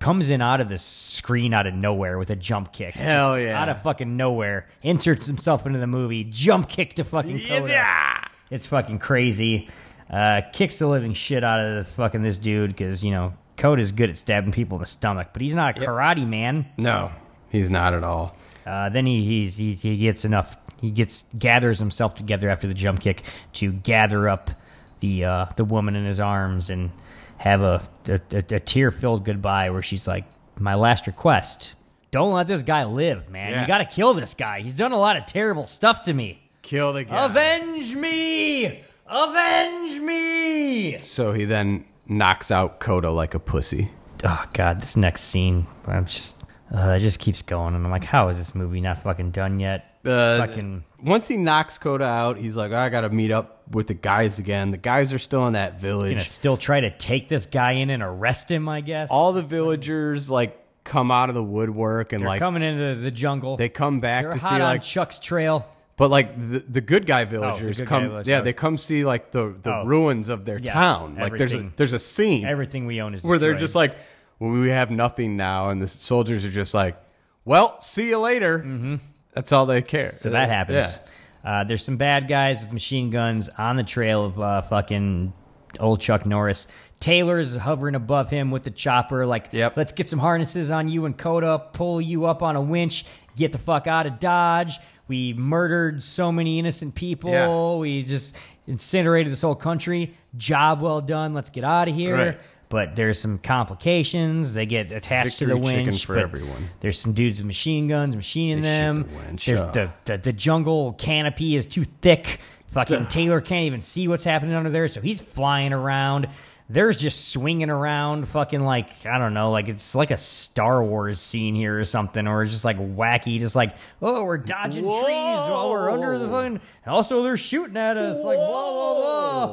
[SPEAKER 2] comes in out of the screen out of nowhere with a jump kick.
[SPEAKER 3] Hell
[SPEAKER 2] Just
[SPEAKER 3] yeah.
[SPEAKER 2] Out of fucking nowhere, inserts himself into the movie, jump kick to fucking Coda. It's fucking crazy. Uh, kicks the living shit out of the fucking this dude because you know Coda's good at stabbing people in the stomach, but he's not a karate man.
[SPEAKER 3] No, he's not at all.
[SPEAKER 2] Uh, then he he's, he he gets enough. He gets gathers himself together after the jump kick to gather up the uh, the woman in his arms and have a a, a, tear filled goodbye where she's like, "My last request: Don't let this guy live, man.
[SPEAKER 3] Yeah.
[SPEAKER 2] You got to kill this guy. He's done a lot of terrible stuff to me.
[SPEAKER 3] Kill the guy.
[SPEAKER 2] Avenge me! Avenge me!
[SPEAKER 3] So he then knocks out Coda like a pussy.
[SPEAKER 2] Oh god, this next scene, I'm just uh, it just keeps going, and I'm like, how is this movie not fucking done yet?
[SPEAKER 3] Uh,
[SPEAKER 2] fucking
[SPEAKER 3] Once he knocks Coda out, he's like, I gotta meet up with the guys again. The guys are still in that
[SPEAKER 2] gonna
[SPEAKER 3] village.
[SPEAKER 2] still try to take this guy in and arrest him. I guess
[SPEAKER 3] All the villagers like come out of the woodwork and
[SPEAKER 2] they're
[SPEAKER 3] like
[SPEAKER 2] coming into the jungle.
[SPEAKER 3] they come back
[SPEAKER 2] They're
[SPEAKER 3] to
[SPEAKER 2] hot
[SPEAKER 3] see
[SPEAKER 2] on
[SPEAKER 3] like
[SPEAKER 2] Chuck's trail.
[SPEAKER 3] But like the, the good guy villagers
[SPEAKER 2] good guy
[SPEAKER 3] come,
[SPEAKER 2] villagers,
[SPEAKER 3] yeah,
[SPEAKER 2] okay.
[SPEAKER 3] they come see like the, the
[SPEAKER 2] Oh.
[SPEAKER 3] ruins of their
[SPEAKER 2] Yes,
[SPEAKER 3] town. Like there's a
[SPEAKER 2] everything.
[SPEAKER 3] there's a scene
[SPEAKER 2] Everything we own is
[SPEAKER 3] where they're
[SPEAKER 2] destroyed.
[SPEAKER 3] just like, well, we have nothing now, and the soldiers are just like, well, see you later. Mm-hmm. That's all they care.
[SPEAKER 2] So that happens. Uh, there's some bad guys with machine guns on the trail of uh, fucking old Chuck Norris. Taylor's hovering above him with the chopper, like, let's get some harnesses on you and Coda, pull you up on a winch, get the fuck out of Dodge. We murdered so many innocent people.
[SPEAKER 3] Yeah.
[SPEAKER 2] We just incinerated this whole country. Job well done. Let's get out of here.
[SPEAKER 3] Right.
[SPEAKER 2] But there's some complications. They get attached to the
[SPEAKER 3] Victory chicken
[SPEAKER 2] winch.
[SPEAKER 3] for
[SPEAKER 2] but
[SPEAKER 3] everyone.
[SPEAKER 2] There's some dudes with machine guns, machining
[SPEAKER 3] They shoot
[SPEAKER 2] them.
[SPEAKER 3] the winch,
[SPEAKER 2] There's
[SPEAKER 3] oh.
[SPEAKER 2] the, the the jungle canopy is too thick. Fucking Taylor can't even see what's happening under there, so he's flying around. There's just swinging around, fucking like I don't know, like it's like a Star Wars scene here or something, or it's just like wacky, just like oh we're dodging trees while we're under the
[SPEAKER 3] Whoa.
[SPEAKER 2] fucking. And also they're shooting at us, like blah blah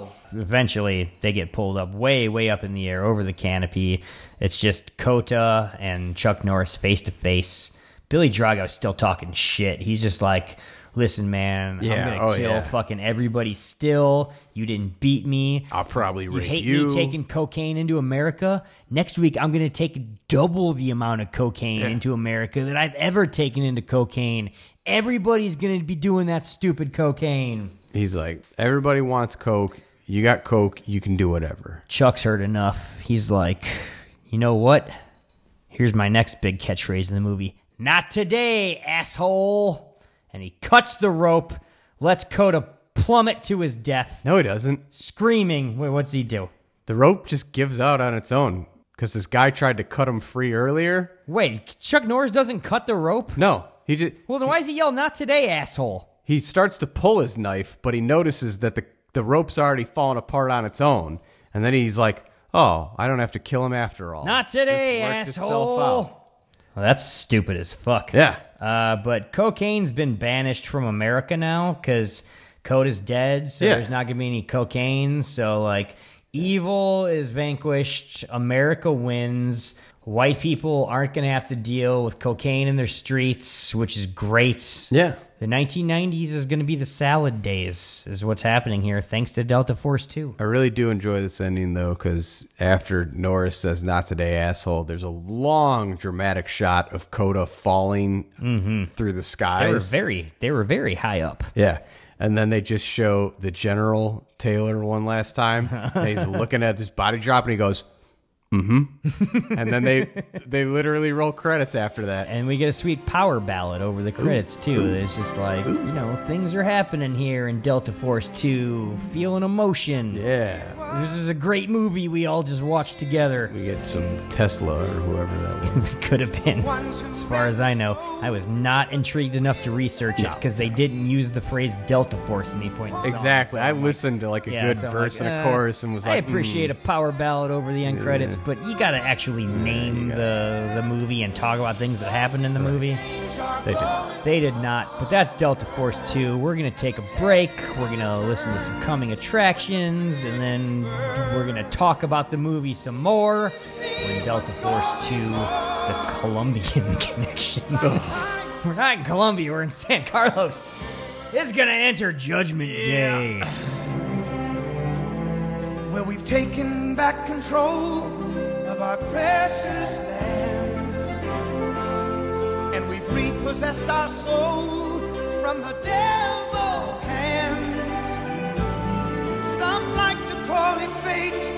[SPEAKER 2] blah. Eventually they get pulled up way way up in the air over the canopy. It's just Kota and Chuck Norris face to face. Billy Drago's still talking shit. He's just like, listen, man,
[SPEAKER 3] Yeah,
[SPEAKER 2] I'm gonna
[SPEAKER 3] oh,
[SPEAKER 2] kill
[SPEAKER 3] yeah.
[SPEAKER 2] fucking everybody still. You didn't beat me.
[SPEAKER 3] I'll probably
[SPEAKER 2] You
[SPEAKER 3] rape
[SPEAKER 2] hate
[SPEAKER 3] you.
[SPEAKER 2] me taking cocaine into America. Next week I'm gonna take double the amount of cocaine
[SPEAKER 3] Yeah.
[SPEAKER 2] into America that I've ever taken into cocaine. Everybody's gonna be doing that stupid cocaine.
[SPEAKER 3] He's like, everybody wants coke. You got coke. You can do whatever.
[SPEAKER 2] Chuck's heard enough. He's like, you know what? Here's my next big catchphrase in the movie Not today, asshole. And he cuts the rope, lets Coda plummet to his death,
[SPEAKER 3] No, he doesn't.
[SPEAKER 2] screaming. Wait, what's he do?
[SPEAKER 3] The rope just gives out on its own because this guy tried to cut him free earlier.
[SPEAKER 2] Wait, Chuck Norris doesn't cut the rope?
[SPEAKER 3] No, he just
[SPEAKER 2] Well, then why does he yell, Not today, asshole?
[SPEAKER 3] he starts to pull his knife, but he notices that the the rope's already fallen apart on its own, and then he's like, Oh, I don't have to kill him after all.
[SPEAKER 2] Not today,
[SPEAKER 3] worked itself
[SPEAKER 2] asshole. Well, that's stupid as fuck.
[SPEAKER 3] Yeah.
[SPEAKER 2] Uh, but cocaine's been banished from America now because Code is dead, so
[SPEAKER 3] Yeah.
[SPEAKER 2] there's not gonna be any cocaine. So like, evil is vanquished. America wins. White people aren't gonna have to deal with cocaine in their streets, which is great.
[SPEAKER 3] Yeah.
[SPEAKER 2] The 1990s is gonna be the salad days, is what's happening here, thanks to Delta Force 2.
[SPEAKER 3] I really do enjoy this ending though, because after Norris says "Not today, asshole," there's a long dramatic shot of Coda falling through the skies.
[SPEAKER 2] Mm-hmm. They were very, they were very high up.
[SPEAKER 3] Yeah. And then they just show the General Taylor one last time. And he's looking at this body drop and he goes, mm-hmm. And then they they literally roll credits after that.
[SPEAKER 2] And we get a sweet power ballad over the credits too. It's just like, you know, things are happening here in Delta Force 2. Feeling emotion.
[SPEAKER 3] Yeah.
[SPEAKER 2] This is a great movie we all just watched together.
[SPEAKER 3] We get some Tesla or whoever that
[SPEAKER 2] was. Could have been. As far as I know, I was not intrigued enough to research it
[SPEAKER 3] No.
[SPEAKER 2] because they didn't use the phrase Delta Force at any point. In the song.
[SPEAKER 3] Exactly. I listened to like a
[SPEAKER 2] Yeah,
[SPEAKER 3] good
[SPEAKER 2] so I'm
[SPEAKER 3] verse
[SPEAKER 2] like,
[SPEAKER 3] and a
[SPEAKER 2] uh,
[SPEAKER 3] chorus and was
[SPEAKER 2] I
[SPEAKER 3] like, hmm.
[SPEAKER 2] appreciate a power ballad over the end credits, but you gotta actually name the the movie and talk about things that happened in the movie.
[SPEAKER 3] They did.
[SPEAKER 2] They did not. But that's Delta Force Two. We're gonna take a break. We're gonna listen to some coming attractions, and then we're gonna talk about the movie some more. When Delta Force Two, the Colombian connection. we're not in Colombia. We're in San Carlos. It's gonna enter Judgment Day.
[SPEAKER 18] where we've taken back control of our precious lands. And we've repossessed our soul from the devil's hands. Some like to call it fate,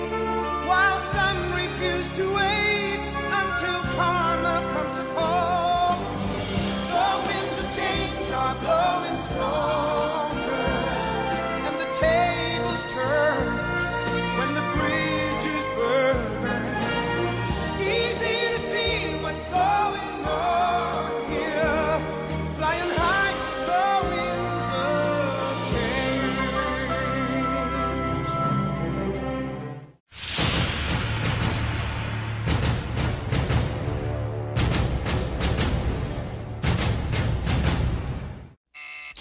[SPEAKER 18] while some refuse to wait until karma comes a call. The winds of change are blowing stronger, and the tables turn when the bridges burn. Easy to see what's going on here, flying high the winds of change.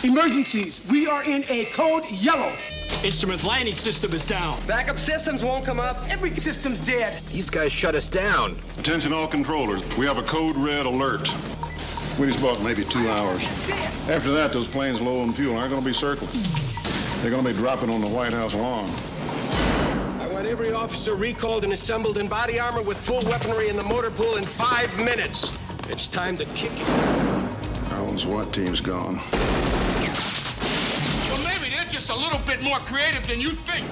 [SPEAKER 19] Emergencies. We are in a code yellow. Instrument landing system is down. Backup systems won't come up. Every system's dead.
[SPEAKER 20] These guys shut us down.
[SPEAKER 14] Attention all controllers, we have a code red alert. We just bought maybe two hours. After that, those planes low on fuel aren't going to be circling. They're going to be dropping on the White House lawn.
[SPEAKER 19] I want every officer recalled and assembled in body armor with full weaponry in the motor pool in five minutes. It's time to kick it.
[SPEAKER 14] Our own SWAT team's gone.
[SPEAKER 19] Well, maybe they're just a little bit more creative than you think.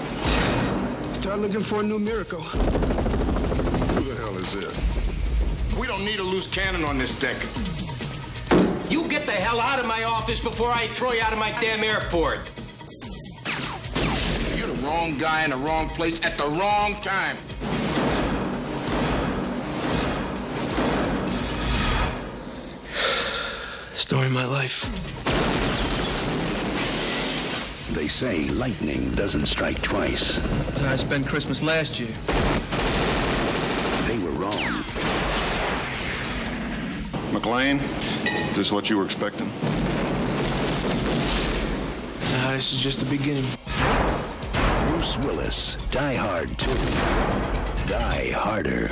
[SPEAKER 19] Start looking for a new miracle.
[SPEAKER 14] Who the hell is this?
[SPEAKER 19] We don't need a loose cannon on this deck. You get the hell out of my office before I throw you out of my damn airport. You're the wrong guy in the wrong place at the wrong time.
[SPEAKER 21] Story of my life. They say lightning doesn't strike twice.
[SPEAKER 19] That's how I spent Christmas last year.
[SPEAKER 21] They were wrong.
[SPEAKER 14] McLean, is this what you were expecting?
[SPEAKER 19] Nah, this is just the beginning.
[SPEAKER 21] Bruce Willis, Die Hard 2. Die Harder.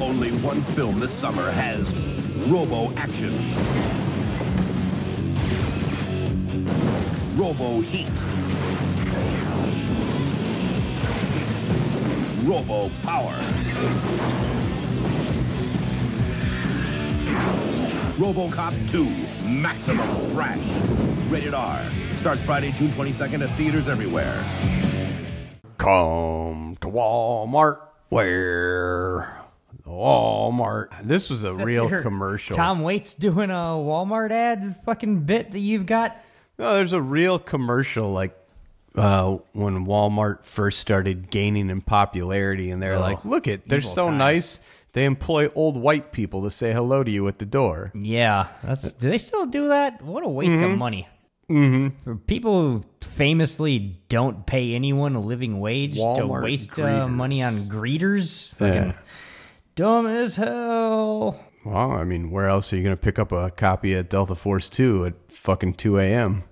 [SPEAKER 13] Only one film this summer has Robo Action. Robo Heat. Robo Power. RoboCop 2, Maximum Thrash. Rated R. Starts Friday, June 22nd at theaters everywhere.
[SPEAKER 3] "Hmm, Come to Walmart where Walmart. This was a
[SPEAKER 2] Is that
[SPEAKER 3] real
[SPEAKER 2] your-
[SPEAKER 3] commercial.
[SPEAKER 2] Tom Waits doing a Walmart ad fucking bit that you've got.
[SPEAKER 3] No, there's a real commercial like uh, when Walmart first started gaining in popularity, and they're
[SPEAKER 2] Oh,
[SPEAKER 3] like, "Look it, they're
[SPEAKER 2] evil
[SPEAKER 3] so
[SPEAKER 2] times.
[SPEAKER 3] nice. They employ old white people to say hello to you at the door.
[SPEAKER 2] Yeah, that's. Do they still do that? What a waste
[SPEAKER 3] Mhm.
[SPEAKER 2] of money.
[SPEAKER 3] Mm-hmm.
[SPEAKER 2] For people who famously don't pay anyone a living wage to
[SPEAKER 3] Walmart
[SPEAKER 2] waste uh,
[SPEAKER 3] greeters.
[SPEAKER 2] money on greeters.
[SPEAKER 3] Yeah.
[SPEAKER 2] Fucking dumb as hell.
[SPEAKER 3] Well, I mean, where else are you going to pick up a copy of Delta Force 2 at fucking 2 a.m.?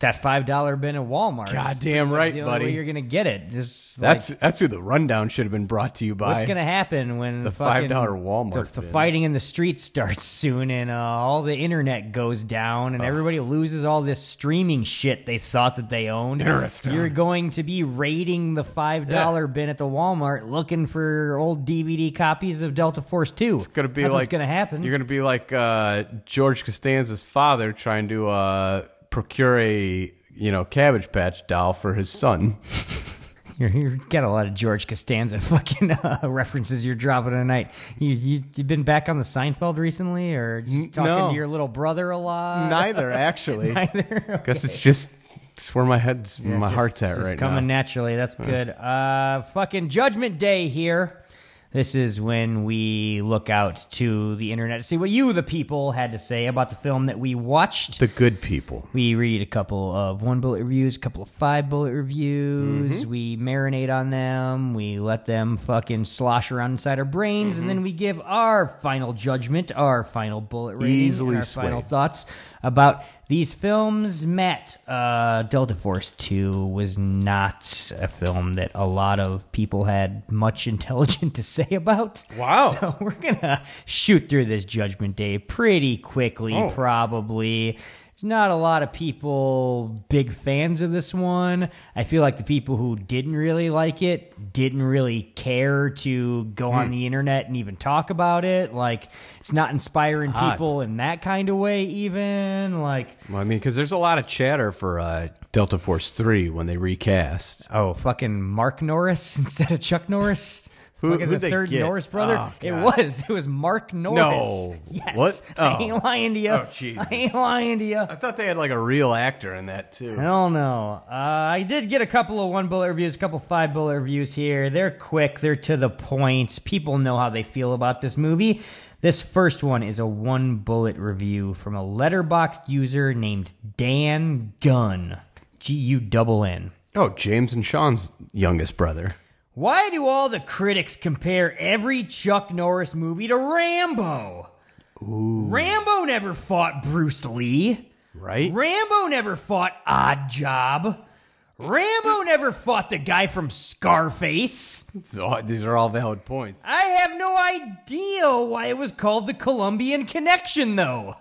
[SPEAKER 2] That five dollar bin at Walmart. That's pretty
[SPEAKER 3] damn
[SPEAKER 2] much
[SPEAKER 3] right,
[SPEAKER 2] the only
[SPEAKER 3] buddy.
[SPEAKER 2] Way you're gonna get it. Just like,
[SPEAKER 3] That's that's who the rundown should have been brought to you by.
[SPEAKER 2] what's gonna happen when
[SPEAKER 3] the
[SPEAKER 2] fucking-
[SPEAKER 3] $5 Walmart
[SPEAKER 2] the- The,
[SPEAKER 3] bin.
[SPEAKER 2] fighting in the streets starts soon, and uh, all the internet goes down, and everybody loses all this streaming shit they thought that they owned.
[SPEAKER 3] Internet's down.
[SPEAKER 2] You're going to be raiding the five dollar bin at the Walmart looking for old DVD copies of Delta Force Two. It's
[SPEAKER 3] gonna be
[SPEAKER 2] That's
[SPEAKER 3] like
[SPEAKER 2] what's gonna happen.
[SPEAKER 3] You're gonna be like uh, George Costanza's father trying to uh, procure a you know Cabbage Patch doll for his son.
[SPEAKER 2] You're, you're got a lot of George Costanza fucking uh, references you're dropping tonight. You you you been back on the Seinfeld recently, or just talking
[SPEAKER 3] no.
[SPEAKER 2] to your little brother a lot?
[SPEAKER 3] Neither, actually.
[SPEAKER 2] Neither.
[SPEAKER 3] Guess it's
[SPEAKER 2] Okay.
[SPEAKER 3] just it's where my head's
[SPEAKER 2] Yeah,
[SPEAKER 3] my
[SPEAKER 2] just-
[SPEAKER 3] heart's at
[SPEAKER 2] just
[SPEAKER 3] right
[SPEAKER 2] coming
[SPEAKER 3] now.
[SPEAKER 2] naturally. That's
[SPEAKER 3] Yeah.
[SPEAKER 2] good. Uh, fucking Judgment Day here. This is when we look out to the internet to see what you, the people, had to say about the film that we watched.
[SPEAKER 3] The good people.
[SPEAKER 2] We read a couple of one bullet reviews, a couple of five bullet reviews.
[SPEAKER 3] Mm-hmm.
[SPEAKER 2] We marinate on them. We let them fucking slosh around inside our brains,
[SPEAKER 3] Mm-hmm.
[SPEAKER 2] and then we give our final judgment, our final bullet rating, and
[SPEAKER 3] Easily
[SPEAKER 2] our final
[SPEAKER 3] swayed.
[SPEAKER 2] thoughts about these films. Matt, uh, Delta Force Two was not a film that a lot of people had much intelligent to say about. Wow! So we're gonna shoot through this Judgment Day pretty quickly,
[SPEAKER 3] Oh.
[SPEAKER 2] probably. There's not a lot of people big fans of this one. I feel like the people who didn't really like it didn't really care to go on
[SPEAKER 3] Hmm.
[SPEAKER 2] the internet and even talk about it. Like it's not inspiring
[SPEAKER 3] odd.
[SPEAKER 2] people in that kind of way even. Like
[SPEAKER 3] Well, I mean, because there's a lot of chatter for uh, Delta Force Three when they recast.
[SPEAKER 2] Oh, fucking Mark Norris instead of Chuck Norris.
[SPEAKER 3] Who-
[SPEAKER 2] Fucking
[SPEAKER 3] who'd
[SPEAKER 2] the
[SPEAKER 3] they
[SPEAKER 2] third
[SPEAKER 3] get?
[SPEAKER 2] Norris brother?
[SPEAKER 3] Oh,
[SPEAKER 2] it
[SPEAKER 3] God.
[SPEAKER 2] was. It was Mark Norris.
[SPEAKER 3] No.
[SPEAKER 2] Yes.
[SPEAKER 3] What?
[SPEAKER 2] I
[SPEAKER 3] Oh.
[SPEAKER 2] ain't lying to you.
[SPEAKER 3] Oh, Jesus.
[SPEAKER 2] I ain't lying to you.
[SPEAKER 3] I thought they had like a real actor in that too.
[SPEAKER 2] Hell no. Uh, I did get a couple of one bullet reviews, a couple five bullet reviews here. They're quick, they're to the point. People know how they feel about this movie. This first one is a one bullet review from a letterboxed user named Dan Gunn. G U double N.
[SPEAKER 3] Oh, James and Sean's youngest brother.
[SPEAKER 2] Why do all the critics compare every Chuck Norris movie to Rambo? Rambo never fought Bruce Lee.
[SPEAKER 3] Right?
[SPEAKER 2] Rambo never fought Odd Job. Rambo never fought the guy from Scarface.
[SPEAKER 3] So these are all valid points.
[SPEAKER 2] I have no idea why it was called the Colombian Connection, though.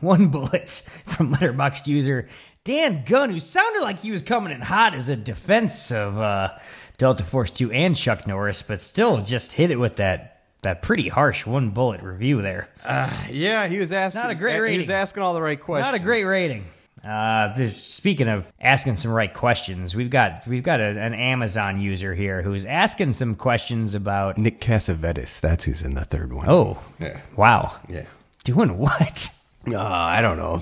[SPEAKER 2] One bullet from letterboxed user Dan Gunn, who sounded like he was coming in hot as a defense of uh, Delta Force 2 and Chuck Norris, but still just hit it with that, that pretty harsh one bullet review there.
[SPEAKER 3] Yeah, he was asking.
[SPEAKER 2] Not a great
[SPEAKER 3] He was
[SPEAKER 2] rating.
[SPEAKER 3] asking all the right questions.
[SPEAKER 2] Not a great rating. Uh, there's- speaking of asking some right questions, we've got we've got a, an Amazon user here who's asking some questions about
[SPEAKER 3] Nick Cassavetes. That's who's in the third one.
[SPEAKER 2] Oh. Wow.
[SPEAKER 3] Yeah.
[SPEAKER 2] Doing what?
[SPEAKER 3] Uh, I don't know.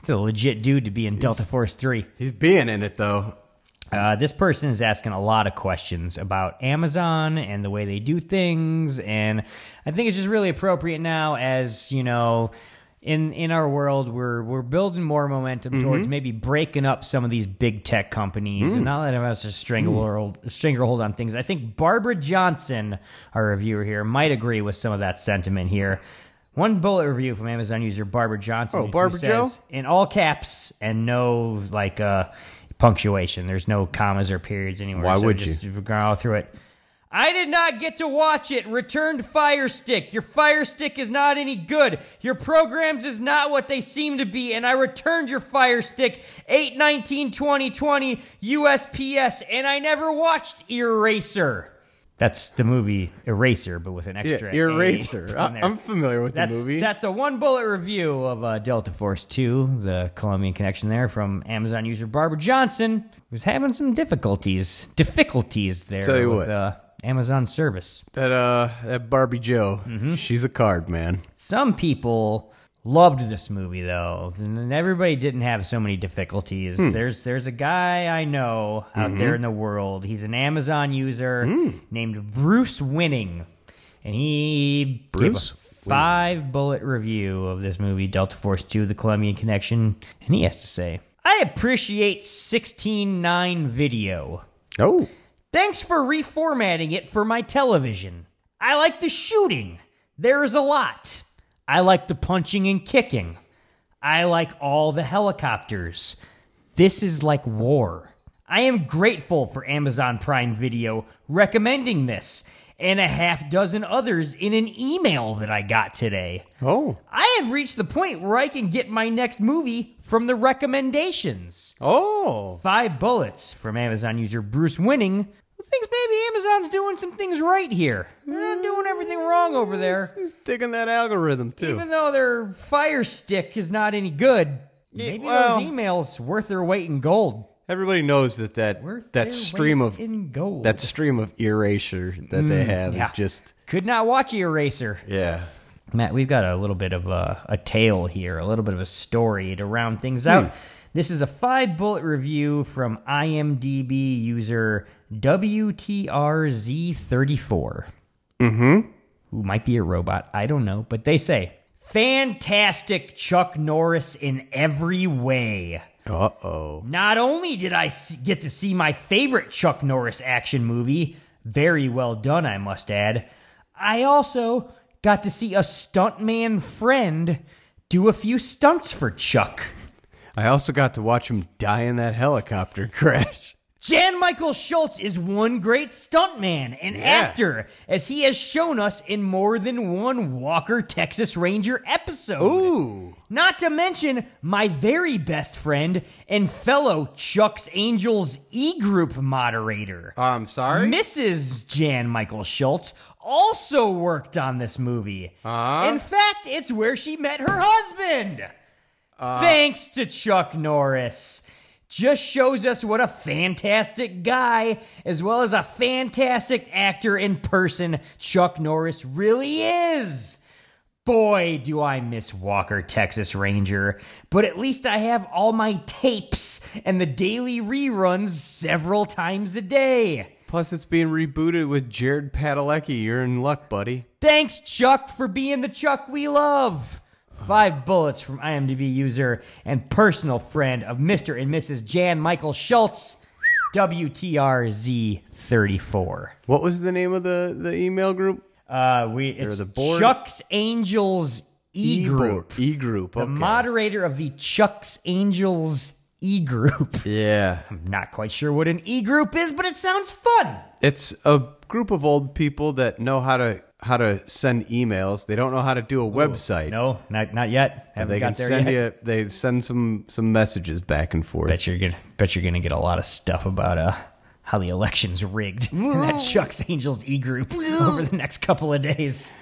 [SPEAKER 2] It's a legit dude to be in Delta Force 3.
[SPEAKER 3] He's being in it, though.
[SPEAKER 2] Uh, this person is asking a lot of questions about Amazon and the way they do things. And I think it's just really appropriate now as, you know. In, in our world, we're we're building more momentum towards
[SPEAKER 3] Mhm.
[SPEAKER 2] maybe breaking up some of these big tech companies
[SPEAKER 3] Mm.
[SPEAKER 2] and not letting us just stranglehold stranglehold on things. I think Barbara Johnson, our reviewer here, might agree with some of that sentiment here. One bullet review from Amazon user Barbara Johnson.
[SPEAKER 3] Oh,
[SPEAKER 2] who
[SPEAKER 3] Barbara
[SPEAKER 2] says,
[SPEAKER 3] Joe?
[SPEAKER 2] in all caps and no like uh punctuation. There's no commas or periods anywhere.
[SPEAKER 3] Why
[SPEAKER 2] so
[SPEAKER 3] would
[SPEAKER 2] just you? Going all through it. I did not get to watch it. Returned Fire Stick. Your Fire Stick is not any good. Your programs is not what they seem to be, and I returned your Fire Stick 819 2020 USPS, and I never watched Eraser. That's the movie Eraser, but with an extra A
[SPEAKER 3] Eraser.
[SPEAKER 2] in
[SPEAKER 3] I-
[SPEAKER 2] there.
[SPEAKER 3] I'm familiar with the
[SPEAKER 2] that's,
[SPEAKER 3] movie.
[SPEAKER 2] That's a one bullet review of uh, Delta Force 2, the Colombian connection there from Amazon user Barbara Johnson, who's having some difficulties, difficulties there
[SPEAKER 3] Tell you
[SPEAKER 2] with
[SPEAKER 3] what.
[SPEAKER 2] Uh, Amazon service.
[SPEAKER 3] That uh, that Barbie Joe.
[SPEAKER 2] Mm-hmm.
[SPEAKER 3] She's a card man.
[SPEAKER 2] Some people loved this movie though, and everybody didn't have so many difficulties.
[SPEAKER 3] Hmm.
[SPEAKER 2] There's there's a guy I know out
[SPEAKER 3] Mhm.
[SPEAKER 2] there in the world. He's an Amazon user named Bruce Winning. and he
[SPEAKER 20] Bruce
[SPEAKER 2] gave a five bullet review of this movie, Delta Force 2, The Colombian Connection, and he has to say, I appreciate 16.9 video.
[SPEAKER 3] Oh.
[SPEAKER 2] Thanks for reformatting it for my television. I like the shooting. There is a lot. I like the punching and kicking. I like all the helicopters. This is like war. I am grateful for Amazon Prime Video recommending this and a half dozen others in an email that I got today.
[SPEAKER 3] Oh.
[SPEAKER 2] I have reached the point where I can get my next movie from the recommendations.
[SPEAKER 3] Oh.
[SPEAKER 2] Five bullets from Amazon user Bruce Winning, who thinks maybe Amazon's doing some things right here. They're not doing everything wrong over there.
[SPEAKER 3] He's digging that algorithm, too.
[SPEAKER 2] Even though their fire stick is not any good, maybe
[SPEAKER 3] well-
[SPEAKER 2] those emails worth their weight in gold.
[SPEAKER 3] Everybody knows that that,
[SPEAKER 2] their
[SPEAKER 3] that stream
[SPEAKER 2] weight
[SPEAKER 3] of
[SPEAKER 2] in gold.
[SPEAKER 3] that stream of erasure that they
[SPEAKER 2] Mm,
[SPEAKER 3] have
[SPEAKER 2] yeah.
[SPEAKER 3] is just
[SPEAKER 2] Could not watch Eraser.
[SPEAKER 3] yeah.
[SPEAKER 2] Matt, we've got a little bit of a, a tale here, a little bit of a story to round things
[SPEAKER 3] Hmm.
[SPEAKER 2] out. This is a five bullet review from IMDb user WTRZ34.
[SPEAKER 3] Mm-hmm.
[SPEAKER 2] Who might be a robot, I don't know, but they say, Fantastic Chuck Norris in every way.
[SPEAKER 3] Uh oh.
[SPEAKER 2] Not only did I s- get to see my favorite Chuck Norris action movie, very well done, I must add, I also got to see a stuntman friend do a few stunts for Chuck.
[SPEAKER 3] I also got to watch him die in that helicopter crash.
[SPEAKER 2] Jan Michael Schultz is one great stuntman and actor, as he has shown us in more than one Walker Texas Ranger episode.
[SPEAKER 3] Ooh.
[SPEAKER 2] Not to mention my very best friend and fellow Chuck's Angels E Group moderator.
[SPEAKER 3] I'm sorry?
[SPEAKER 2] Mrs. Jan Michael Schultz also worked on this movie.
[SPEAKER 3] Huh?
[SPEAKER 2] In fact, it's where she met her husband.
[SPEAKER 3] Uh.
[SPEAKER 2] Thanks to Chuck Norris. Just shows us what a fantastic guy, as well as a fantastic actor in person, Chuck Norris really is. Boy, do I miss Walker, Texas Ranger. But at least I have all my tapes and the daily reruns several times a day.
[SPEAKER 3] Plus, it's being rebooted with Jared Padalecki. You're in luck, buddy.
[SPEAKER 2] Thanks, Chuck, for being the Chuck we love. Five bullets from IMDb user and personal friend of Mr. and Mrs. Jan Michael Schultz, WTRZ34.
[SPEAKER 3] What was the name of the, the email group?
[SPEAKER 2] Uh, we it's
[SPEAKER 3] the board?
[SPEAKER 2] Chuck's Angels E Group.
[SPEAKER 3] E group.
[SPEAKER 2] The
[SPEAKER 3] Okay.
[SPEAKER 2] moderator of the Chuck's Angels E Group.
[SPEAKER 3] yeah.
[SPEAKER 2] I'm not quite sure what an E Group is, but it sounds fun.
[SPEAKER 3] It's a group of old people that know how to how to send emails. They don't know how to do a website.
[SPEAKER 2] No, not not yet. Haven't
[SPEAKER 3] And they
[SPEAKER 2] got
[SPEAKER 3] can
[SPEAKER 2] there
[SPEAKER 3] send
[SPEAKER 2] yet.
[SPEAKER 3] you. They send some some messages back and forth.
[SPEAKER 2] Bet you're gonna bet you're gonna get a lot of stuff about uh how the election's rigged in that Chuck's Angels E group over the next couple of days.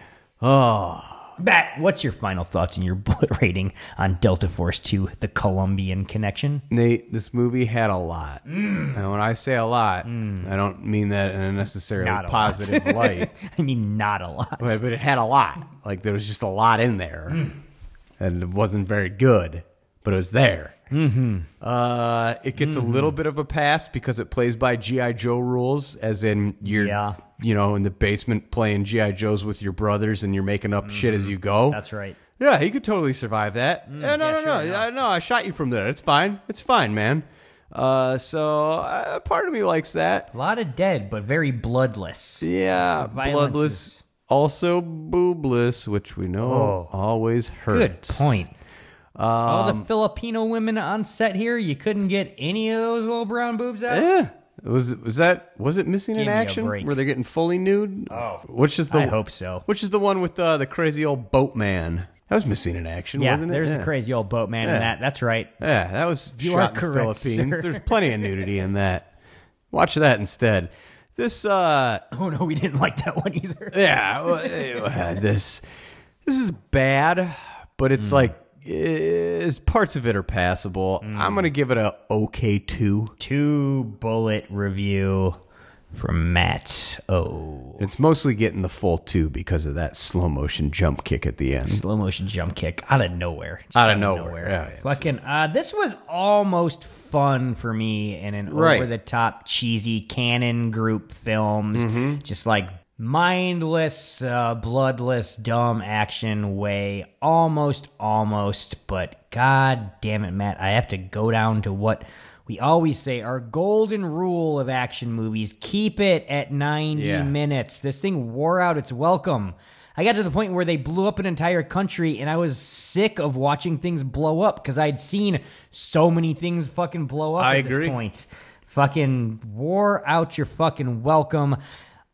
[SPEAKER 3] Oh.
[SPEAKER 2] Matt, what's your final thoughts and your bullet rating on Delta Force 2, the Colombian connection?
[SPEAKER 3] Nate, this movie had a lot.
[SPEAKER 2] Mm.
[SPEAKER 3] And when I say a lot, I don't mean that in a necessarily
[SPEAKER 2] Not a lot.
[SPEAKER 3] positive light.
[SPEAKER 2] I mean, not a lot.
[SPEAKER 3] But, but it had a lot. Like there was just a lot in there,
[SPEAKER 2] Mm.
[SPEAKER 3] and it wasn't very good, but it was there.
[SPEAKER 2] Mm-hmm.
[SPEAKER 3] Uh, it gets a little bit of a pass because it plays by GI Joe rules, as in you're,
[SPEAKER 2] Yeah.
[SPEAKER 3] you know, in the basement playing GI Joes with your brothers, and you're making up shit as you go.
[SPEAKER 2] Mm-hmm. That's right.
[SPEAKER 3] Yeah, he could totally survive that. Yeah,
[SPEAKER 2] Mm,
[SPEAKER 3] no,
[SPEAKER 2] yeah,
[SPEAKER 3] no,
[SPEAKER 2] sure,
[SPEAKER 3] no,
[SPEAKER 2] why
[SPEAKER 3] Yeah, no. I shot you from there. It's fine. It's fine, man. Uh, so uh, part of me likes that.
[SPEAKER 2] A lot of dead, but very bloodless.
[SPEAKER 3] Yeah,
[SPEAKER 2] The violence
[SPEAKER 3] bloodless,
[SPEAKER 2] is-
[SPEAKER 3] also boobless, which we know
[SPEAKER 2] Oh.
[SPEAKER 3] always hurts.
[SPEAKER 2] point.
[SPEAKER 3] Um,
[SPEAKER 2] All the Filipino women on set here, you couldn't get any of those little brown boobs out?
[SPEAKER 3] yeah. Was was that was it missing in
[SPEAKER 2] Give me a
[SPEAKER 3] action?
[SPEAKER 2] break.
[SPEAKER 3] Were they getting fully nude? Oh, which is the
[SPEAKER 2] I hope so.
[SPEAKER 3] Which is the one with uh, the crazy old boatman? That was missing in action,
[SPEAKER 2] Yeah,
[SPEAKER 3] wasn't it?
[SPEAKER 2] there's the crazy old boat man
[SPEAKER 3] Yeah.
[SPEAKER 2] in that. That's right.
[SPEAKER 3] Yeah, that was
[SPEAKER 2] You
[SPEAKER 3] shot
[SPEAKER 2] are
[SPEAKER 3] in the
[SPEAKER 2] correct,
[SPEAKER 3] Philippines.
[SPEAKER 2] sir.
[SPEAKER 3] There's plenty of nudity in that. Watch that instead. This uh
[SPEAKER 2] Oh no, we didn't like that one either.
[SPEAKER 3] Yeah, well, eh, this this is bad, but it's
[SPEAKER 2] Hmm.
[SPEAKER 3] like is parts of it are passable.
[SPEAKER 2] Hmm.
[SPEAKER 3] I'm gonna give it a okay two.
[SPEAKER 2] Two bullet review from Matt. Oh,
[SPEAKER 3] it's mostly getting the full two because of that slow motion jump kick at the end.
[SPEAKER 2] Slow motion jump kick out of nowhere. Just
[SPEAKER 3] out of nowhere. Yeah, yeah.
[SPEAKER 2] Fucking, uh, this was almost fun for me in an
[SPEAKER 3] Right. Mm-hmm.
[SPEAKER 2] over the top, cheesy canon group films. Just like mindless, uh, bloodless, dumb action way. Almost, almost, but god damn it, Matt, I have to go down to what we always say our golden rule of action movies keep it at 90
[SPEAKER 3] Yeah.
[SPEAKER 2] minutes. This thing wore out its welcome. I got to the point where they blew up an entire country, and I was sick of watching things blow up because I'd seen so many things fucking blow up
[SPEAKER 3] I
[SPEAKER 2] at
[SPEAKER 3] agree.
[SPEAKER 2] this point. Fucking wore out your fucking welcome.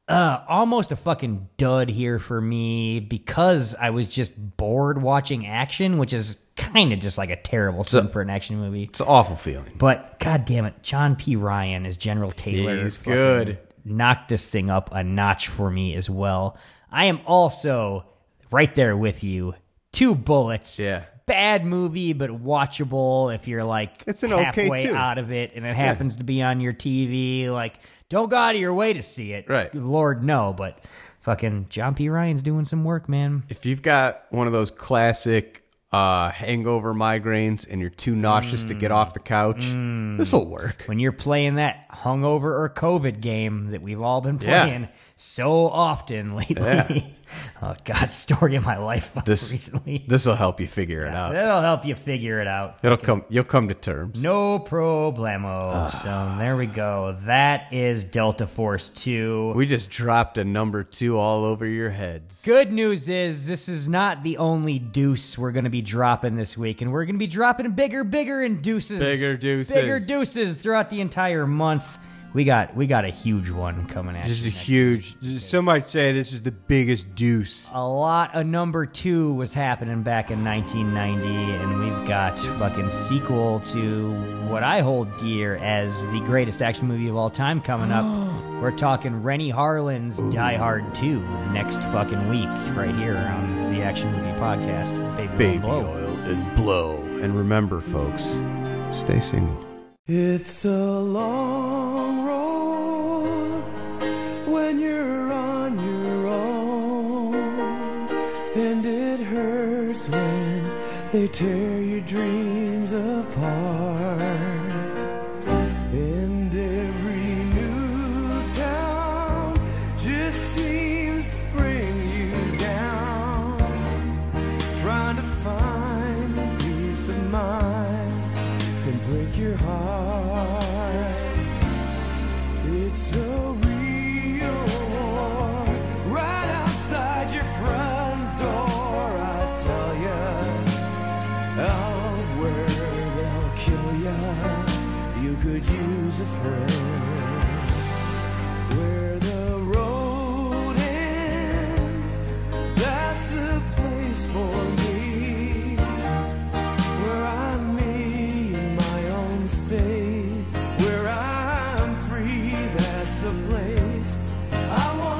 [SPEAKER 2] Uh, almost a fucking dud here for me because I was just bored watching action, which is kind of just like a terrible
[SPEAKER 3] So-
[SPEAKER 2] thing for an action movie. It's
[SPEAKER 3] an awful feeling.
[SPEAKER 2] But god damn it, John P. Ryan as General Taylor.
[SPEAKER 3] He's
[SPEAKER 2] fucking
[SPEAKER 3] good.
[SPEAKER 2] Knocked this thing up a notch for me as well. I am also right there with you. Two bullets.
[SPEAKER 3] Yeah.
[SPEAKER 2] Bad movie, but watchable if you're like
[SPEAKER 3] It's an okay
[SPEAKER 2] halfway
[SPEAKER 3] two.
[SPEAKER 2] out of it and it
[SPEAKER 3] Yeah.
[SPEAKER 2] happens to be on your TV. Like, don't go out of your way to see it. Right. Lord, no, but fucking John P. Ryan's doing some work, man.
[SPEAKER 3] If you've got one of those classic uh, hangover migraines and you're too nauseous to
[SPEAKER 2] Hmm.
[SPEAKER 3] get off the couch, this will work.
[SPEAKER 2] When you're playing that hungover or COVID game that we've all been
[SPEAKER 3] Yeah.
[SPEAKER 2] playing so often lately. oh, God, story of my life
[SPEAKER 3] This
[SPEAKER 2] recently.
[SPEAKER 3] this will help you figure it out.
[SPEAKER 2] That'll help you figure it out.
[SPEAKER 3] It'll come. You'll come to terms.
[SPEAKER 2] No problemo. so there we go. That is Delta Force 2.
[SPEAKER 3] We just dropped a number two all over your heads.
[SPEAKER 2] Good news is this is not the only deuce we're going to be dropping this week, and we're going to be dropping bigger, bigger, and deuces,
[SPEAKER 3] Bigger deuces.
[SPEAKER 2] bigger deuces throughout the entire month. We got we got a huge one coming at
[SPEAKER 17] Just a
[SPEAKER 2] you. next-
[SPEAKER 17] huge. Some might say this is the biggest deuce.
[SPEAKER 2] A lot of number two was happening back in 1990, and we've got fucking sequel to what I hold dear as the greatest action movie of all time coming up. We're talking Rennie Harlan's Die Hard 2 next fucking week, right here on the Action Movie Podcast. Baby,
[SPEAKER 3] Baby oh,
[SPEAKER 2] Blow.
[SPEAKER 3] oil and blow. And remember, folks, stay single.
[SPEAKER 18] It's a long road when you're on your own, and it hurts when they tear your dreams apart. And every new town just seems to bring you down, trying to find peace of mind can break your heart. It's a real war right outside your front door. I tell ya, out where they'll kill ya. You could use a friend. Where the road ends, that's the place for me where I'm me in my own space, where I'm free, that's the place I want.